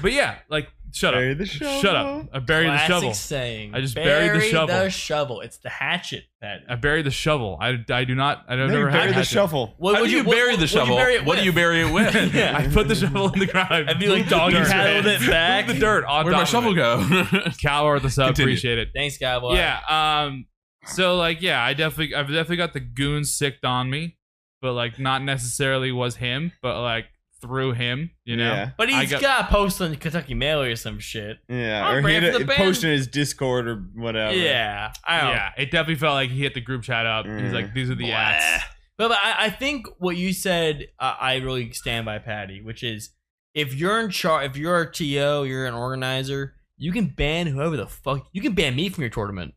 Speaker 4: but yeah, like shut
Speaker 3: Bury
Speaker 4: up,
Speaker 3: the shovel.
Speaker 4: shut up, I buried
Speaker 2: Classic
Speaker 4: the shovel.
Speaker 2: saying.
Speaker 4: I just buried the
Speaker 2: Bury
Speaker 4: shovel.
Speaker 2: The shovel. It's the hatchet. That.
Speaker 4: I buried the shovel. I, I do not. I don't
Speaker 3: No, you
Speaker 4: ever
Speaker 3: bury
Speaker 4: have
Speaker 3: the shovel.
Speaker 2: What
Speaker 1: How do you
Speaker 2: what-
Speaker 1: bury
Speaker 2: what-
Speaker 1: the
Speaker 2: what'd you
Speaker 1: shovel?
Speaker 2: bury it
Speaker 1: What do
Speaker 2: with?
Speaker 1: you bury it with?
Speaker 2: Yeah.
Speaker 4: I put the shovel in the ground. I
Speaker 2: And be like
Speaker 4: moved the
Speaker 2: doggy
Speaker 4: dirt.
Speaker 2: paddled it back.
Speaker 4: Moved the dirt on
Speaker 1: Where'd my
Speaker 4: top
Speaker 1: shovel
Speaker 4: of it.
Speaker 1: go?
Speaker 4: Cal or the sub.
Speaker 1: Continue.
Speaker 4: Appreciate it.
Speaker 2: Thanks, guy.
Speaker 4: Yeah. Um. So like, yeah, I definitely, I've definitely got the goon sicked on me, but like, not necessarily was him, but like through him, you know.
Speaker 3: Yeah.
Speaker 2: But
Speaker 4: I
Speaker 2: he's
Speaker 4: got-
Speaker 2: got, a post on Kentucky Mail or some shit.
Speaker 3: Yeah,
Speaker 2: I'll
Speaker 3: or
Speaker 2: pray
Speaker 3: he had
Speaker 2: for
Speaker 3: a,
Speaker 2: the band.
Speaker 3: post in his Discord or whatever.
Speaker 2: Yeah. I don't
Speaker 4: Yeah, it definitely felt like he hit the group chat up. He's like,
Speaker 3: Mm.
Speaker 4: "These are the
Speaker 2: Oh. Blah.
Speaker 4: acts."
Speaker 2: But, but I, I think what you said, uh, I really stand by, Patty, which is if you're in charge, if you're a TO, you're an organizer, you can ban whoever the fuck, you can ban me from your tournament.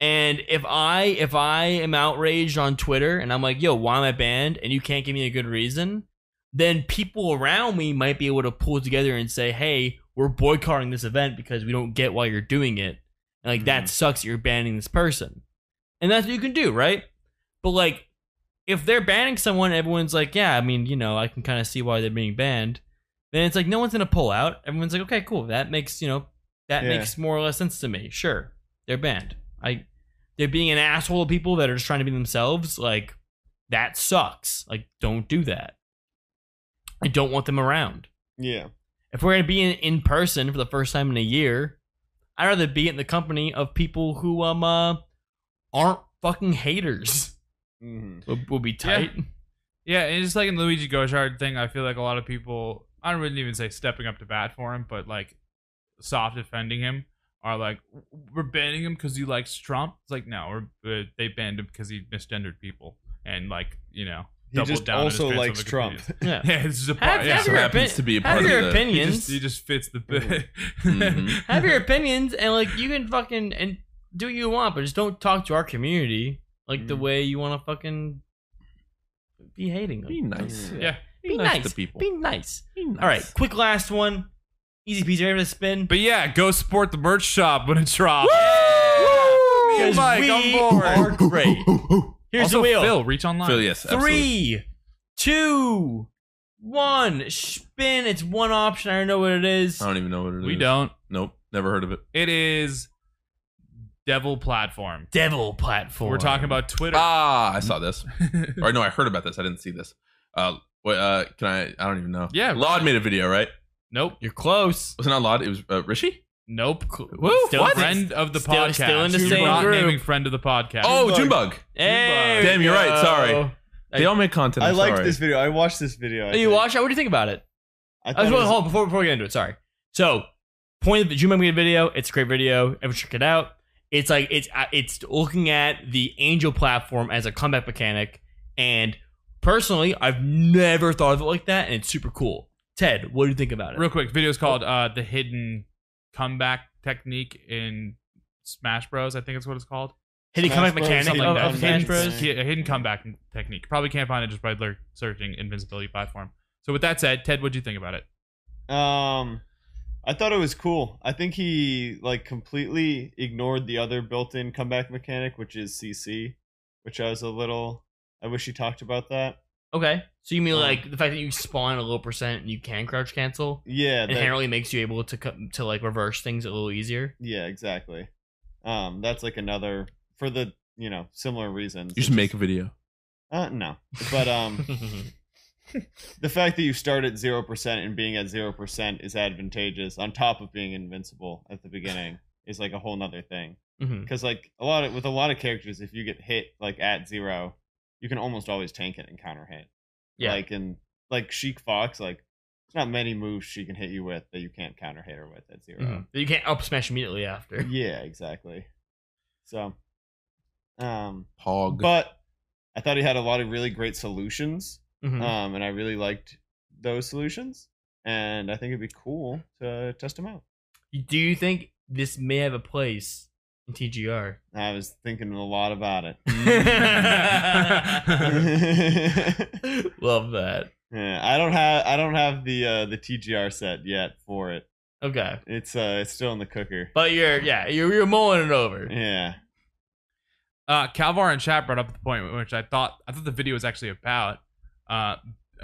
Speaker 2: And if I if I am outraged on Twitter and I'm like, yo, why am I banned? And you can't give me a good reason, then people around me might be able to pull together and say, hey, we're boycotting this event because we don't get why you're doing it. And like that sucks that you're banning this person. And that's what you can do, right? But like if they're banning someone, everyone's like, yeah, I mean, you know, I can kind of see why they're being banned. Then it's like no one's gonna pull out. Everyone's like, okay, cool. That makes you know, that
Speaker 3: Yeah.
Speaker 2: makes more or less sense to me. Sure, they're banned. I, they're being an asshole to people that are just trying to be themselves. Like, that sucks. Like, don't do that. I don't want them around.
Speaker 3: Yeah.
Speaker 2: If we're gonna be in, in person for the first time in a year, I'd rather be in the company of people who um uh, aren't fucking haters.
Speaker 3: Mhm.
Speaker 2: We'll, we'll be tight.
Speaker 4: Yeah, and just like in Luigi Gojard thing, I feel like a lot of people, I wouldn't even say stepping up to bat for him, but like soft defending him are like, we're banning him because he likes Trump. It's like, no, we're, uh, they banned him because he misgendered people and like, you know,
Speaker 3: He
Speaker 4: doubled
Speaker 3: just
Speaker 4: down on his
Speaker 3: also
Speaker 4: transphobic
Speaker 3: likes Trump.
Speaker 4: opinions.
Speaker 2: Yeah.
Speaker 4: Yeah, this is a part.
Speaker 2: Have,
Speaker 4: yeah,
Speaker 2: have
Speaker 1: so
Speaker 2: your,
Speaker 1: happens
Speaker 2: opi-
Speaker 1: to be a
Speaker 2: have
Speaker 1: part
Speaker 2: your
Speaker 1: of the-
Speaker 4: he,
Speaker 2: opinions. Mm-hmm.
Speaker 4: just, he just fits the bit.
Speaker 1: Mhm.
Speaker 2: have your opinions and like you can fucking and do what you want, but just don't talk to our community like the
Speaker 1: Mm.
Speaker 3: Mhm.
Speaker 2: way you want to fucking be hating them.
Speaker 1: Be nice.
Speaker 2: Mm-hmm. Yeah.
Speaker 4: Yeah.
Speaker 2: Be,
Speaker 1: Be
Speaker 2: nice.
Speaker 1: nice to people.
Speaker 2: Be nice.
Speaker 1: Be nice.
Speaker 2: All right, quick last one. Easy peasy, ready for the spin.
Speaker 4: But yeah, go support the merch shop when it's drops. Me and
Speaker 2: Because
Speaker 4: Mike,
Speaker 2: we
Speaker 4: I'm bored.
Speaker 2: are great. Here's
Speaker 4: also,
Speaker 2: the wheel.
Speaker 4: Phil, reach online.
Speaker 1: Phil, yes. absolutely.
Speaker 2: Three, two, one. Spin. It's one option. I don't know what it is.
Speaker 1: I don't even know what it is.
Speaker 4: We don't.
Speaker 1: Nope. Never heard of it.
Speaker 4: It is Devil Platform.
Speaker 2: Devil platform.
Speaker 4: We're talking about Twitter.
Speaker 1: Ah, I saw this. or no, I heard about this. I didn't see this. Uh, what, uh, can I? I don't even know.
Speaker 4: Yeah,
Speaker 1: Laud made a video, right?
Speaker 4: nope.
Speaker 2: You're close.
Speaker 1: Was it not Laud? It was uh, Rishi.
Speaker 4: Nope.
Speaker 1: Woo,
Speaker 2: Still
Speaker 1: what?
Speaker 4: Friend of the
Speaker 2: Still-
Speaker 4: podcast.
Speaker 2: still in the
Speaker 4: You're
Speaker 2: same
Speaker 4: not
Speaker 2: group.
Speaker 4: naming friend of the podcast.
Speaker 1: Oh,
Speaker 3: Junebug.
Speaker 1: Junebug.
Speaker 2: Hey,
Speaker 1: Damn, you're right.
Speaker 2: yo.
Speaker 1: Sorry.
Speaker 2: I-
Speaker 1: They all make content.
Speaker 3: I
Speaker 1: I'm
Speaker 3: liked
Speaker 1: sorry.
Speaker 3: this video. I watched this video. I
Speaker 2: Oh, you
Speaker 3: think.
Speaker 2: watch it? What do you think about it?
Speaker 3: I
Speaker 2: I
Speaker 3: thought
Speaker 2: was
Speaker 3: it
Speaker 2: well,
Speaker 3: was,
Speaker 2: hold on, before before we get into it. Sorry. So, point of the Juma Mega video. It's a great video. Everyone check it out. It's like it's uh, it's looking at the Angel platform as a comeback mechanic, and personally, I've never thought of it like that, and it's super cool. Ted, what do you think about it?
Speaker 4: Real quick, video's called uh, The Hidden Comeback Technique in Smash Bros. I think it's what it's called.
Speaker 2: Hitting
Speaker 3: Smash
Speaker 2: comeback
Speaker 3: Bros,
Speaker 2: mechanic
Speaker 4: Something
Speaker 2: of,
Speaker 4: like
Speaker 2: of
Speaker 4: that.
Speaker 2: Smash
Speaker 3: Smash
Speaker 2: Bros.
Speaker 3: Bros.
Speaker 4: Ki- A hidden comeback technique. Probably can't find it just by lur- searching Invincibility Platform. So with that said, Ted, what'd you think about it?
Speaker 3: Um, I thought it was cool. I think he like completely ignored the other built-in comeback mechanic, which is CC, which I was a little. I wish he talked about that.
Speaker 2: Okay, so you mean like the fact that you spawn a low percent and you can crouch cancel
Speaker 3: Yeah, that,
Speaker 2: inherently makes you able to co- to like reverse things a little easier.
Speaker 3: yeah, exactly. Um, that's like another for the you know similar reasons.
Speaker 1: You
Speaker 3: It
Speaker 1: should make a video.
Speaker 3: Uh, no, but um,
Speaker 2: Mm-hmm.
Speaker 3: the fact that you start at zero percent and being at zero percent is advantageous. On top of being invincible at the beginning is like a whole nother thing.
Speaker 2: Mhm.
Speaker 3: because like a lot of with a lot of characters if you get hit like at zero you can almost always tank it and counter hit
Speaker 2: Yeah.
Speaker 3: like in like sheik fox like there's not many moves she can hit you with that you can't counter hit her with at 0
Speaker 2: Mhm. But You can't up smash immediately after.
Speaker 3: yeah exactly so um
Speaker 1: Pog.
Speaker 3: but i thought he had a lot of really great solutions
Speaker 2: Mhm.
Speaker 3: um and i really liked those solutions and i think it'd be cool to test them out
Speaker 2: Do you think this may have a place in TGR?
Speaker 3: i was thinking a lot about it
Speaker 2: Love that.
Speaker 3: Yeah, I don't have I don't have the uh, the TGR set yet for it.
Speaker 2: Okay,
Speaker 3: It's uh it's still in the cooker.
Speaker 2: but you're yeah you're, you're mulling it over.
Speaker 3: Yeah.
Speaker 4: Uh, Calvar and chat brought up the point which I thought I thought the video was actually about. Uh,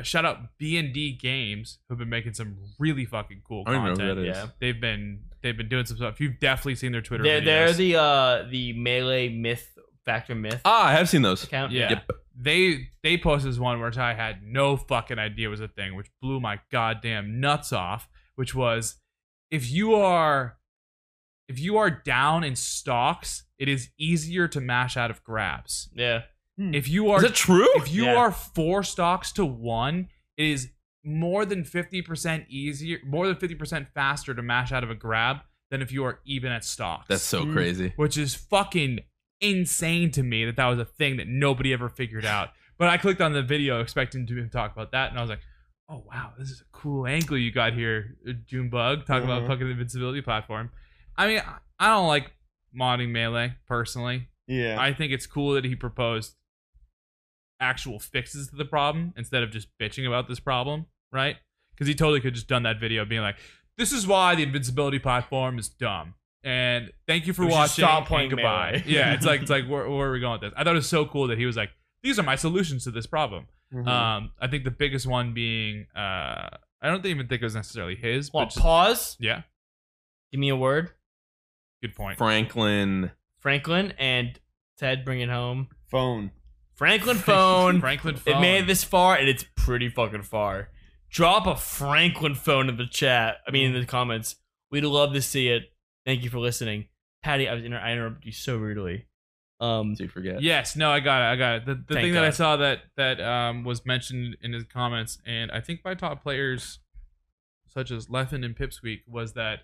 Speaker 4: shout out B and D Games who've been making some really fucking cool
Speaker 1: I don't even know who
Speaker 4: content.
Speaker 1: that is.
Speaker 2: yeah.
Speaker 4: They've been they've been doing some stuff. You've definitely seen their Twitter.
Speaker 2: They're,
Speaker 4: videos.
Speaker 2: they're the uh the melee myth factor myth
Speaker 1: Ah, I have seen those.
Speaker 2: account.
Speaker 4: Yeah. They they posted this one which I had no fucking idea was a thing, which blew my goddamn nuts off, which was if you are if you are down in stocks, it is easier to mash out of grabs.
Speaker 2: yeah.
Speaker 4: If you are
Speaker 1: Is that true?
Speaker 4: if you
Speaker 2: Yeah.
Speaker 4: are four stocks to one, it is more than 50% easier, more than 50% faster to mash out of a grab than if you are even at stocks
Speaker 1: That's so
Speaker 2: Mm.
Speaker 1: crazy.
Speaker 4: which is fucking insane to me that that was a thing that nobody ever figured out. But I clicked on the video expecting to talk about that, and I was like, "Oh wow, this is a cool angle you got here, uh, Junebug, talking about
Speaker 3: Mhm.
Speaker 1: Mm-hmm.
Speaker 4: fucking invincibility platform." I mean, I- I don't like modding melee personally.
Speaker 3: Yeah.
Speaker 4: I think it's cool that he proposed actual fixes to the problem instead of just bitching about this problem, right? Because he totally could just done that video being like, "This is why the invincibility platform is dumb." And thank you for
Speaker 2: We should
Speaker 4: watching.
Speaker 2: stop
Speaker 4: and
Speaker 2: playing
Speaker 4: goodbye.
Speaker 2: Melee.
Speaker 4: yeah, it's like it's like where, where are we going with this? I thought it was so cool that he was like, "These are my solutions to this problem."
Speaker 3: Mhm.
Speaker 2: Mm-hmm.
Speaker 4: Um, I think the biggest one being, uh, I don't even think it was necessarily his, but
Speaker 2: Well,
Speaker 4: just-
Speaker 2: pause.
Speaker 4: yeah,
Speaker 2: Give me a word.
Speaker 4: good point.
Speaker 1: Franklin.
Speaker 2: Franklin and Ted bring it home.
Speaker 3: Phone.
Speaker 2: Franklin phone.
Speaker 4: Franklin phone.
Speaker 2: it made it this far and it's pretty fucking far. Drop a Franklin phone in the chat. I mean, in the comments. We'd love to see it. Thank you for listening, Patty. I was inter- I interrupted you so rudely. Um,
Speaker 1: Do you forget?
Speaker 4: Yes, no, I got it. I got it. The, the
Speaker 2: Thank
Speaker 4: thing that I
Speaker 2: God.
Speaker 4: saw that that um, was mentioned in his comments, and I think by top players such as Leffen and Pipsqueak, was that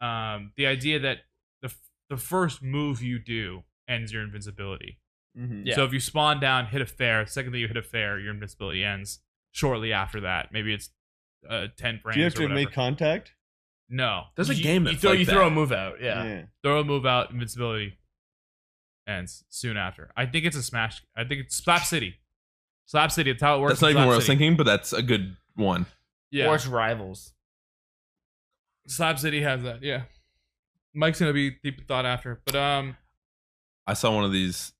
Speaker 4: um, the idea that the f- the first move you do ends your invincibility.
Speaker 3: Mhm.
Speaker 2: Yeah.
Speaker 4: So if you spawn down, hit a fair, second that you hit a fair, your invincibility ends shortly after that. Maybe it's uh, ten frames.
Speaker 3: Do you have
Speaker 4: or
Speaker 3: to
Speaker 4: whatever.
Speaker 3: make contact?
Speaker 4: no.
Speaker 1: There's a
Speaker 2: you-
Speaker 1: game
Speaker 2: You
Speaker 1: that's
Speaker 2: throw
Speaker 1: like
Speaker 2: you throw
Speaker 1: that.
Speaker 2: a move out. Yeah.
Speaker 4: Throw a move out, invincibility ends soon after. I think it's a smash. I think it's Slap City. Slap City. It's how it works.
Speaker 1: That's not
Speaker 4: in
Speaker 1: even
Speaker 4: Slap
Speaker 1: what I was
Speaker 4: City.
Speaker 1: thinking, but that's a good one.
Speaker 4: Yeah.
Speaker 2: Or it's rivals.
Speaker 4: Slap City has that. Yeah. Mike's gonna be deep in thought after, but um,
Speaker 1: I saw one of these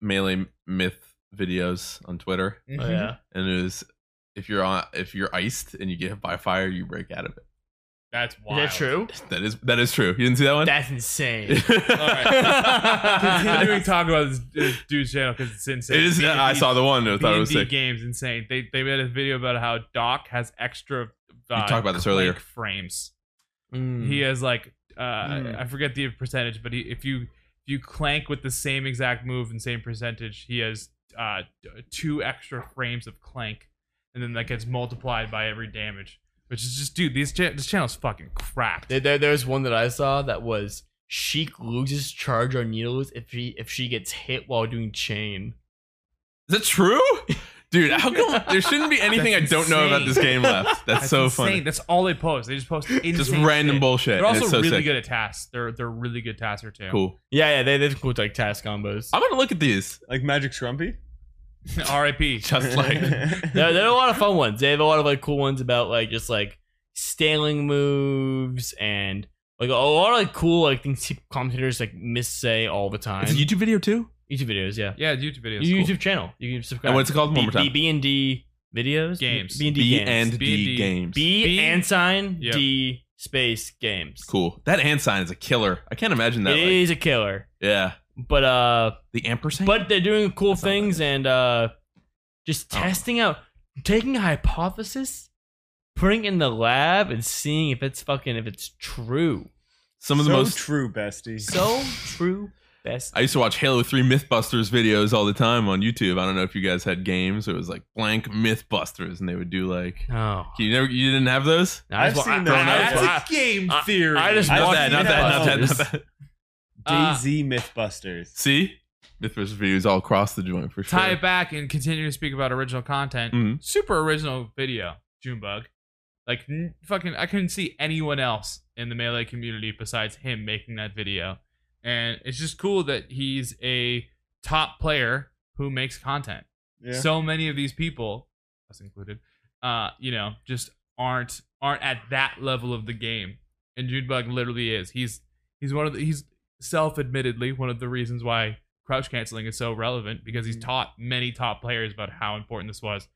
Speaker 1: melee myth videos on Twitter,
Speaker 2: Oh, yeah.
Speaker 1: and it was if you're on if you're iced and you get hit by fire, you break out of it.
Speaker 4: that's
Speaker 2: Is
Speaker 4: wild.
Speaker 2: that true?
Speaker 1: That is that is true. You didn't see that one?
Speaker 2: That's insane.
Speaker 4: Continuing to talk about this, this dude's channel because it's insane.
Speaker 1: it is. I saw the one. I thought it was
Speaker 4: B&D
Speaker 1: sick.
Speaker 4: games insane. They they made a video about how Doc has extra. Uh,
Speaker 1: talked about this earlier.
Speaker 4: click Frames.
Speaker 3: Hmm.
Speaker 2: Mm.
Speaker 1: Hmm.
Speaker 4: he has like uh
Speaker 3: Mm.
Speaker 4: I forget the percentage, but he, if you if you clank with the same exact move and same percentage, he has uh d- two extra frames of clank, and then that gets multiplied by every damage, which is just dude. These cha- this channel's fucking cracked.
Speaker 2: There, there, there was one that I saw that was Sheik loses charge on needles if she if she gets hit while doing chain.
Speaker 1: Is that true? Dude, how come there shouldn't be anything I
Speaker 4: That's
Speaker 1: don't know about
Speaker 4: insane.
Speaker 1: this game left? That's, so
Speaker 4: insane.
Speaker 1: funny.
Speaker 4: That's all they post. They just post insane
Speaker 1: Just random
Speaker 4: shit.
Speaker 1: bullshit. and
Speaker 4: They're also
Speaker 1: it's so
Speaker 4: really
Speaker 1: sick.
Speaker 4: good at tasks. They're they're really good tasks too.
Speaker 1: Cool.
Speaker 2: Yeah, yeah, they they've cool like task combos.
Speaker 1: I'm gonna look at these.
Speaker 3: Like Magic Shrumpy?
Speaker 4: R.I.P.
Speaker 1: Just like
Speaker 2: there, there are a lot of fun ones. They have a lot of like cool ones about like just like staling moves and like a lot of like, cool like things commentators like missay all the time.
Speaker 1: it's a YouTube
Speaker 2: YouTube,
Speaker 1: video too.
Speaker 2: videos, yeah.
Speaker 4: Yeah, YouTube videos.
Speaker 2: Your YouTube
Speaker 4: Cool.
Speaker 2: channel. You can subscribe.
Speaker 1: And what's it called? One more time.
Speaker 2: B and D videos
Speaker 4: Games.
Speaker 2: B and D
Speaker 1: B
Speaker 2: games.
Speaker 1: and
Speaker 4: B&D.
Speaker 1: D games.
Speaker 2: B
Speaker 4: B-
Speaker 2: and sign
Speaker 4: Yep.
Speaker 2: D space games.
Speaker 1: Cool. That hand sign is a killer. I can't imagine
Speaker 2: It
Speaker 1: that.
Speaker 2: is
Speaker 1: like-
Speaker 2: a killer,
Speaker 1: yeah.
Speaker 2: but uh.
Speaker 1: The ampersand.
Speaker 2: but they're doing cool
Speaker 1: That's not
Speaker 2: things and uh just
Speaker 1: Oh.
Speaker 2: testing out taking a hypothesis putting it in the lab and seeing if it's fucking if it's true
Speaker 1: some of the
Speaker 3: so
Speaker 1: most.
Speaker 3: true, bestie.
Speaker 2: so true best
Speaker 1: I used to watch Halo Three MythBusters videos all the time on YouTube. I don't know if you guys had games. It was like blank MythBusters, and they would do like.
Speaker 2: oh
Speaker 1: You never. You didn't have those.
Speaker 3: I've
Speaker 2: just,
Speaker 3: seen
Speaker 2: I,
Speaker 3: those.
Speaker 2: I, just-
Speaker 4: That's a game theory.
Speaker 2: I just
Speaker 3: I've
Speaker 1: Not
Speaker 2: watched
Speaker 1: that. Not that. Not that. Not that.
Speaker 4: Uh,
Speaker 3: DayZ Mythbusters.
Speaker 1: See, MythBusters videos all across the joint for sure.
Speaker 4: tie it back and continue to speak about original content.
Speaker 1: Mhm.
Speaker 4: Super original video, Junebug. Like n- fucking, I couldn't see anyone else in the melee community besides him making that video, and it's just cool that he's a top player who makes content.
Speaker 3: Yeah.
Speaker 4: So many of these people, us included, uh, you know, just aren't aren't at that level of the game, and Junebug literally is. He's he's one of the, he's self admittedly one of the reasons why crouch canceling is so relevant because
Speaker 1: Mm.
Speaker 4: he's taught many top players about how important this was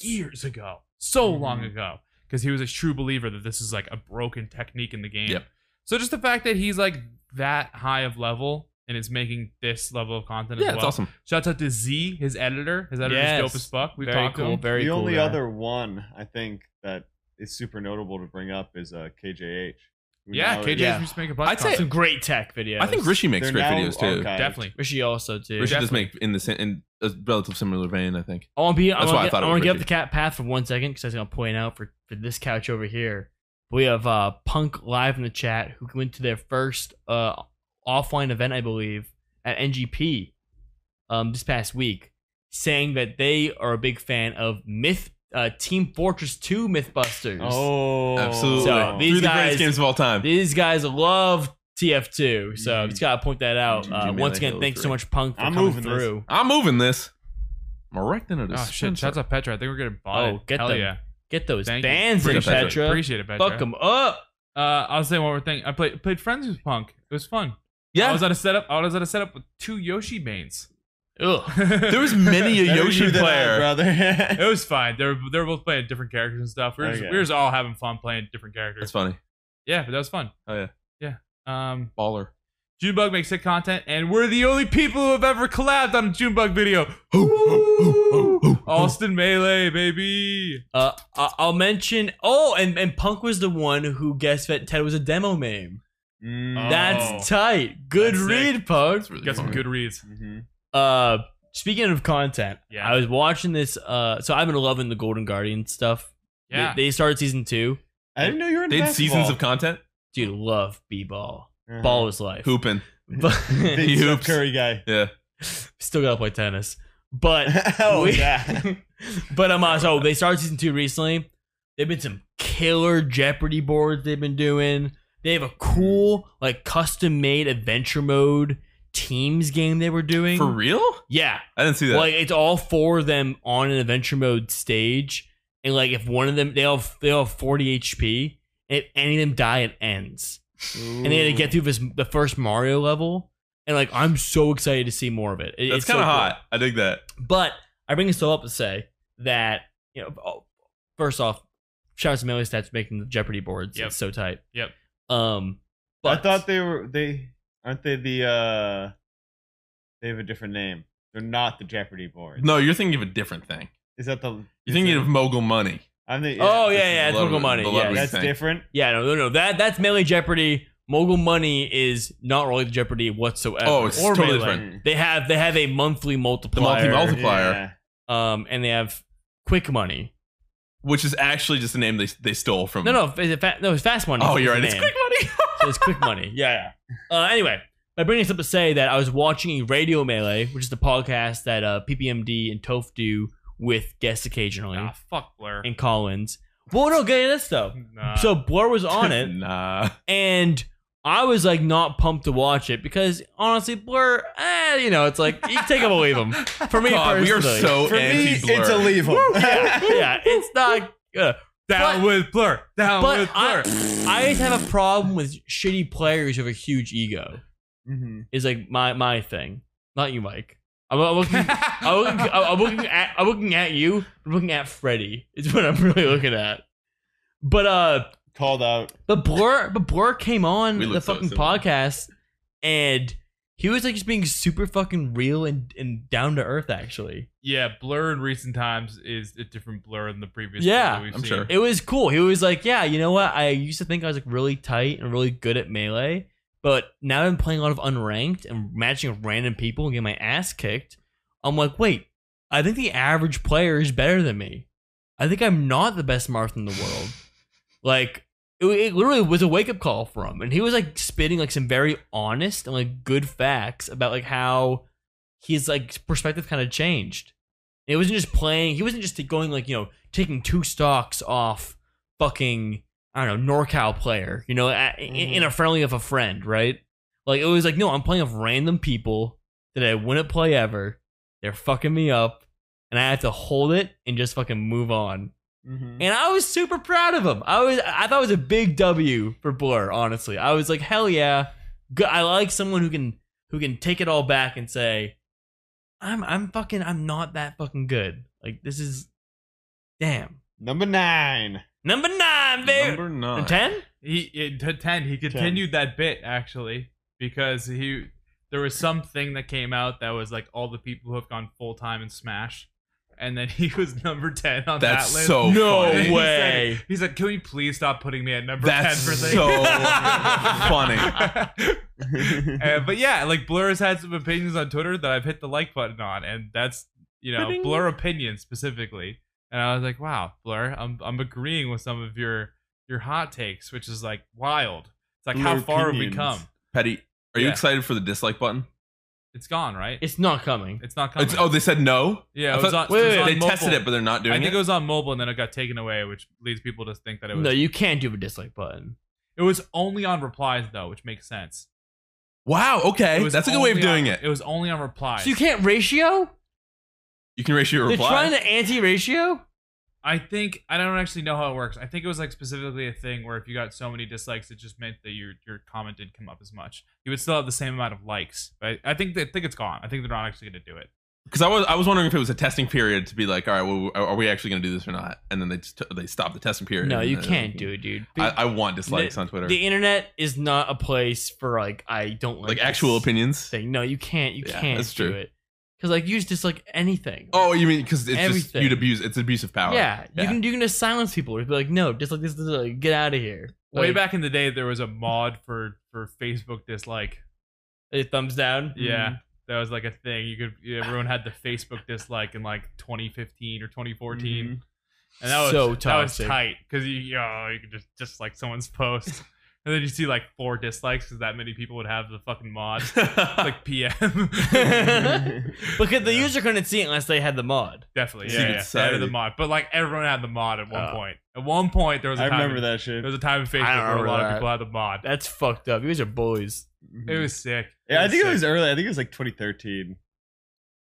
Speaker 4: years ago, so long
Speaker 3: Mhm.
Speaker 1: Mm-hmm.
Speaker 4: ago, because he was a true believer that this is like a broken technique in the game.
Speaker 1: Yep.
Speaker 4: So just the fact that he's like that high of level and is making this level of content
Speaker 1: Yeah,
Speaker 4: as
Speaker 1: it's
Speaker 4: well.
Speaker 1: awesome.
Speaker 4: Shouts out to Z, his editor. His editor
Speaker 2: Yes.
Speaker 4: is dope as fuck. We've
Speaker 2: very
Speaker 4: talked
Speaker 2: cool.
Speaker 4: to him.
Speaker 2: Very
Speaker 3: the
Speaker 2: cool.
Speaker 3: only
Speaker 2: guy.
Speaker 3: other one I think that is super notable to bring up is uh, KJH. who
Speaker 4: Yeah,
Speaker 3: now
Speaker 4: KJ's
Speaker 3: is-
Speaker 2: Yeah.
Speaker 4: just make a bunch.
Speaker 1: I'd say-
Speaker 4: of
Speaker 2: some great tech videos.
Speaker 1: I think Rishi makes
Speaker 3: they're
Speaker 1: great
Speaker 3: now
Speaker 1: videos too.
Speaker 3: archived.
Speaker 4: definitely.
Speaker 2: Rishi also too.
Speaker 1: Rishi does make in the same, in a relative similar vein. I think.
Speaker 2: I want to be. I
Speaker 1: That's
Speaker 2: wanna
Speaker 1: why I
Speaker 2: get-
Speaker 1: thought it
Speaker 2: I want
Speaker 1: was
Speaker 2: to get up
Speaker 1: Richie.
Speaker 2: the cat path for one second because I was gonna point out for for this couch over here. We have uh, Punk live in the chat who went to their first uh, offline event, I believe, at NGP um, this past week, saying that they are a big fan of Myth uh, Team Fortress Two MythBusters.
Speaker 3: Oh,
Speaker 1: Absolutely.
Speaker 2: So these
Speaker 1: Through the
Speaker 2: guys-
Speaker 1: greatest games of all time.
Speaker 2: These guys love TF2, so
Speaker 4: Mm-hmm.
Speaker 2: I just gotta point that out.
Speaker 1: GG
Speaker 2: Uh,
Speaker 1: Melee
Speaker 2: once again,
Speaker 1: Hill
Speaker 2: thanks so
Speaker 1: three.
Speaker 2: much, Punk, for
Speaker 3: I'm
Speaker 2: coming
Speaker 3: moving this.
Speaker 2: through.
Speaker 1: I'm moving this. I'm erecting it.
Speaker 4: Oh shit! Shouts out Petra. I think we're gonna buy.
Speaker 2: Oh, get
Speaker 4: Hell
Speaker 2: them.
Speaker 4: yeah.
Speaker 2: Get those
Speaker 4: Thank you.
Speaker 2: bands
Speaker 1: Bring
Speaker 2: in,
Speaker 1: it, Petra.
Speaker 2: Petra.
Speaker 4: Appreciate it, Petra.
Speaker 2: Fuck them up.
Speaker 4: Uh, I'll say one more thing. I played played Friends with Punk. It was fun. I
Speaker 1: Yeah,
Speaker 4: was at a setup. I was at a setup with two Yoshi mains.
Speaker 2: Ugh.
Speaker 1: there was many a
Speaker 3: Better you
Speaker 1: Yoshi
Speaker 3: than I,
Speaker 1: player.
Speaker 4: It
Speaker 3: brother.
Speaker 4: was fine. They were they were both playing different characters and stuff. We were, just,
Speaker 3: Okay.
Speaker 4: we were just all having fun playing different characters.
Speaker 1: That's funny.
Speaker 4: Yeah, but that was fun.
Speaker 1: Oh yeah,
Speaker 4: Yeah. Um,
Speaker 1: baller.
Speaker 4: Junebug makes sick content, and we're the only people who have ever collabed on a Junebug video. Austin Melee, baby.
Speaker 2: Uh, I- I'll mention. Oh, and, and Punk was the one who guessed that Ted was a demo meme.
Speaker 3: Mm.
Speaker 2: That's tight. Good
Speaker 4: Oh. That's
Speaker 2: read, Punk.
Speaker 1: really
Speaker 4: Got some
Speaker 1: funny.
Speaker 4: good reads.
Speaker 1: Mm-hmm.
Speaker 3: Mhm.
Speaker 2: Uh, speaking of content,
Speaker 4: Yeah.
Speaker 2: I was watching this. Uh, so I've been loving the Golden Guardian stuff. They-
Speaker 4: Yeah.
Speaker 2: they, started season two.
Speaker 3: I didn't know you were in
Speaker 1: They had
Speaker 3: basketball.
Speaker 1: seasons of content.
Speaker 2: Dude, love b ball.
Speaker 3: Uh-huh.
Speaker 2: Ball is life.
Speaker 1: Hooping.
Speaker 2: But
Speaker 3: Big
Speaker 1: He
Speaker 3: Steph
Speaker 1: hoops.
Speaker 3: Curry guy.
Speaker 1: Yeah.
Speaker 2: still gotta play tennis. But
Speaker 3: oh
Speaker 2: we-
Speaker 3: yeah.
Speaker 2: but um, uh, so they started season two recently. They've been some killer Jeopardy boards they've been doing. They have a cool like custom made adventure mode teams game they were doing.
Speaker 1: For real?
Speaker 2: yeah,
Speaker 1: I didn't see that.
Speaker 2: like it's all four of them on an adventure mode stage, and like if one of them they all they all have forty HP, and if any of them die, it ends. And they had to get through this the first Mario level, and like I'm so excited to see more of it. It-
Speaker 1: That's
Speaker 2: it's so
Speaker 1: kind of
Speaker 2: cool.
Speaker 1: hot. I dig that.
Speaker 2: But I bring this all up to say that you know, oh, first off, shout out to Melee Stats for making the Jeopardy boards.
Speaker 4: Yep.
Speaker 2: It's so tight.
Speaker 4: Yep.
Speaker 2: Um, but
Speaker 3: I thought they were they aren't they the uh they have a different name. They're not the Jeopardy board.
Speaker 1: No, you're thinking of a different thing.
Speaker 3: Is that the
Speaker 1: You're thinking of mogul money.
Speaker 3: I'm the
Speaker 2: oh
Speaker 1: this
Speaker 2: yeah,
Speaker 1: is
Speaker 2: yeah, it's
Speaker 1: Ludwig-
Speaker 2: Mogul Money.
Speaker 1: the
Speaker 2: Yeah,
Speaker 1: Ludwig-
Speaker 2: that's-
Speaker 3: that's
Speaker 1: thing.
Speaker 3: different.
Speaker 2: yeah, no, no, no. That that's Melee Jeopardy. Mogul Money is not related to Jeopardy whatsoever.
Speaker 1: Oh, it's
Speaker 2: or
Speaker 1: totally
Speaker 2: Melee.
Speaker 1: different.
Speaker 3: Mm.
Speaker 2: They have they have a monthly multiplier.
Speaker 1: multi-multi-
Speaker 3: Yeah.
Speaker 1: Multiplier.
Speaker 2: Um, and they have quick money.
Speaker 1: Which is actually just a name they, they stole from.
Speaker 2: No, no, it's fa- no, it's fast money.
Speaker 1: Oh,
Speaker 2: It's
Speaker 1: you're
Speaker 2: the
Speaker 1: right. It's
Speaker 2: name.
Speaker 1: quick money.
Speaker 2: So it's quick money. Yeah. yeah. Uh, anyway, I bring this up to say that I was watching a Radio Melee, which is the podcast that uh, PPMD and Toph do with guests occasionally
Speaker 4: Ah, fuck Blur.
Speaker 2: and Collins. Well, no, get this though.
Speaker 1: Ah.
Speaker 4: Nah.
Speaker 2: so Blur was on it,
Speaker 1: nah.
Speaker 2: and I was like not pumped to watch it because honestly, Blur, eh, you know, it's like you take him or leave him. For me,
Speaker 1: God, we are
Speaker 2: personally.
Speaker 1: so
Speaker 3: For me,
Speaker 1: Oh, anti-blur.
Speaker 3: it's a leave 'em.
Speaker 2: yeah, it's not. Uh,
Speaker 4: down
Speaker 2: but-
Speaker 4: with Blur. Down
Speaker 2: but
Speaker 4: with Blur.
Speaker 2: I, I just have a problem with shitty players who have a huge ego.
Speaker 3: Mhm.
Speaker 2: is like my my thing, not you, Mike. I'm, I'm looking.
Speaker 4: Oh,
Speaker 2: I'm looking, I'm looking at I'm looking at you. I'm looking at Freddy. Is what I'm really looking at. But uh,
Speaker 3: Called out.
Speaker 2: but Blur, but Blur came on
Speaker 1: We
Speaker 2: the
Speaker 1: look so
Speaker 2: fucking
Speaker 1: similar.
Speaker 2: podcast, and he was like just being super fucking real and and down to earth. Actually,
Speaker 4: yeah, Blur in recent times is a different Blur than the previous.
Speaker 2: Yeah,
Speaker 4: Blur that we've
Speaker 1: I'm
Speaker 4: seen.
Speaker 1: sure.
Speaker 2: it was cool. He was like, yeah, you know what? I used to think I was like really tight and really good at melee, but now I'm playing a lot of unranked and matching with random people and getting my ass kicked. I'm like, wait, I think the average player is better than me. I think I'm not the best Marth in the world. Like, it, it literally was a wake up call for him, and he was like spitting like some very honest and like good facts about like how his like perspective kind of changed. It wasn't just playing. He wasn't just going like you know taking two stocks off fucking I don't know NorCal player. You know, a- in, in a friendly of a friend, right? Like it was like no, I'm playing with random people that I wouldn't play ever. They're fucking me up, and I have to hold it and just fucking move on.
Speaker 3: Mhm.
Speaker 1: Mm-hmm.
Speaker 2: And I was super proud of him. I was I thought it was a big W for Blur, honestly. I was like, hell yeah. Good. I like someone who can who can take it all back and say, "I'm I'm fucking I'm not that fucking good." Like this is, damn.
Speaker 3: Number nine.
Speaker 2: Number nine, baby.
Speaker 1: Number nine.
Speaker 2: Ten?
Speaker 4: He in t- ten. He continued that bit actually because he there was something that came out that was like all the people who have gone full time in Smash, and then he was number ten on
Speaker 1: That's
Speaker 4: that list.
Speaker 1: so
Speaker 2: No
Speaker 1: funny.
Speaker 4: He
Speaker 2: way.
Speaker 4: said- He's like, can we please stop putting me at number
Speaker 1: That's
Speaker 4: ten for things?
Speaker 1: so funny.
Speaker 4: Uh, but yeah, like Blur has had some opinions on Twitter that I've hit the like button on, and that's you know
Speaker 2: Ba-ding.
Speaker 4: Blur opinions specifically. And I was like, wow, Blur, I'm I'm agreeing with some of your your hot takes, which is like wild. It's like how
Speaker 3: Blur
Speaker 4: far
Speaker 3: opinions.
Speaker 4: have we come?
Speaker 1: Petty, are you
Speaker 4: Yeah.
Speaker 1: excited for the dislike button?
Speaker 4: It's gone, right?
Speaker 2: It's not coming.
Speaker 4: It's not coming.
Speaker 1: It's, oh, they said no.
Speaker 4: yeah,
Speaker 1: I
Speaker 4: it was
Speaker 1: thought-
Speaker 4: on, it was
Speaker 2: wait,
Speaker 4: on
Speaker 1: they
Speaker 4: mobile.
Speaker 1: tested it, but they're not doing
Speaker 4: I think
Speaker 1: it.
Speaker 4: it was on mobile, and then it got taken away, which leads people to think that it was.
Speaker 2: No, you can't do a dislike button.
Speaker 4: it was only on replies though, which makes sense.
Speaker 1: wow.
Speaker 4: It
Speaker 1: Okay,
Speaker 4: was
Speaker 1: that's a good way of
Speaker 4: only on-
Speaker 1: doing it.
Speaker 4: It was only on replies.
Speaker 2: So you can't ratio?
Speaker 1: You can ratio your
Speaker 2: They're
Speaker 1: reply.
Speaker 2: trying to anti-ratio?
Speaker 4: I think I don't actually know how it works. I think it was like specifically a thing where if you got so many dislikes, it just meant that your your comment didn't come up as much. You would still have the same amount of likes, but I think they I think it's gone. I think they're not actually going to do it.
Speaker 1: Because I was I was wondering if it was a testing period to be like, all right, well, are we actually going to do this or not? And then they just t- they stopped the testing period.
Speaker 2: No,
Speaker 1: and
Speaker 2: you
Speaker 1: then-
Speaker 2: can't do it, dude.
Speaker 1: I, I want dislikes on Twitter,
Speaker 2: the internet is not a place for like I don't like,
Speaker 1: like
Speaker 2: this
Speaker 1: actual opinions.
Speaker 2: thing. No, you can't. You
Speaker 1: Yeah,
Speaker 2: can't
Speaker 1: that's
Speaker 2: do
Speaker 1: true.
Speaker 2: it because like you just dislike anything.
Speaker 1: Oh, you mean because it's just
Speaker 2: Everything.
Speaker 1: you'd abuse it's abuse of power.
Speaker 2: yeah, you
Speaker 1: yeah.
Speaker 2: can you can just silence people or be like, no, dislike this, this, this, get out of here.
Speaker 4: Way
Speaker 2: Like,
Speaker 4: back in the day, there was a mod for for Facebook dislike.
Speaker 2: a thumbs down.
Speaker 3: Mm-hmm.
Speaker 4: Yeah, that was like a thing. You could everyone had the Facebook dislike in like 2015 or 2014,
Speaker 3: Mm-hmm.
Speaker 4: and that was
Speaker 2: So
Speaker 4: that was
Speaker 2: toxic.
Speaker 4: tight because you you, know, you could just dislike someone's post. And then you see like four dislikes because that many people would have the fucking mod. like PM.
Speaker 2: because the
Speaker 4: Yeah.
Speaker 2: user couldn't see it unless they had the mod.
Speaker 4: Definitely,
Speaker 1: Secret
Speaker 4: yeah, yeah. They
Speaker 1: Society.
Speaker 4: had the mod, but like everyone had the mod at one
Speaker 2: Oh.
Speaker 4: point. At one point, there was a
Speaker 3: I
Speaker 4: time
Speaker 3: remember
Speaker 4: in,
Speaker 3: that
Speaker 4: There
Speaker 3: shit.
Speaker 4: was a time in Facebook
Speaker 2: I don't
Speaker 4: where a lot
Speaker 2: remember
Speaker 4: of people had the mod.
Speaker 2: That's fucked up. You guys are bullies.
Speaker 3: Mm-hmm.
Speaker 4: It was sick.
Speaker 3: Yeah, I think it
Speaker 4: sick.
Speaker 3: was early. I think it was like 2013.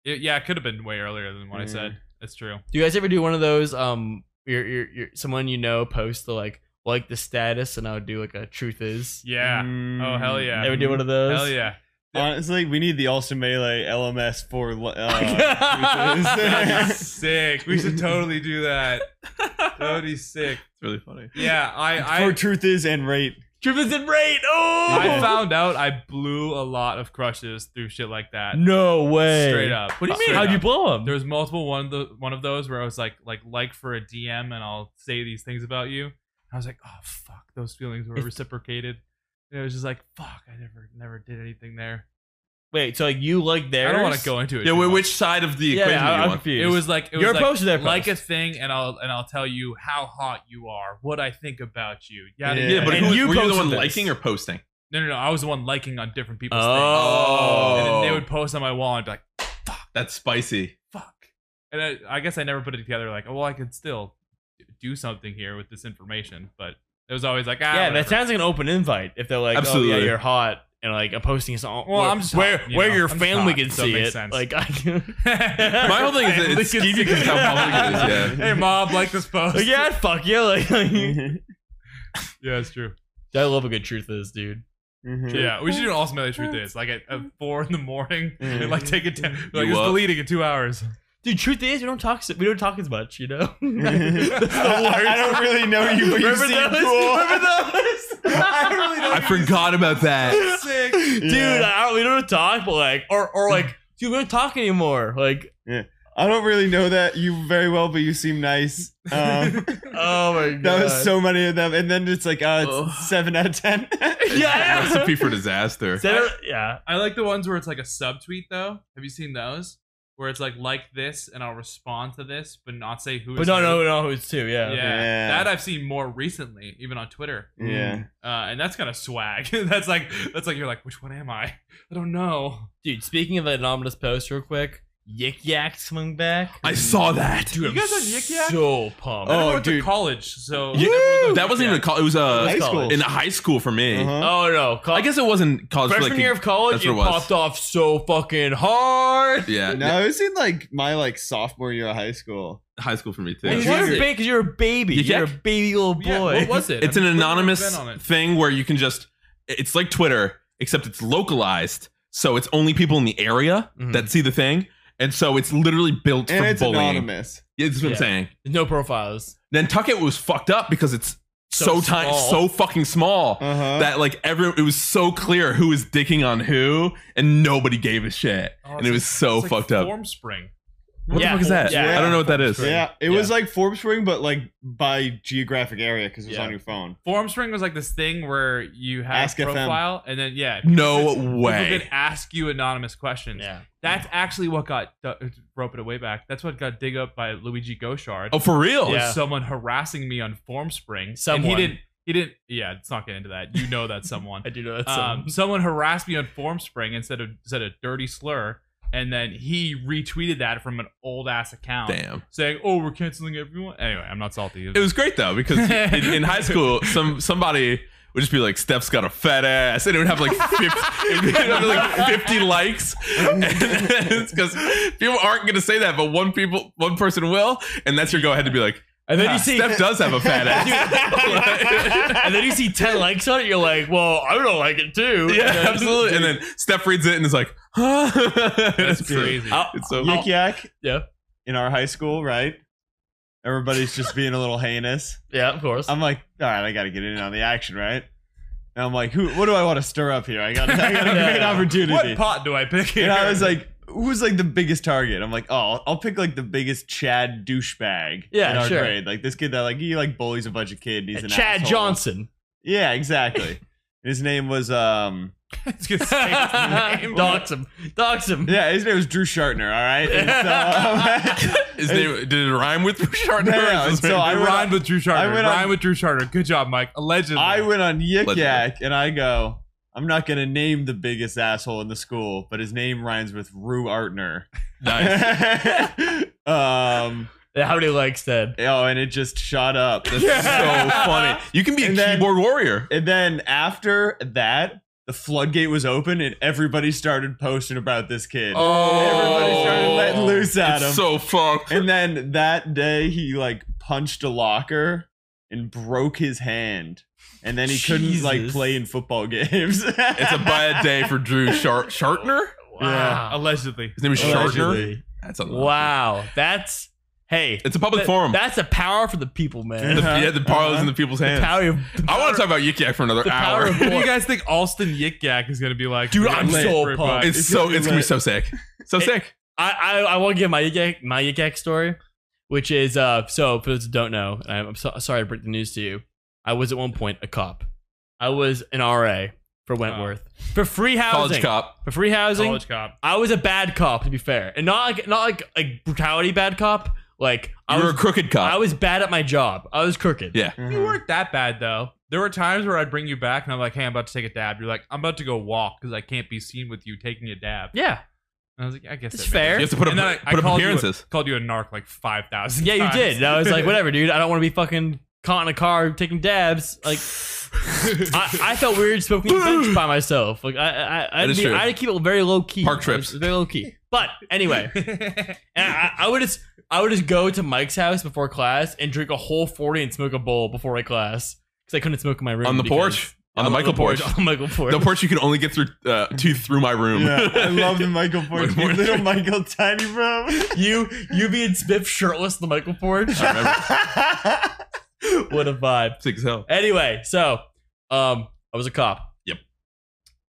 Speaker 4: It- yeah, it could have been way earlier than what I
Speaker 3: Mhm.
Speaker 4: said. That's true.
Speaker 2: Do you guys ever do one of those? Um, your your your someone you know post the like like the status, and I would do like a truth is.
Speaker 4: Yeah. Oh,
Speaker 3: Mm.
Speaker 4: hell yeah.
Speaker 2: Ever do one of those?
Speaker 4: Hell yeah.
Speaker 3: Honestly, we need the Austin Melee LMS for. li- Uh,
Speaker 4: That'd be sick. We should totally do that. That would be sick.
Speaker 1: it's really funny.
Speaker 4: Yeah, I
Speaker 3: for
Speaker 4: I,
Speaker 3: truth is and rate.
Speaker 2: Truth is in rate. Oh,
Speaker 4: I found out I blew a lot of crushes through shit like that.
Speaker 2: no way.
Speaker 4: Straight up.
Speaker 2: What do you mean?
Speaker 4: Straight
Speaker 2: How'd
Speaker 4: up.
Speaker 2: you blow him?
Speaker 4: There was multiple one of the one of those where I was like like like for a DM and I'll say these things about you. I was like, oh fuck, those feelings were
Speaker 2: It's-
Speaker 4: reciprocated. And it was just like, fuck, I never never did anything there.
Speaker 2: Wait, so like you like theirs?
Speaker 4: I don't want to go into it.
Speaker 1: Yeah,
Speaker 4: too
Speaker 1: wait,
Speaker 4: much.
Speaker 1: which side of the
Speaker 2: Yeah,
Speaker 1: equation
Speaker 2: I-
Speaker 1: do you
Speaker 2: I'm
Speaker 1: want?
Speaker 2: confused.
Speaker 4: it was like it was
Speaker 2: Your
Speaker 4: like,
Speaker 2: post or their
Speaker 4: like a
Speaker 2: post?
Speaker 4: thing, and I'll and I'll tell you how hot you are, what I think about you. Yada,
Speaker 3: Yeah.
Speaker 4: yada.
Speaker 1: Yeah, but
Speaker 2: And
Speaker 1: who,
Speaker 2: you
Speaker 1: were you the
Speaker 2: posted
Speaker 1: one
Speaker 2: this.
Speaker 1: liking or posting?
Speaker 4: no, no, no. I was the one liking on different people's
Speaker 2: Oh.
Speaker 4: things, and then they would post on my wall, and I'd be like,
Speaker 1: That's spicy.
Speaker 4: fuck. And I, I guess I never put it together. Like, oh, well, I could still do something here with this information, but it was always like, ah,
Speaker 2: yeah, that
Speaker 4: whatever.
Speaker 2: sounds like an open invite. If they're like, oh yeah,
Speaker 1: Absolutely.
Speaker 2: you're hot, and like I'm posting this on.
Speaker 4: Well,
Speaker 2: where,
Speaker 4: I'm just
Speaker 2: where
Speaker 4: hot, you
Speaker 2: where
Speaker 4: know,
Speaker 2: your
Speaker 4: I'm just
Speaker 2: family
Speaker 4: hot,
Speaker 2: can
Speaker 4: so it
Speaker 2: see
Speaker 4: makes
Speaker 2: it.
Speaker 4: sense.
Speaker 2: Like I can.
Speaker 1: My whole thing is that it's skeevy because how public it is. Yeah.
Speaker 4: hey, mom, like this post.
Speaker 2: Like, yeah, I'd fuck you. Like, like-
Speaker 3: Mm-hmm.
Speaker 4: yeah, it's true.
Speaker 2: I love a good truth is, dude.
Speaker 4: Yeah, we should do an awesome Melee truth is like at, at four in the morning
Speaker 3: Mhm.
Speaker 4: and like take it down. Like
Speaker 1: You
Speaker 4: it's
Speaker 1: up?
Speaker 4: deleting in two hours.
Speaker 2: Dude, truth is, we don't talk. so- We don't talk as much, you know. That's the worst.
Speaker 3: I don't really know you, but you
Speaker 2: Remember those?
Speaker 3: seem cool.
Speaker 2: Remember those?
Speaker 1: I forgot about that.
Speaker 4: Sick.
Speaker 2: dude.
Speaker 3: Yeah.
Speaker 2: I don't, we don't talk, but like, or or like, dude, we don't talk anymore. Like,
Speaker 3: I don't really know that you very well, but you seem nice. Um,
Speaker 2: oh my god,
Speaker 3: that was so many of them, and then it's like uh, it's
Speaker 1: Ugh.
Speaker 3: seven out of ten.
Speaker 2: yeah.
Speaker 1: Recipe for disaster.
Speaker 2: Instead of- yeah,
Speaker 4: I like the ones where it's like a subtweet though. Have you seen those? Where it's like like this and I'll respond to this but not say who.
Speaker 2: but
Speaker 4: is
Speaker 2: no,
Speaker 4: who.
Speaker 2: no, no, it's too. Yeah,
Speaker 4: Yeah.
Speaker 3: Yeah.
Speaker 4: that I've seen more recently, even on Twitter,
Speaker 3: yeah.
Speaker 4: uh, and that's kind of swag. that's like that's like you're like, which one am I? I don't know.
Speaker 2: dude. Speaking of the anonymous post, real quick, Yik Yak's coming back.
Speaker 1: I saw that.
Speaker 2: Dude,
Speaker 4: You
Speaker 2: I'm
Speaker 4: guys on Yik Yak?
Speaker 2: So pumped.
Speaker 4: I never
Speaker 3: Oh,
Speaker 4: went
Speaker 3: dude.
Speaker 4: to college, so
Speaker 1: Yeah,
Speaker 4: Never
Speaker 1: that wasn't even a college. It was uh,
Speaker 3: High
Speaker 2: Let's
Speaker 3: school.
Speaker 2: call
Speaker 1: in high school for me.
Speaker 3: Uh-huh.
Speaker 2: Oh no, Col-
Speaker 1: I guess it wasn't college. but,
Speaker 2: freshman
Speaker 1: like,
Speaker 2: year of college,
Speaker 1: that's
Speaker 2: you
Speaker 1: what it was.
Speaker 2: popped off so fucking hard.
Speaker 1: yeah,
Speaker 3: No, it was in like my like sophomore year of high school.
Speaker 1: high school for me too.
Speaker 2: Well,
Speaker 3: What
Speaker 2: you're,
Speaker 3: is
Speaker 2: a
Speaker 3: it?
Speaker 2: ba- 'cause you're a baby.
Speaker 1: Yik
Speaker 2: You're a
Speaker 1: Yak?
Speaker 2: baby little boy.
Speaker 4: Yeah, what was it?
Speaker 1: It's an
Speaker 4: I've never
Speaker 1: anonymous
Speaker 4: been on it.
Speaker 1: thing where you can just. It's like Twitter, except it's localized. So it's only people in the area
Speaker 2: Mhm.
Speaker 1: that see the thing. And so it's literally built
Speaker 3: and
Speaker 1: for
Speaker 3: it's
Speaker 1: bullying.
Speaker 3: anonymous.
Speaker 1: Yeah, That's what
Speaker 2: Yeah.
Speaker 1: I'm saying.
Speaker 2: No profiles.
Speaker 1: Nantucket was fucked up because it's so,
Speaker 2: So
Speaker 1: tiny,
Speaker 2: small.
Speaker 1: so fucking small
Speaker 3: Uh huh.
Speaker 1: that like every it was so clear who was dicking on who, and nobody gave a shit,
Speaker 4: Oh,
Speaker 1: and
Speaker 4: it's
Speaker 1: it was so
Speaker 4: It's like
Speaker 1: fucked up.
Speaker 4: Form spring.
Speaker 1: What
Speaker 2: Yeah.
Speaker 1: the fuck is that?
Speaker 2: Yeah.
Speaker 1: I don't know what that is.
Speaker 3: Yeah, it was like Forbes Spring, but like by geographic area because it was
Speaker 2: Yeah.
Speaker 3: on your phone.
Speaker 4: Form spring was like this thing where you have
Speaker 3: Ask
Speaker 4: a
Speaker 3: FM.
Speaker 4: profile and then yeah,
Speaker 1: No
Speaker 4: people
Speaker 1: way.
Speaker 4: could ask you anonymous questions.
Speaker 2: Yeah.
Speaker 4: That's actually what got roping it way back. That's what got dig up by Luigi Gauchard.
Speaker 1: Oh, for real?
Speaker 2: Yeah.
Speaker 4: was someone harassing me on Formspring.
Speaker 2: Someone.
Speaker 4: And he didn't. He didn't. Yeah, let's not get into that. You know that someone.
Speaker 2: I do know that's
Speaker 4: um, someone harassed me on Formspring and said a said a dirty slur, and then he retweeted that from an old ass account
Speaker 1: Damn.
Speaker 4: saying, "Oh, we're canceling everyone." Anyway, I'm not salty.
Speaker 1: It was great though because in, in high school, some somebody would just be like, "Steph's got a fat ass," and it would have like 50, it would have like fifty likes. Because people aren't going to say that, but one people, one person will, and that's your go ahead to be like,
Speaker 2: and then
Speaker 1: "Ah,
Speaker 2: you see
Speaker 1: Steph does have a fat ass."
Speaker 2: and then you see 10 likes on it, you're like, well, I'm gonna like it too.
Speaker 1: Yeah, absolutely. And then Steph reads it and is like, huh?
Speaker 4: That's
Speaker 1: It's
Speaker 4: crazy.
Speaker 2: I'll-
Speaker 1: It's so
Speaker 3: Yik yak.
Speaker 2: Yeah.
Speaker 3: In our high school, right? Everybody's just being a little heinous.
Speaker 2: yeah, of course.
Speaker 3: I'm like, all right, I got to get in on the action, right? And I'm like, who? What do I want to stir up here? I got, I got a
Speaker 2: Yeah.
Speaker 3: great opportunity.
Speaker 4: what pot do I pick here?
Speaker 3: And I was like, who's like the biggest target? I'm like, oh, I'll- I'll pick like the biggest Chad douchebag.
Speaker 2: Yeah,
Speaker 3: in our
Speaker 2: sure.
Speaker 3: grade. Like this kid that like he like bullies a bunch of kids. He's an
Speaker 2: Chad
Speaker 3: asshole.
Speaker 2: Johnson.
Speaker 3: Yeah, exactly. his name was um.
Speaker 4: It's gonna say his name.
Speaker 2: Dox him. Dox him.
Speaker 3: Yeah, his name was Drew Shartner. All right. And so,
Speaker 1: Is they, did it rhyme with Shartner?
Speaker 3: No, no,
Speaker 1: Is this
Speaker 3: so I
Speaker 4: I
Speaker 3: went
Speaker 4: rhymed
Speaker 3: on-
Speaker 4: with Drew Charter.
Speaker 3: I
Speaker 4: I
Speaker 3: went on-
Speaker 4: rhymed with Drew Charter. Good job, Mike. Allegedly.
Speaker 3: I went on Yik
Speaker 1: Legendary.
Speaker 3: Yak and I go, I'm not gonna name the biggest asshole in the school, but his name rhymes with Rue Artner.
Speaker 1: nice.
Speaker 3: um.
Speaker 2: Yeah, How many likes, Ted?
Speaker 3: Oh, and it just shot up.
Speaker 1: That's so funny. You can be a
Speaker 3: And then-
Speaker 1: keyboard warrior.
Speaker 3: And then after that, the floodgate was open and everybody started posting about this kid.
Speaker 1: Oh.
Speaker 3: Everybody started letting loose at him.
Speaker 1: It's so fucked.
Speaker 3: and then that day, he like punched a locker and broke his hand. And then he couldn't like
Speaker 2: Jesus.
Speaker 3: play in football games.
Speaker 1: It's a bad day for Drew Shart Shartner.
Speaker 2: Wow.
Speaker 4: allegedly.
Speaker 1: His name is
Speaker 3: Allegedly.
Speaker 1: Shartner. That's unlucky.
Speaker 2: Wow. That's hey.
Speaker 1: It's a public
Speaker 2: that-
Speaker 1: forum.
Speaker 2: That's a power for the people, man.
Speaker 1: The-
Speaker 3: Uh-huh,
Speaker 1: yeah, the power is
Speaker 3: uh-huh.
Speaker 1: in the people's
Speaker 2: The
Speaker 1: hands.
Speaker 2: power of
Speaker 1: I want to talk about Yik Yak for another
Speaker 2: the power
Speaker 1: hour.
Speaker 2: of
Speaker 4: Who do
Speaker 2: Boy.
Speaker 4: you guys think Austin Yik Yak is gonna be like?
Speaker 2: Dude, I'm
Speaker 3: Lit.
Speaker 2: so
Speaker 4: Great
Speaker 2: pumped.
Speaker 1: It's,
Speaker 3: It's
Speaker 1: so
Speaker 3: gonna be
Speaker 1: it's gonna be
Speaker 3: lit.
Speaker 1: so sick. So
Speaker 2: It-
Speaker 1: sick.
Speaker 2: I I, I want to give my Yik Yak- my Yik Yak story, which is uh so for those who don't know, and I'm so, sorry to break the news to you. I was at one point a cop. I was an RA for Wentworth for free
Speaker 1: College
Speaker 2: housing.
Speaker 1: cop.
Speaker 2: For free housing,
Speaker 4: college cop.
Speaker 2: I was a bad cop to be fair, and not like not like a brutality bad cop. Like I
Speaker 1: You were a
Speaker 2: was
Speaker 1: crooked
Speaker 2: I
Speaker 1: cop.
Speaker 2: was bad at my job. I was crooked.
Speaker 1: Yeah.
Speaker 3: Uh-huh.
Speaker 4: You weren't that bad though. There were times where I'd bring you back and I'm like, "Hey, I'm about to take a dab." You're like, "I'm about to go walk because I can't be seen with you taking a dab."
Speaker 2: Yeah.
Speaker 4: And I was like, "I guess
Speaker 2: That's
Speaker 4: that makes
Speaker 2: fair.
Speaker 1: You have to put up,
Speaker 4: And then I- I
Speaker 1: put up
Speaker 4: called you a-
Speaker 1: appearances.
Speaker 4: sense." Called you a narc like five thousand.
Speaker 2: Yeah, you did. And I was like, whatever, dude. I don't want to be fucking caught in a car taking dabs. Like, I, I felt weird smoking a bench by myself. Like, I I I,
Speaker 1: That is
Speaker 2: I, mean,
Speaker 1: true.
Speaker 2: I had to keep it very low key.
Speaker 1: Park trips.
Speaker 2: very low key. But anyway, and I, I would just I would just go to Mike's house before class and drink a whole forty and smoke a bowl before a class because I couldn't smoke in my room
Speaker 1: On the
Speaker 2: because-
Speaker 1: porch? On the Michael porch.
Speaker 2: On Michael porch.
Speaker 1: The porch you can only get through uh, to through my room.
Speaker 3: Yeah, I love the Michael Ford,
Speaker 1: Michael Ford.
Speaker 3: little Michael tiny room.
Speaker 2: you you being Smith shirtless in the Michael porch.
Speaker 1: I remember.
Speaker 2: what a vibe.
Speaker 1: Sick as hell.
Speaker 2: Anyway, so um, I was a cop.
Speaker 1: Yep.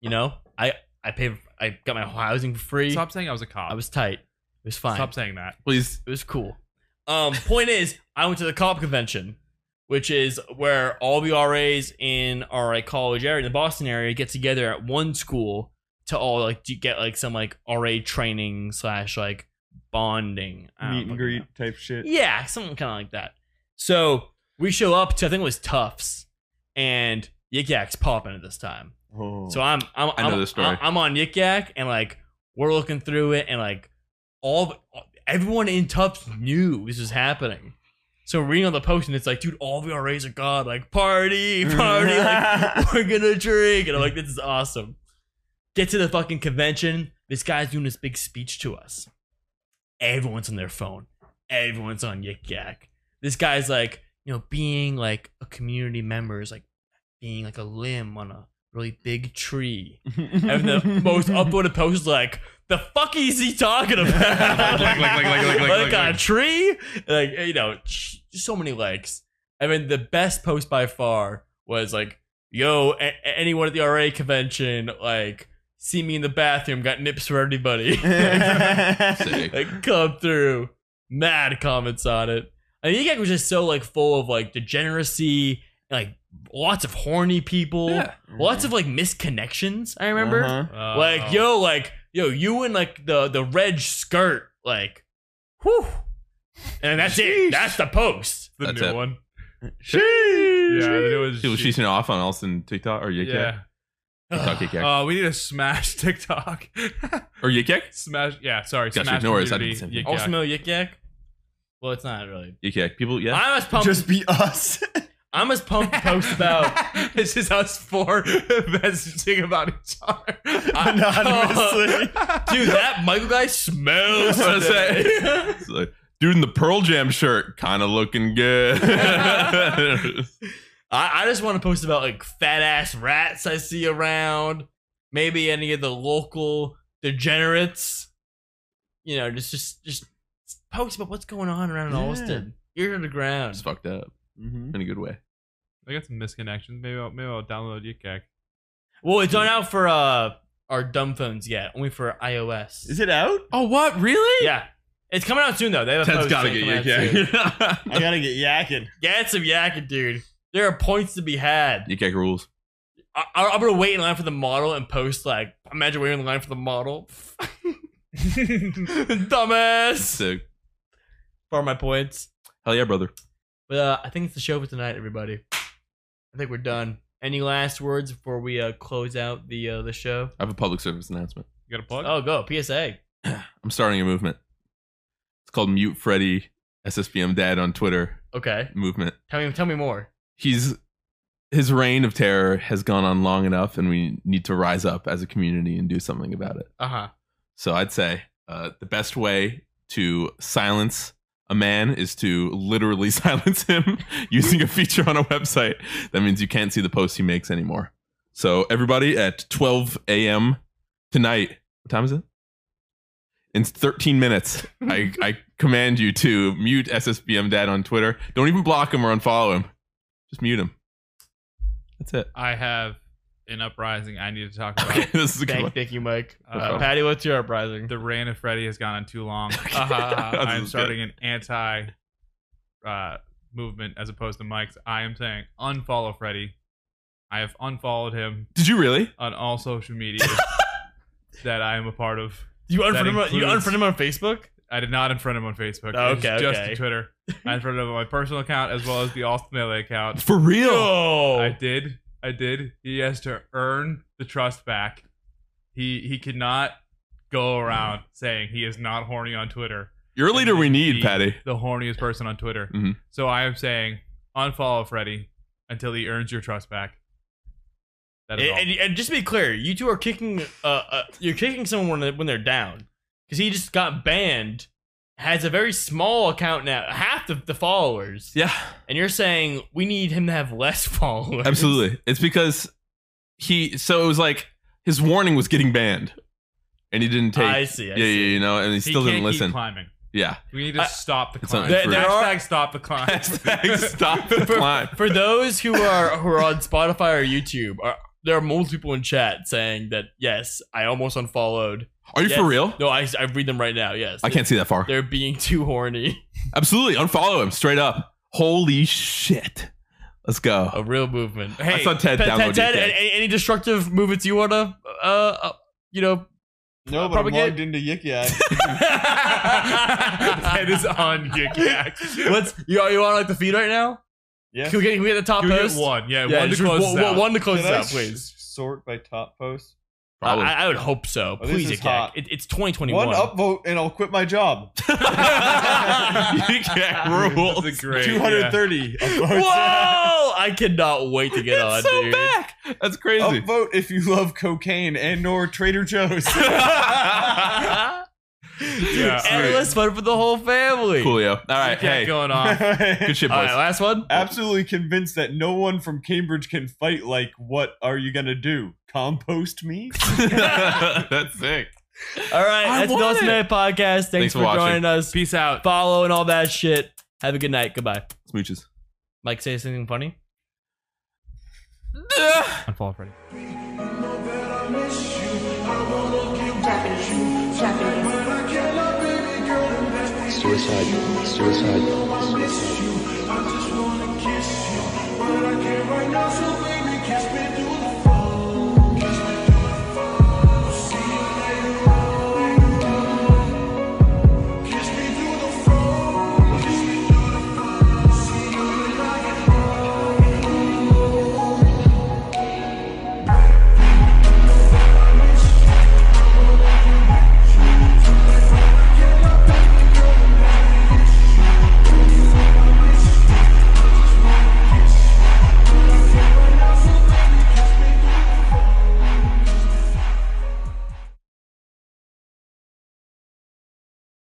Speaker 2: You know, I I paid. I got my housing for free.
Speaker 4: "Stop saying I was a cop."
Speaker 2: I was tight. It was fine.
Speaker 4: Stop saying that.
Speaker 1: Please.
Speaker 2: It was cool. Um, point is, I went to the cop convention, which is where all the RAs in our college area, the Boston area, get together at one school to all like do get like some like RA training slash like bonding I don't
Speaker 3: Meet
Speaker 2: fucking
Speaker 3: and
Speaker 2: know.
Speaker 3: greet type shit.
Speaker 2: Ah, Yeah, something kind of like that. So we show up to I think it was Tufts, and Yik Yak's popping at this time.
Speaker 3: Oh.
Speaker 2: So I'm I'm
Speaker 1: I know
Speaker 2: I'm-
Speaker 1: this story.
Speaker 2: I'm on Yik Yak, and like we're looking through it, and like all the, everyone in Tufts knew this was happening. So we're reading on the post, and it's like, dude, all the RAs are god, like party, party, like we're gonna drink. And I'm like, this is awesome. Get to the fucking convention. This guy's doing this big speech to us. Everyone's on their phone. Everyone's on Yik Yak. This guy's like, you know, being like a community member is like being like a limb on a really big tree. And the most upvoted post is like, the fuck is he talking about?
Speaker 1: Like, like, like, like, like, like,
Speaker 2: Like
Speaker 1: like,
Speaker 2: a
Speaker 1: like.
Speaker 2: tree? Like, you know, sh- so many likes. I mean, the best post by far was like, yo, a- a- anyone at the RA convention, like, see me in the bathroom, got nips for everybody.
Speaker 1: Sick.
Speaker 2: like come through. Mad comments on it. I mean, Egg was just so like full of like degeneracy, like lots of horny people,
Speaker 1: Yeah.
Speaker 2: lots of like misconnections. I remember,
Speaker 3: Uh-huh.
Speaker 4: Uh,
Speaker 2: like yo, like yo, you in like the the red skirt, like, whew, and that's it. That's the post.
Speaker 4: the
Speaker 1: That's
Speaker 4: new
Speaker 1: it.
Speaker 4: one.
Speaker 1: Sheesh.
Speaker 4: Yeah, it was.
Speaker 1: Dude, was she seen off on Alston TikTok or Yik
Speaker 4: Yeah.
Speaker 1: Yak? TikTok Yik Yak.
Speaker 4: Uh, we need a smash TikTok.
Speaker 1: or Yik Yak?
Speaker 4: smash. Yeah, sorry.
Speaker 1: Gotcha,
Speaker 4: Smash
Speaker 1: no worries, I
Speaker 4: community.
Speaker 1: did the same
Speaker 4: Yik
Speaker 2: Also,
Speaker 4: yak.
Speaker 2: Mill Yik Yak. Well, it's not really.
Speaker 1: Yik Yak. People, yeah.
Speaker 2: I'm as pumped.
Speaker 3: Just be us.
Speaker 2: I'm as pumped to post about.
Speaker 4: it's just us four messaging about each other.
Speaker 3: Anonymously.
Speaker 2: Dude, that Michael guy smells.
Speaker 1: That's what I
Speaker 2: today.
Speaker 1: It's like, Dude in the Pearl Jam shirt, kind of looking good.
Speaker 2: I, I just want to post about like fat ass rats I see around. Maybe any of the local degenerates. You know, just just just post about what's going on around
Speaker 3: Yeah.
Speaker 2: Austin. Ear to the
Speaker 1: it's
Speaker 2: ground.
Speaker 1: fucked up
Speaker 3: Mhm.
Speaker 1: in a good way.
Speaker 4: I got some misconnections. Maybe I'll, maybe I'll download Yik Yak.
Speaker 2: Well, it's not out for uh our dumb phones yet, only for iOS.
Speaker 3: Is it out?
Speaker 1: Oh, what? Really?
Speaker 2: Yeah. It's coming out soon though. They have a
Speaker 1: Ted's
Speaker 2: post
Speaker 1: got to
Speaker 2: coming
Speaker 1: get
Speaker 2: out
Speaker 1: Yik
Speaker 2: soon.
Speaker 1: Yak.
Speaker 3: I gotta get yakking.
Speaker 2: Get some yakking, dude. There are points to be had.
Speaker 1: Yik Yak rules.
Speaker 2: I, I- I'm gonna wait in line for the model and post like, imagine waiting in line for the model. Dumbass.
Speaker 1: Sick.
Speaker 2: For my points,
Speaker 1: Hell yeah, brother.
Speaker 2: but uh, I think it's the show for tonight, everybody. I think we're done. Any last words before we uh, close out the uh, the show?
Speaker 1: I have a public service announcement.
Speaker 4: You got a plug?
Speaker 2: Oh, go PSA.
Speaker 1: I'm starting a movement. It's called Mute Freddy SSBM Dad on Twitter
Speaker 2: Okay,
Speaker 1: movement.
Speaker 2: tell me, tell me more.
Speaker 1: He's his reign of terror has gone on long enough, and we need to rise up as a community and do something about it.
Speaker 2: Uh huh.
Speaker 1: So I'd say uh, the best way to silence a man is to literally silence him using a feature on a website. That means you can't see the posts he makes anymore. So everybody at 12 a.m. tonight, what time is it? In 13 minutes, I, I command you to mute SSBM Dad on Twitter. Don't even block him or unfollow him. Just mute him. That's it.
Speaker 4: I have an uprising I need to talk about.
Speaker 1: Okay, this is a good
Speaker 2: Thank,
Speaker 1: one.
Speaker 2: thank you, Mike. Uh,
Speaker 1: problem.
Speaker 2: Patty, what's your uprising?
Speaker 4: The reign of Freddy has gone on too long. Uh,
Speaker 2: Uh-huh, uh-huh.
Speaker 1: This
Speaker 4: I'm
Speaker 1: is good.
Speaker 4: starting an anti uh, movement as opposed to Mike's. I am saying unfollow Freddy. I have unfollowed him
Speaker 1: Did you really?
Speaker 4: on all social media that I am a part of.
Speaker 2: you
Speaker 4: That
Speaker 2: unfriend him. on- You
Speaker 4: includes-
Speaker 2: unfriend him on Facebook.
Speaker 4: I did not unfriend him on Facebook.
Speaker 2: Oh,
Speaker 4: It was
Speaker 2: okay,
Speaker 4: just
Speaker 2: okay.
Speaker 4: on Twitter. I unfriended him on my personal account as well as the Austin LA account.
Speaker 1: For real?
Speaker 4: I
Speaker 2: Oh,
Speaker 4: did. I did. He has to earn the trust back. He he cannot go around saying he is not horny on Twitter.
Speaker 1: You're a leader we need,
Speaker 4: Be
Speaker 1: Patty.
Speaker 4: The horniest person on Twitter.
Speaker 2: Mm-hmm.
Speaker 1: Mhm.
Speaker 4: So I am saying unfollow Freddy until he earns your trust back. That
Speaker 2: and,
Speaker 4: is all.
Speaker 2: and, and just to be clear, you two are kicking. Uh, uh, you're kicking someone when they're, when they're down, because he just got banned. Has a very small account now, half the, the followers,
Speaker 1: Yeah,
Speaker 2: and you're saying we need him to have less followers.
Speaker 1: absolutely. It's because he. So it was like his warning was getting banned, and he didn't take.
Speaker 2: I see. I
Speaker 1: yeah, yeah,
Speaker 2: see.
Speaker 1: you know, and he
Speaker 4: He
Speaker 1: still didn't
Speaker 4: can't keep
Speaker 1: listen.
Speaker 4: climbing.
Speaker 1: Yeah,
Speaker 4: We need to
Speaker 2: I-
Speaker 4: stop the
Speaker 1: It's not
Speaker 4: climb.
Speaker 1: There- true.
Speaker 2: there
Speaker 4: Hashtag
Speaker 2: are-
Speaker 4: stop the climb.
Speaker 1: Hashtag stop the climb.
Speaker 2: For those who are who are on Spotify or YouTube, are, there are multiple people in chat saying that yes, I almost unfollowed.
Speaker 1: Are you
Speaker 2: Yes.
Speaker 1: for real?
Speaker 2: No, I, I read them right now. Yes,
Speaker 1: I can't see that far.
Speaker 2: They're being too horny.
Speaker 1: Absolutely, unfollow him straight up. Holy shit! Let's
Speaker 2: A
Speaker 1: go.
Speaker 2: real movement. Hey,
Speaker 1: saw Ted
Speaker 2: Pe-
Speaker 1: download
Speaker 2: Ted,
Speaker 1: DK.
Speaker 2: any, any destructive movements you wanna, uh, uh you know?
Speaker 3: No, but I'm
Speaker 2: Propagate-
Speaker 3: logged into Yik Yak.
Speaker 4: that is on Gig Yaks.
Speaker 2: What's you? You want like the feed right now?
Speaker 3: Yeah.
Speaker 2: Can we get, can we get the top
Speaker 4: You get
Speaker 2: post?
Speaker 4: one. Yeah,
Speaker 2: Yeah,
Speaker 4: one to
Speaker 2: just
Speaker 4: close
Speaker 2: one,
Speaker 4: this out.
Speaker 2: one to close
Speaker 3: Can
Speaker 2: this
Speaker 3: I
Speaker 2: out, please.
Speaker 3: s- sort by top post?
Speaker 1: Probably.
Speaker 2: Oh, I, I would hope so.
Speaker 3: Oh, this
Speaker 2: please,
Speaker 3: is
Speaker 2: Jack.
Speaker 3: hot.
Speaker 2: It, it's 2021.
Speaker 3: One upvote and I'll quit my job.
Speaker 1: you can't rule.
Speaker 4: That's a great. yeah.
Speaker 3: 230 upvotes.
Speaker 2: Whoa! I cannot wait to get on,
Speaker 1: It's so
Speaker 2: dude. Oh,
Speaker 1: back. That's crazy.
Speaker 3: Upvote if you love cocaine and or Trader Joe's. Yeah.
Speaker 2: Endless fun for the whole family.
Speaker 1: Coolio. All right,
Speaker 2: Keep that
Speaker 1: hey,
Speaker 2: going on. All
Speaker 1: good shit, boys.
Speaker 2: right, last one.
Speaker 3: Absolutely convinced that no one from Cambridge can fight. Like, what are you gonna do? Compost me?
Speaker 1: That's sick.
Speaker 2: All right,
Speaker 1: I
Speaker 2: that's the
Speaker 1: want
Speaker 2: Awesome
Speaker 1: it.
Speaker 2: Minute Podcast. Thanks,
Speaker 1: Thanks
Speaker 2: for,
Speaker 1: for watching.
Speaker 2: joining us. Peace out. Follow and all that shit. Have a good night. Goodbye.
Speaker 1: Smooches.
Speaker 2: Mike, say something funny. I'm falling Freddy.
Speaker 5: Japanese, Japanese.
Speaker 6: Suicide. Suicide. Suicide.
Speaker 7: but I can't right now, so baby, kiss me, do it.